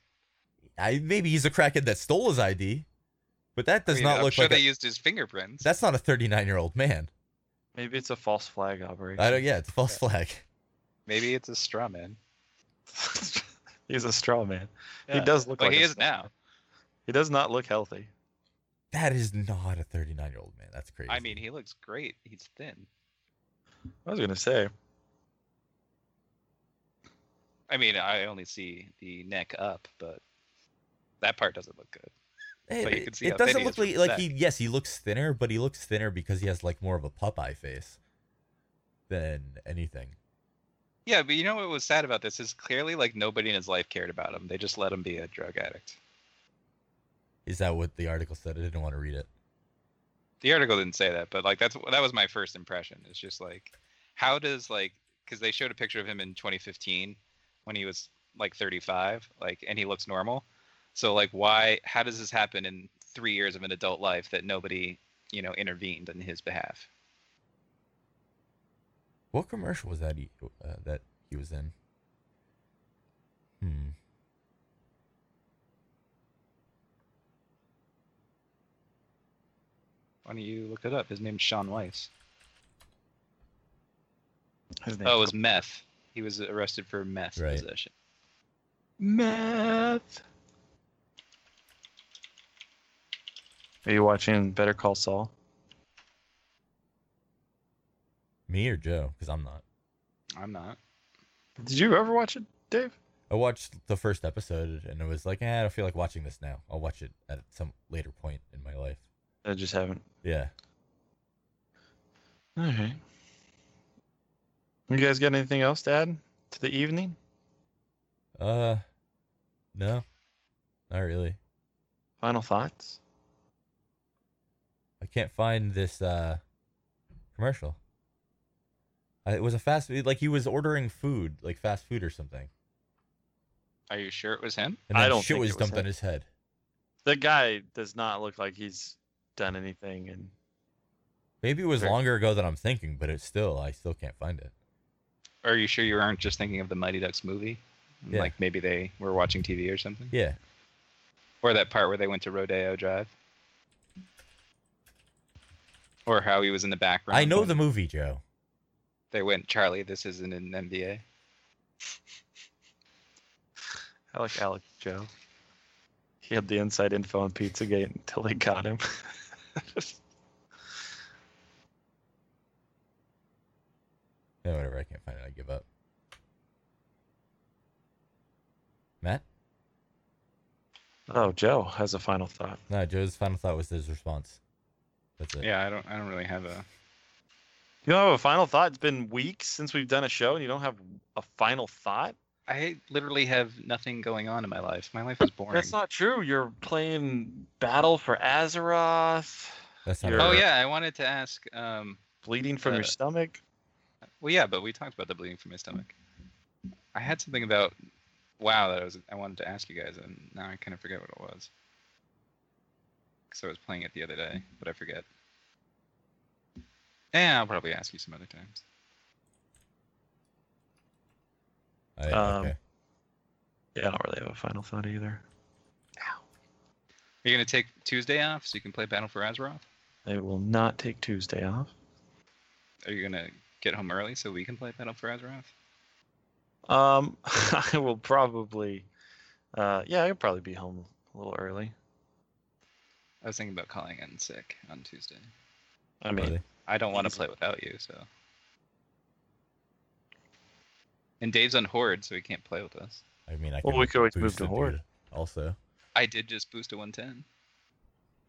Speaker 2: I maybe he's a crackhead that stole his ID, but that does
Speaker 1: I mean,
Speaker 2: not
Speaker 1: I'm
Speaker 2: look
Speaker 1: sure
Speaker 2: like.
Speaker 1: they
Speaker 2: a-
Speaker 1: used his fingerprints.
Speaker 2: that's not a thirty-nine-year-old man.
Speaker 3: Maybe it's a false flag operation.
Speaker 2: I don't. Yeah, it's a false flag.
Speaker 1: Maybe it's a straw man.
Speaker 3: He's a straw man.
Speaker 1: Yeah.
Speaker 3: He does look
Speaker 1: Well,
Speaker 3: like
Speaker 1: he
Speaker 3: a
Speaker 1: is
Speaker 3: straw man.
Speaker 1: now.
Speaker 3: He does not look healthy.
Speaker 2: That is not a 39 year old man. That's crazy.
Speaker 1: I mean, he looks great. He's thin.
Speaker 3: I was gonna say.
Speaker 1: I mean, I only see the neck up, but that part doesn't look good.
Speaker 2: Hey,
Speaker 1: but you
Speaker 2: it,
Speaker 1: can see
Speaker 2: it
Speaker 1: how thin
Speaker 2: doesn't
Speaker 1: he
Speaker 2: look
Speaker 1: is
Speaker 2: like,
Speaker 1: from
Speaker 2: like
Speaker 1: the
Speaker 2: he. Yes, he looks thinner, but he looks thinner because he has like more of a Popeye face than anything.
Speaker 1: Yeah, but you know what was sad about this is clearly like nobody in his life cared about him. They just let him be a drug addict.
Speaker 2: Is that what the article said? I didn't want to read it.
Speaker 1: The article didn't say that, but like that's that was my first impression. It's just like, how does like because they showed a picture of him in 2015 when he was like 35, like and he looks normal. So like, why? How does this happen in three years of an adult life that nobody you know intervened in his behalf?
Speaker 2: What commercial was that he uh, that he was in? Hmm.
Speaker 1: Why don't you look it up? His name's Sean Weiss.
Speaker 3: His name.
Speaker 1: Oh, it was meth. He was arrested for meth
Speaker 2: Right.
Speaker 1: possession.
Speaker 3: Meth. Are you watching Better Call Saul?
Speaker 2: Me or Joe? Because I'm not.
Speaker 1: I'm not.
Speaker 3: Did you ever watch it, Dave?
Speaker 2: I watched the first episode and it was like, eh, I don't feel like watching this now. I'll watch it at some later point in my life.
Speaker 3: I just haven't.
Speaker 2: Yeah.
Speaker 3: All right. You guys got anything else to add to the evening?
Speaker 2: Uh, no, not really.
Speaker 3: Final thoughts?
Speaker 2: I can't find this uh commercial. Uh, It was a fast food, like he was ordering food, like fast food or something.
Speaker 1: Are you sure it was him?
Speaker 2: And
Speaker 3: I
Speaker 2: then
Speaker 3: don't
Speaker 2: shit
Speaker 3: think
Speaker 2: was
Speaker 3: it was
Speaker 2: dumped
Speaker 3: him.
Speaker 2: on his head.
Speaker 3: The guy does not look like he's done anything, and
Speaker 2: Maybe it was
Speaker 1: Sure.
Speaker 2: longer ago than I'm thinking, but it's still I still can't find it.
Speaker 1: Are you sure you aren't just thinking of the Mighty Ducks movie?
Speaker 2: Yeah.
Speaker 1: Like maybe they were watching TV or something?
Speaker 2: Yeah.
Speaker 1: Or that part where they went to Rodeo Drive? Or how he was in the background.
Speaker 2: I know
Speaker 1: when
Speaker 2: the movie, Joe.
Speaker 1: They went, Charlie, this isn't an NBA.
Speaker 3: I like Alec Joe. He had the inside info on Pizzagate until they got him.
Speaker 2: No, whatever, I can't find it, I give up. Matt?
Speaker 3: oh, Joe has a final thought.
Speaker 2: No, Joe's final thought was his response. That's it.
Speaker 1: Yeah, I don't I don't really have a
Speaker 3: You don't have a final thought? It's been weeks since we've done a show, and you don't have a final thought?
Speaker 1: I literally have nothing going on in my life. My life is boring.
Speaker 3: That's not true. You're playing Battle for Azeroth,
Speaker 2: That's not
Speaker 3: You're-
Speaker 1: Oh
Speaker 2: right.
Speaker 1: yeah, I wanted to ask um
Speaker 3: bleeding from
Speaker 1: Uh,
Speaker 3: your stomach.
Speaker 1: Well, yeah, but we talked about the bleeding from my stomach. I had something about wow that I was I wanted to ask you guys, and now I kind of forget what it was because I was playing it the other day, but I forget. Yeah, I'll probably ask you some other times.
Speaker 2: I-
Speaker 3: Um,
Speaker 2: okay.
Speaker 3: Yeah, I don't really have a final thought either.
Speaker 1: Are you gonna take Tuesday off so you can play Battle for Azeroth?
Speaker 3: I will not take Tuesday off.
Speaker 1: Are you gonna get home early so we can play Battle for Azeroth?
Speaker 3: Um, I will probably, uh, yeah, I'll probably be home a little early.
Speaker 1: I was thinking about calling in sick on Tuesday.
Speaker 3: I mean,
Speaker 2: Really.
Speaker 1: I don't want to play without you, so. And Dave's on Horde, so he can't play with us.
Speaker 2: I mean, I
Speaker 3: Well,
Speaker 2: can
Speaker 3: we could always move
Speaker 2: boost
Speaker 3: to
Speaker 2: it, dude,
Speaker 3: Horde.
Speaker 2: Also,
Speaker 1: I did just boost to 110.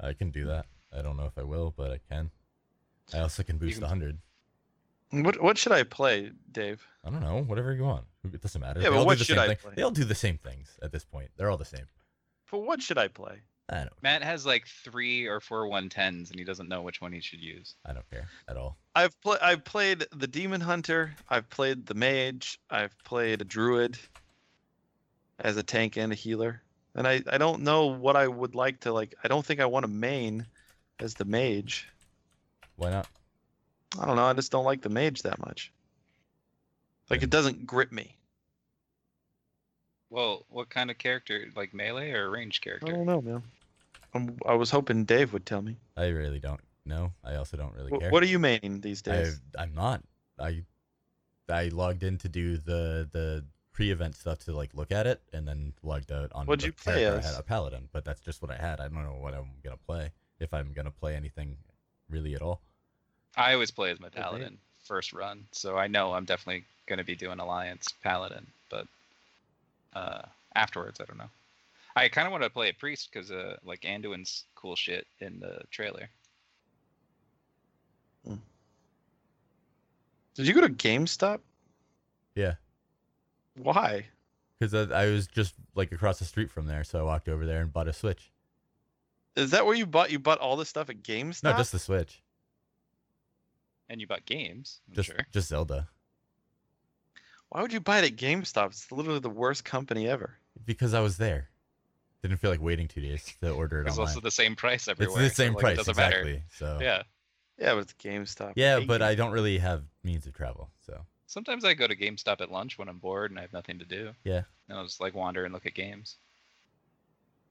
Speaker 2: I can do that. I don't know if I will, but I can. I also can boost
Speaker 1: can-
Speaker 2: 100.
Speaker 3: what what should I play, Dave?
Speaker 2: I don't know, whatever you want. Who- It doesn't matter.
Speaker 3: Yeah,
Speaker 2: They
Speaker 3: but
Speaker 2: all do
Speaker 3: what
Speaker 2: the
Speaker 3: should
Speaker 2: same
Speaker 3: I
Speaker 2: thing.
Speaker 3: play?
Speaker 2: They all do the same things at this point. They're all the same.
Speaker 3: But what should I play?
Speaker 2: I don't.
Speaker 1: Matt has like three or four 110s, and he doesn't know which one he should use.
Speaker 2: I don't care at all.
Speaker 3: I've played I've played the demon hunter. I've played the mage. I've played a druid as a tank and a healer. And I I don't know what I would like to like. I don't think I want to main as the mage.
Speaker 2: Why not?
Speaker 3: I don't know. I just don't like the mage that much. Like
Speaker 2: Then-
Speaker 3: it doesn't grip me.
Speaker 1: Well, what kind of character? Like melee or range
Speaker 3: I
Speaker 1: character?
Speaker 3: don't know, man. I'm, I was hoping Dave would tell me.
Speaker 2: I really don't know. I also don't really
Speaker 3: Wh-
Speaker 2: care.
Speaker 3: what are you maining these
Speaker 2: I,
Speaker 3: days?
Speaker 2: I'm not. I I logged in to do the the pre-event stuff to like look at it, and then logged out on.
Speaker 3: What'd
Speaker 2: the
Speaker 3: you play
Speaker 2: character I
Speaker 3: as?
Speaker 2: had a paladin, but that's just what I had. I don't know what I'm gonna play if I'm gonna play anything really at all.
Speaker 1: I always play as my
Speaker 3: Dave.
Speaker 1: paladin first run, so I know I'm definitely going to be doing alliance paladin. But uh, afterwards, I don't know. I kind of want to play a priest because uh, like Anduin's cool shit in the trailer.
Speaker 3: Did you go to GameStop?
Speaker 2: Yeah,
Speaker 3: Why?
Speaker 2: because I, I was just like across the street from there, so I walked over there and bought a Switch.
Speaker 3: Is that where you bought you bought all this stuff at GameStop?
Speaker 2: No, just the Switch.
Speaker 1: And you bought games, I'm
Speaker 2: Just
Speaker 1: Ah, sure.
Speaker 2: just Zelda,
Speaker 3: Why would you buy it at GameStop? It's literally the worst company ever.
Speaker 2: because I was there. Didn't feel like waiting two days to order it
Speaker 1: It's
Speaker 2: online.
Speaker 1: also the same price
Speaker 2: it's
Speaker 1: everywhere.
Speaker 2: the
Speaker 1: so,
Speaker 2: same
Speaker 1: like,
Speaker 2: price
Speaker 1: It doesn't
Speaker 2: exactly.
Speaker 1: matter.
Speaker 2: So
Speaker 1: Yeah.
Speaker 3: Yeah, but it's GameStop.
Speaker 2: yeah,
Speaker 3: Hey,
Speaker 2: but I don't really have means of travel, so.
Speaker 1: Sometimes I go to GameStop at lunch when I'm bored and I have nothing to do.
Speaker 2: Yeah.
Speaker 1: And I'll just like wander and look at games.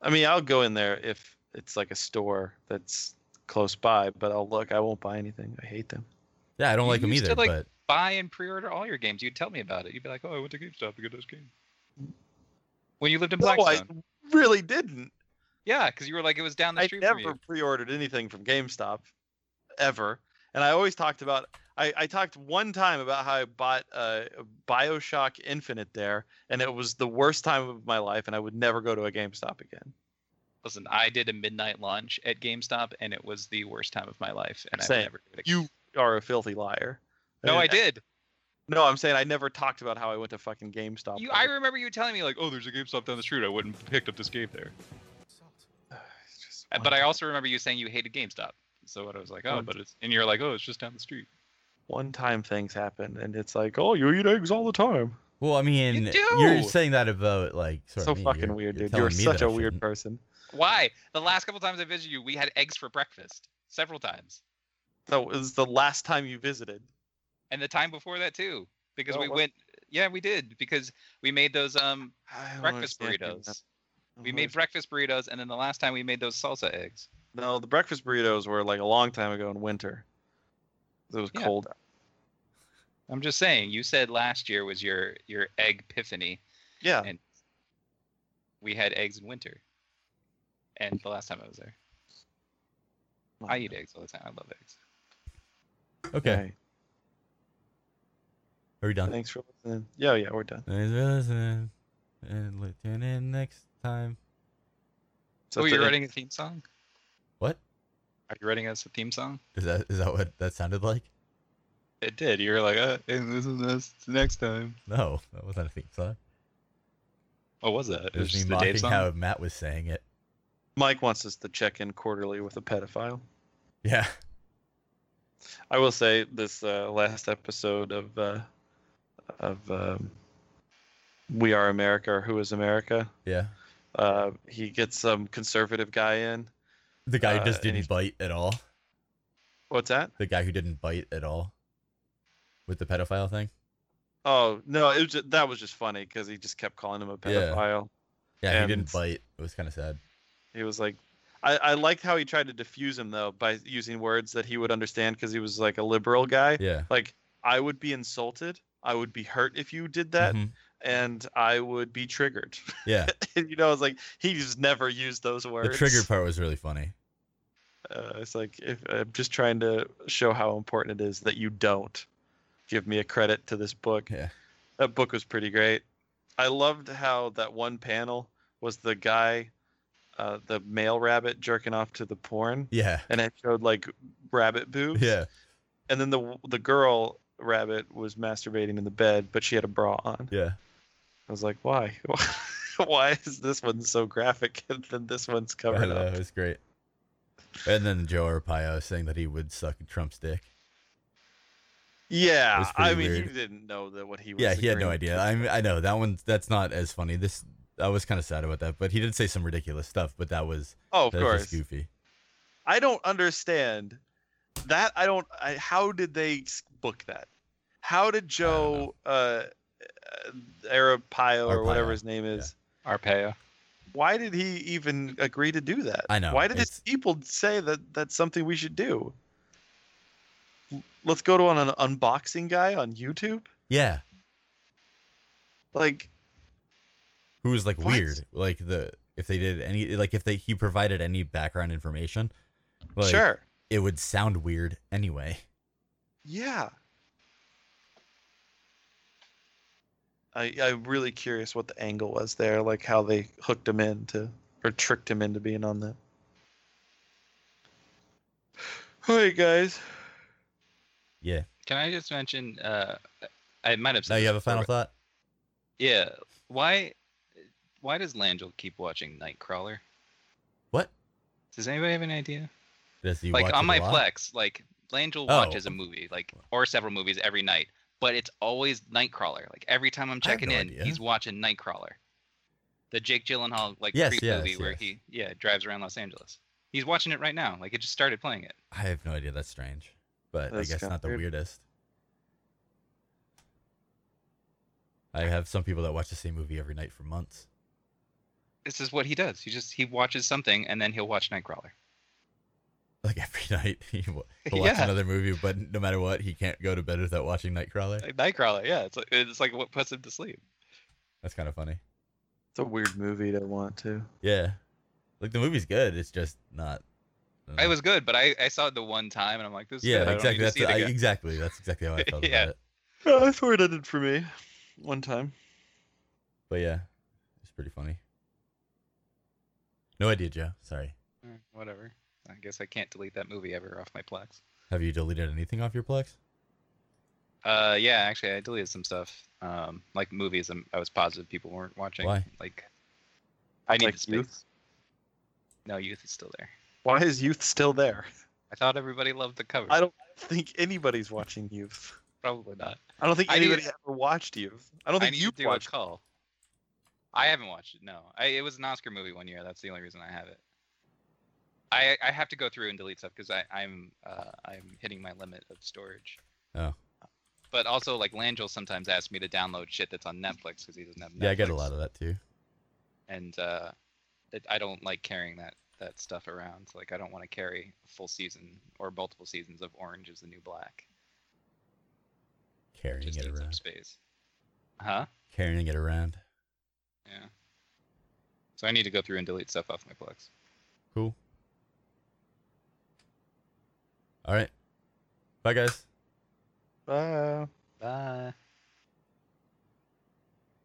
Speaker 3: I mean, I'll go in there if it's like a store that's close by, but I'll look. I won't buy anything. I hate them.
Speaker 2: Yeah, I don't
Speaker 1: You
Speaker 2: like them
Speaker 1: used to,
Speaker 2: either.
Speaker 1: like,
Speaker 2: but
Speaker 1: Buy and pre-order all your games. You'd tell me about it. You'd be like, "Oh, I went to GameStop to get this game." When you lived in
Speaker 3: No,
Speaker 1: Blackstone.
Speaker 3: I really didn't.
Speaker 1: Yeah, because you were like it was down the
Speaker 3: I
Speaker 1: street from
Speaker 3: never
Speaker 1: you.
Speaker 3: pre-ordered anything from GameStop, ever. And I always talked about. I, I talked one time about how I bought uh, Bioshock Infinite there, and it was the worst time of my life, and I would never go to a GameStop again.
Speaker 1: Listen, I did a midnight lunch at GameStop, and it was the worst time of my life, and I
Speaker 3: Same.
Speaker 1: would never. do it again.
Speaker 3: You are a filthy liar.
Speaker 1: No, I
Speaker 3: did.
Speaker 1: did.
Speaker 3: No, I'm saying I never talked about how I went to fucking GameStop.
Speaker 1: You, I remember you telling me like, "Oh, there's a GameStop down the street. I wouldn't have picked up this game there."
Speaker 3: It's just
Speaker 1: Uh,
Speaker 3: one-
Speaker 1: But I also remember you saying you hated GameStop. So I was like, "Oh,
Speaker 3: One-
Speaker 1: but it's," and you're like, "Oh, it's just down the street."
Speaker 3: one time things happen, and it's like, oh, you eat eggs all the time.
Speaker 2: well, I mean, you are
Speaker 1: do!
Speaker 2: saying that about like sort
Speaker 3: so
Speaker 2: of me.
Speaker 3: fucking
Speaker 2: You're-
Speaker 3: weird, dude.
Speaker 2: telling
Speaker 3: You're
Speaker 2: me
Speaker 3: such
Speaker 2: that
Speaker 3: a
Speaker 2: I
Speaker 3: weird
Speaker 2: shouldn't.
Speaker 3: person.
Speaker 1: Why? The last couple times I visited you, we had eggs for breakfast several times,
Speaker 3: That was the last time you visited.
Speaker 1: and the time before that too, because
Speaker 3: No, it
Speaker 1: we went. Yeah, we did because we made those um
Speaker 3: I don't
Speaker 1: breakfast
Speaker 3: understand doing
Speaker 1: burritos.
Speaker 3: that. I
Speaker 1: We
Speaker 3: don't
Speaker 1: made breakfast burritos, and then the last time we made those salsa eggs.
Speaker 3: understand. No, the breakfast burritos were like a long time ago in winter. It was
Speaker 1: Yeah.
Speaker 3: cold.
Speaker 1: I'm just saying. You said last year was your your egg epiphany.
Speaker 3: Yeah.
Speaker 1: And- We had eggs in winter, and the last time I was there, I eat eggs all the time. I love eggs.
Speaker 2: Okay, are we
Speaker 3: Hey,
Speaker 2: done?
Speaker 3: Thanks for listening. Yeah, yeah, we're done.
Speaker 2: Thanks for listening, and li- tune in next time.
Speaker 3: So
Speaker 1: oh,
Speaker 3: that's
Speaker 1: you're
Speaker 3: it.
Speaker 1: writing a theme song?
Speaker 2: What
Speaker 1: Are you writing us a theme song?
Speaker 2: is that? Is that what that sounded like?
Speaker 1: It did. You were like, uh, and this is us next time.
Speaker 2: No, that wasn't a theme song.
Speaker 1: What was that?
Speaker 2: It was me mocking how Matt was saying it.
Speaker 3: Mike wants us to check in quarterly with a pedophile.
Speaker 2: Yeah,
Speaker 3: I will say this uh, last episode of uh, of um, We Are America or Who Is America.
Speaker 2: yeah.
Speaker 3: Uh, he gets some conservative guy in.
Speaker 2: The guy who
Speaker 3: Uh,
Speaker 2: just
Speaker 3: and
Speaker 2: didn't
Speaker 3: he's-
Speaker 2: bite at all.
Speaker 3: What's that?
Speaker 2: The guy who didn't bite at all with the pedophile thing.
Speaker 3: Oh no, it was ju- that was just funny because he just kept calling him a
Speaker 2: Yeah.
Speaker 3: pedophile.
Speaker 2: Yeah, he
Speaker 3: And-
Speaker 2: didn't bite. It was kind of sad.
Speaker 3: He was like, I, I liked how he tried to diffuse him though by using words that he would understand because he was like a liberal guy.
Speaker 2: Yeah,
Speaker 3: Like I would be insulted. I would be hurt if you did that,
Speaker 2: Mhm.
Speaker 3: and I would be triggered.
Speaker 2: Yeah,
Speaker 3: you know, it's like he's never used those
Speaker 2: the
Speaker 3: words.
Speaker 2: trigger part was really funny.
Speaker 3: Uh, it's like if I'm just trying to show how important it is that you don't give me a credit to this book.
Speaker 2: Yeah.
Speaker 3: That book was pretty great. I loved how that one panel was the guy, uh, the male rabbit jerking off to the porn,
Speaker 2: Yeah,
Speaker 3: and it showed like rabbit boobs.
Speaker 2: yeah,
Speaker 3: And then the the girl rabbit was masturbating in the bed, but she had a bra on.
Speaker 2: yeah.
Speaker 3: I was like, why? why is this one so graphic and then this one's
Speaker 2: I
Speaker 3: covered
Speaker 2: know,
Speaker 3: up?
Speaker 2: it was great. And then Joe Arpaio saying that he would suck Trump's dick. It
Speaker 3: Yeah,
Speaker 2: was
Speaker 3: I
Speaker 2: pretty
Speaker 3: mean,
Speaker 2: weird.
Speaker 3: he didn't know that what he was.
Speaker 2: Yeah, he had no
Speaker 3: agreeing
Speaker 2: idea.
Speaker 3: to.
Speaker 2: I mean, I know that one. That's not as funny. This I was kind of sad about that, but he did say some ridiculous stuff. But that was
Speaker 3: Oh, of
Speaker 2: that was just
Speaker 3: course.
Speaker 2: goofy.
Speaker 3: I don't understand that. I don't. I, how did they s- book that? How did Joe uh, uh, Arapio or
Speaker 2: Arpaio,
Speaker 3: whatever his name is?
Speaker 1: Arpeo.
Speaker 3: Why did he even agree to do that?
Speaker 2: I know,
Speaker 3: Why did
Speaker 2: it's-
Speaker 3: his people say that that's something we should do? Let's go to an, an unboxing guy on YouTube.
Speaker 2: Yeah,
Speaker 3: Like,
Speaker 2: who was like
Speaker 3: What?
Speaker 2: weird. Like the if they did any like if they he provided any background information, like,
Speaker 3: sure,
Speaker 2: it would sound weird anyway.
Speaker 3: yeah. I I'm really curious what the angle was there, like how they hooked him into or tricked him into being on that. All right, guys.
Speaker 2: Yeah.
Speaker 1: Can I just mention? Uh, I might have. said
Speaker 2: Now you
Speaker 1: this
Speaker 2: have a
Speaker 1: before,
Speaker 2: final
Speaker 1: but-
Speaker 2: thought.
Speaker 1: Yeah. Why? Why does Langell keep watching Nightcrawler?
Speaker 2: What?
Speaker 1: Does anybody have an idea?
Speaker 2: Does he watch
Speaker 1: like on
Speaker 2: it a
Speaker 1: my
Speaker 2: lot?
Speaker 1: Plex, like Langell
Speaker 2: Oh.
Speaker 1: watches a movie, like or several movies every night, but it's always Nightcrawler. Like every time I'm
Speaker 2: I have
Speaker 1: checking
Speaker 2: no
Speaker 1: in,
Speaker 2: idea.
Speaker 1: he's watching Nightcrawler, the Jake Gyllenhaal like
Speaker 2: Yes,
Speaker 1: creep
Speaker 2: yes,
Speaker 1: movie where
Speaker 2: yes.
Speaker 1: he yeah drives around Los Angeles. He's watching it right now. Like it just started playing it.
Speaker 2: I have no idea. That's strange, but
Speaker 3: That's
Speaker 2: I guess
Speaker 3: kinda
Speaker 2: not the
Speaker 3: weird.
Speaker 2: weirdest. I have some people that watch the same movie every night for months.
Speaker 1: This is what he does. He just he watches something and then he'll watch Nightcrawler.
Speaker 2: Like every night, he wa- he'll watch
Speaker 1: Yeah.
Speaker 2: another movie, but no matter what, he can't go to bed without watching Nightcrawler.
Speaker 1: Like Nightcrawler, yeah. It's like it's like what puts him to sleep.
Speaker 2: That's kind of funny.
Speaker 3: It's a weird movie to want to.
Speaker 2: Yeah, like the movie's good. It's just not. I don't
Speaker 1: I
Speaker 2: know.
Speaker 1: was good, but I, I saw it the one time and I'm like, this is
Speaker 2: Yeah,
Speaker 1: good. I don't need
Speaker 2: exactly.
Speaker 1: to
Speaker 2: That's
Speaker 1: see it
Speaker 2: I, e-
Speaker 1: again.
Speaker 2: exactly. That's exactly how I felt
Speaker 1: Yeah.
Speaker 2: about it.
Speaker 3: that's where Uh, it ended for me. One time.
Speaker 2: But yeah, it's pretty funny. No idea, Joe. Sorry.
Speaker 3: Eh,
Speaker 1: Alright, Whatever. I guess I can't delete that movie ever off my Plex.
Speaker 2: Have you deleted anything off your Plex?
Speaker 1: Uh, yeah, actually, I deleted some stuff. Um, like movies, I'm, I was positive people weren't watching.
Speaker 2: Why?
Speaker 1: Like, I need
Speaker 3: Like
Speaker 1: the space.
Speaker 3: youth?
Speaker 1: No, youth is still there.
Speaker 3: Why is youth still there?
Speaker 1: I thought everybody loved the cover.
Speaker 3: I don't think anybody's watching youth.
Speaker 1: probably not.
Speaker 3: I don't think
Speaker 1: I need-
Speaker 3: anybody ever watched youth. I
Speaker 1: I,
Speaker 3: don't think
Speaker 1: need
Speaker 3: you
Speaker 1: to do
Speaker 3: watched.
Speaker 1: a call. I haven't watched it. No, I, it was an Oscar movie one year. That's the only reason I have it. I I have to go through and delete stuff because I'm uh, I'm hitting my limit of storage.
Speaker 2: Oh.
Speaker 1: But also, like Langell sometimes asks me to download shit that's on Netflix because he doesn't have. Netflix.
Speaker 2: Yeah, I get a lot of that too.
Speaker 1: and uh, it, I don't like carrying that that stuff around. Like I don't want to carry a full season or multiple seasons of Orange Is the New Black. It
Speaker 2: Carrying
Speaker 1: just
Speaker 2: it
Speaker 1: eats up
Speaker 2: around.
Speaker 1: space. Huh?
Speaker 2: Carrying it around.
Speaker 1: Yeah. So I need to go through and delete stuff off my plugs.
Speaker 2: Cool. All right. Bye, guys.
Speaker 3: Uh,
Speaker 1: Bye.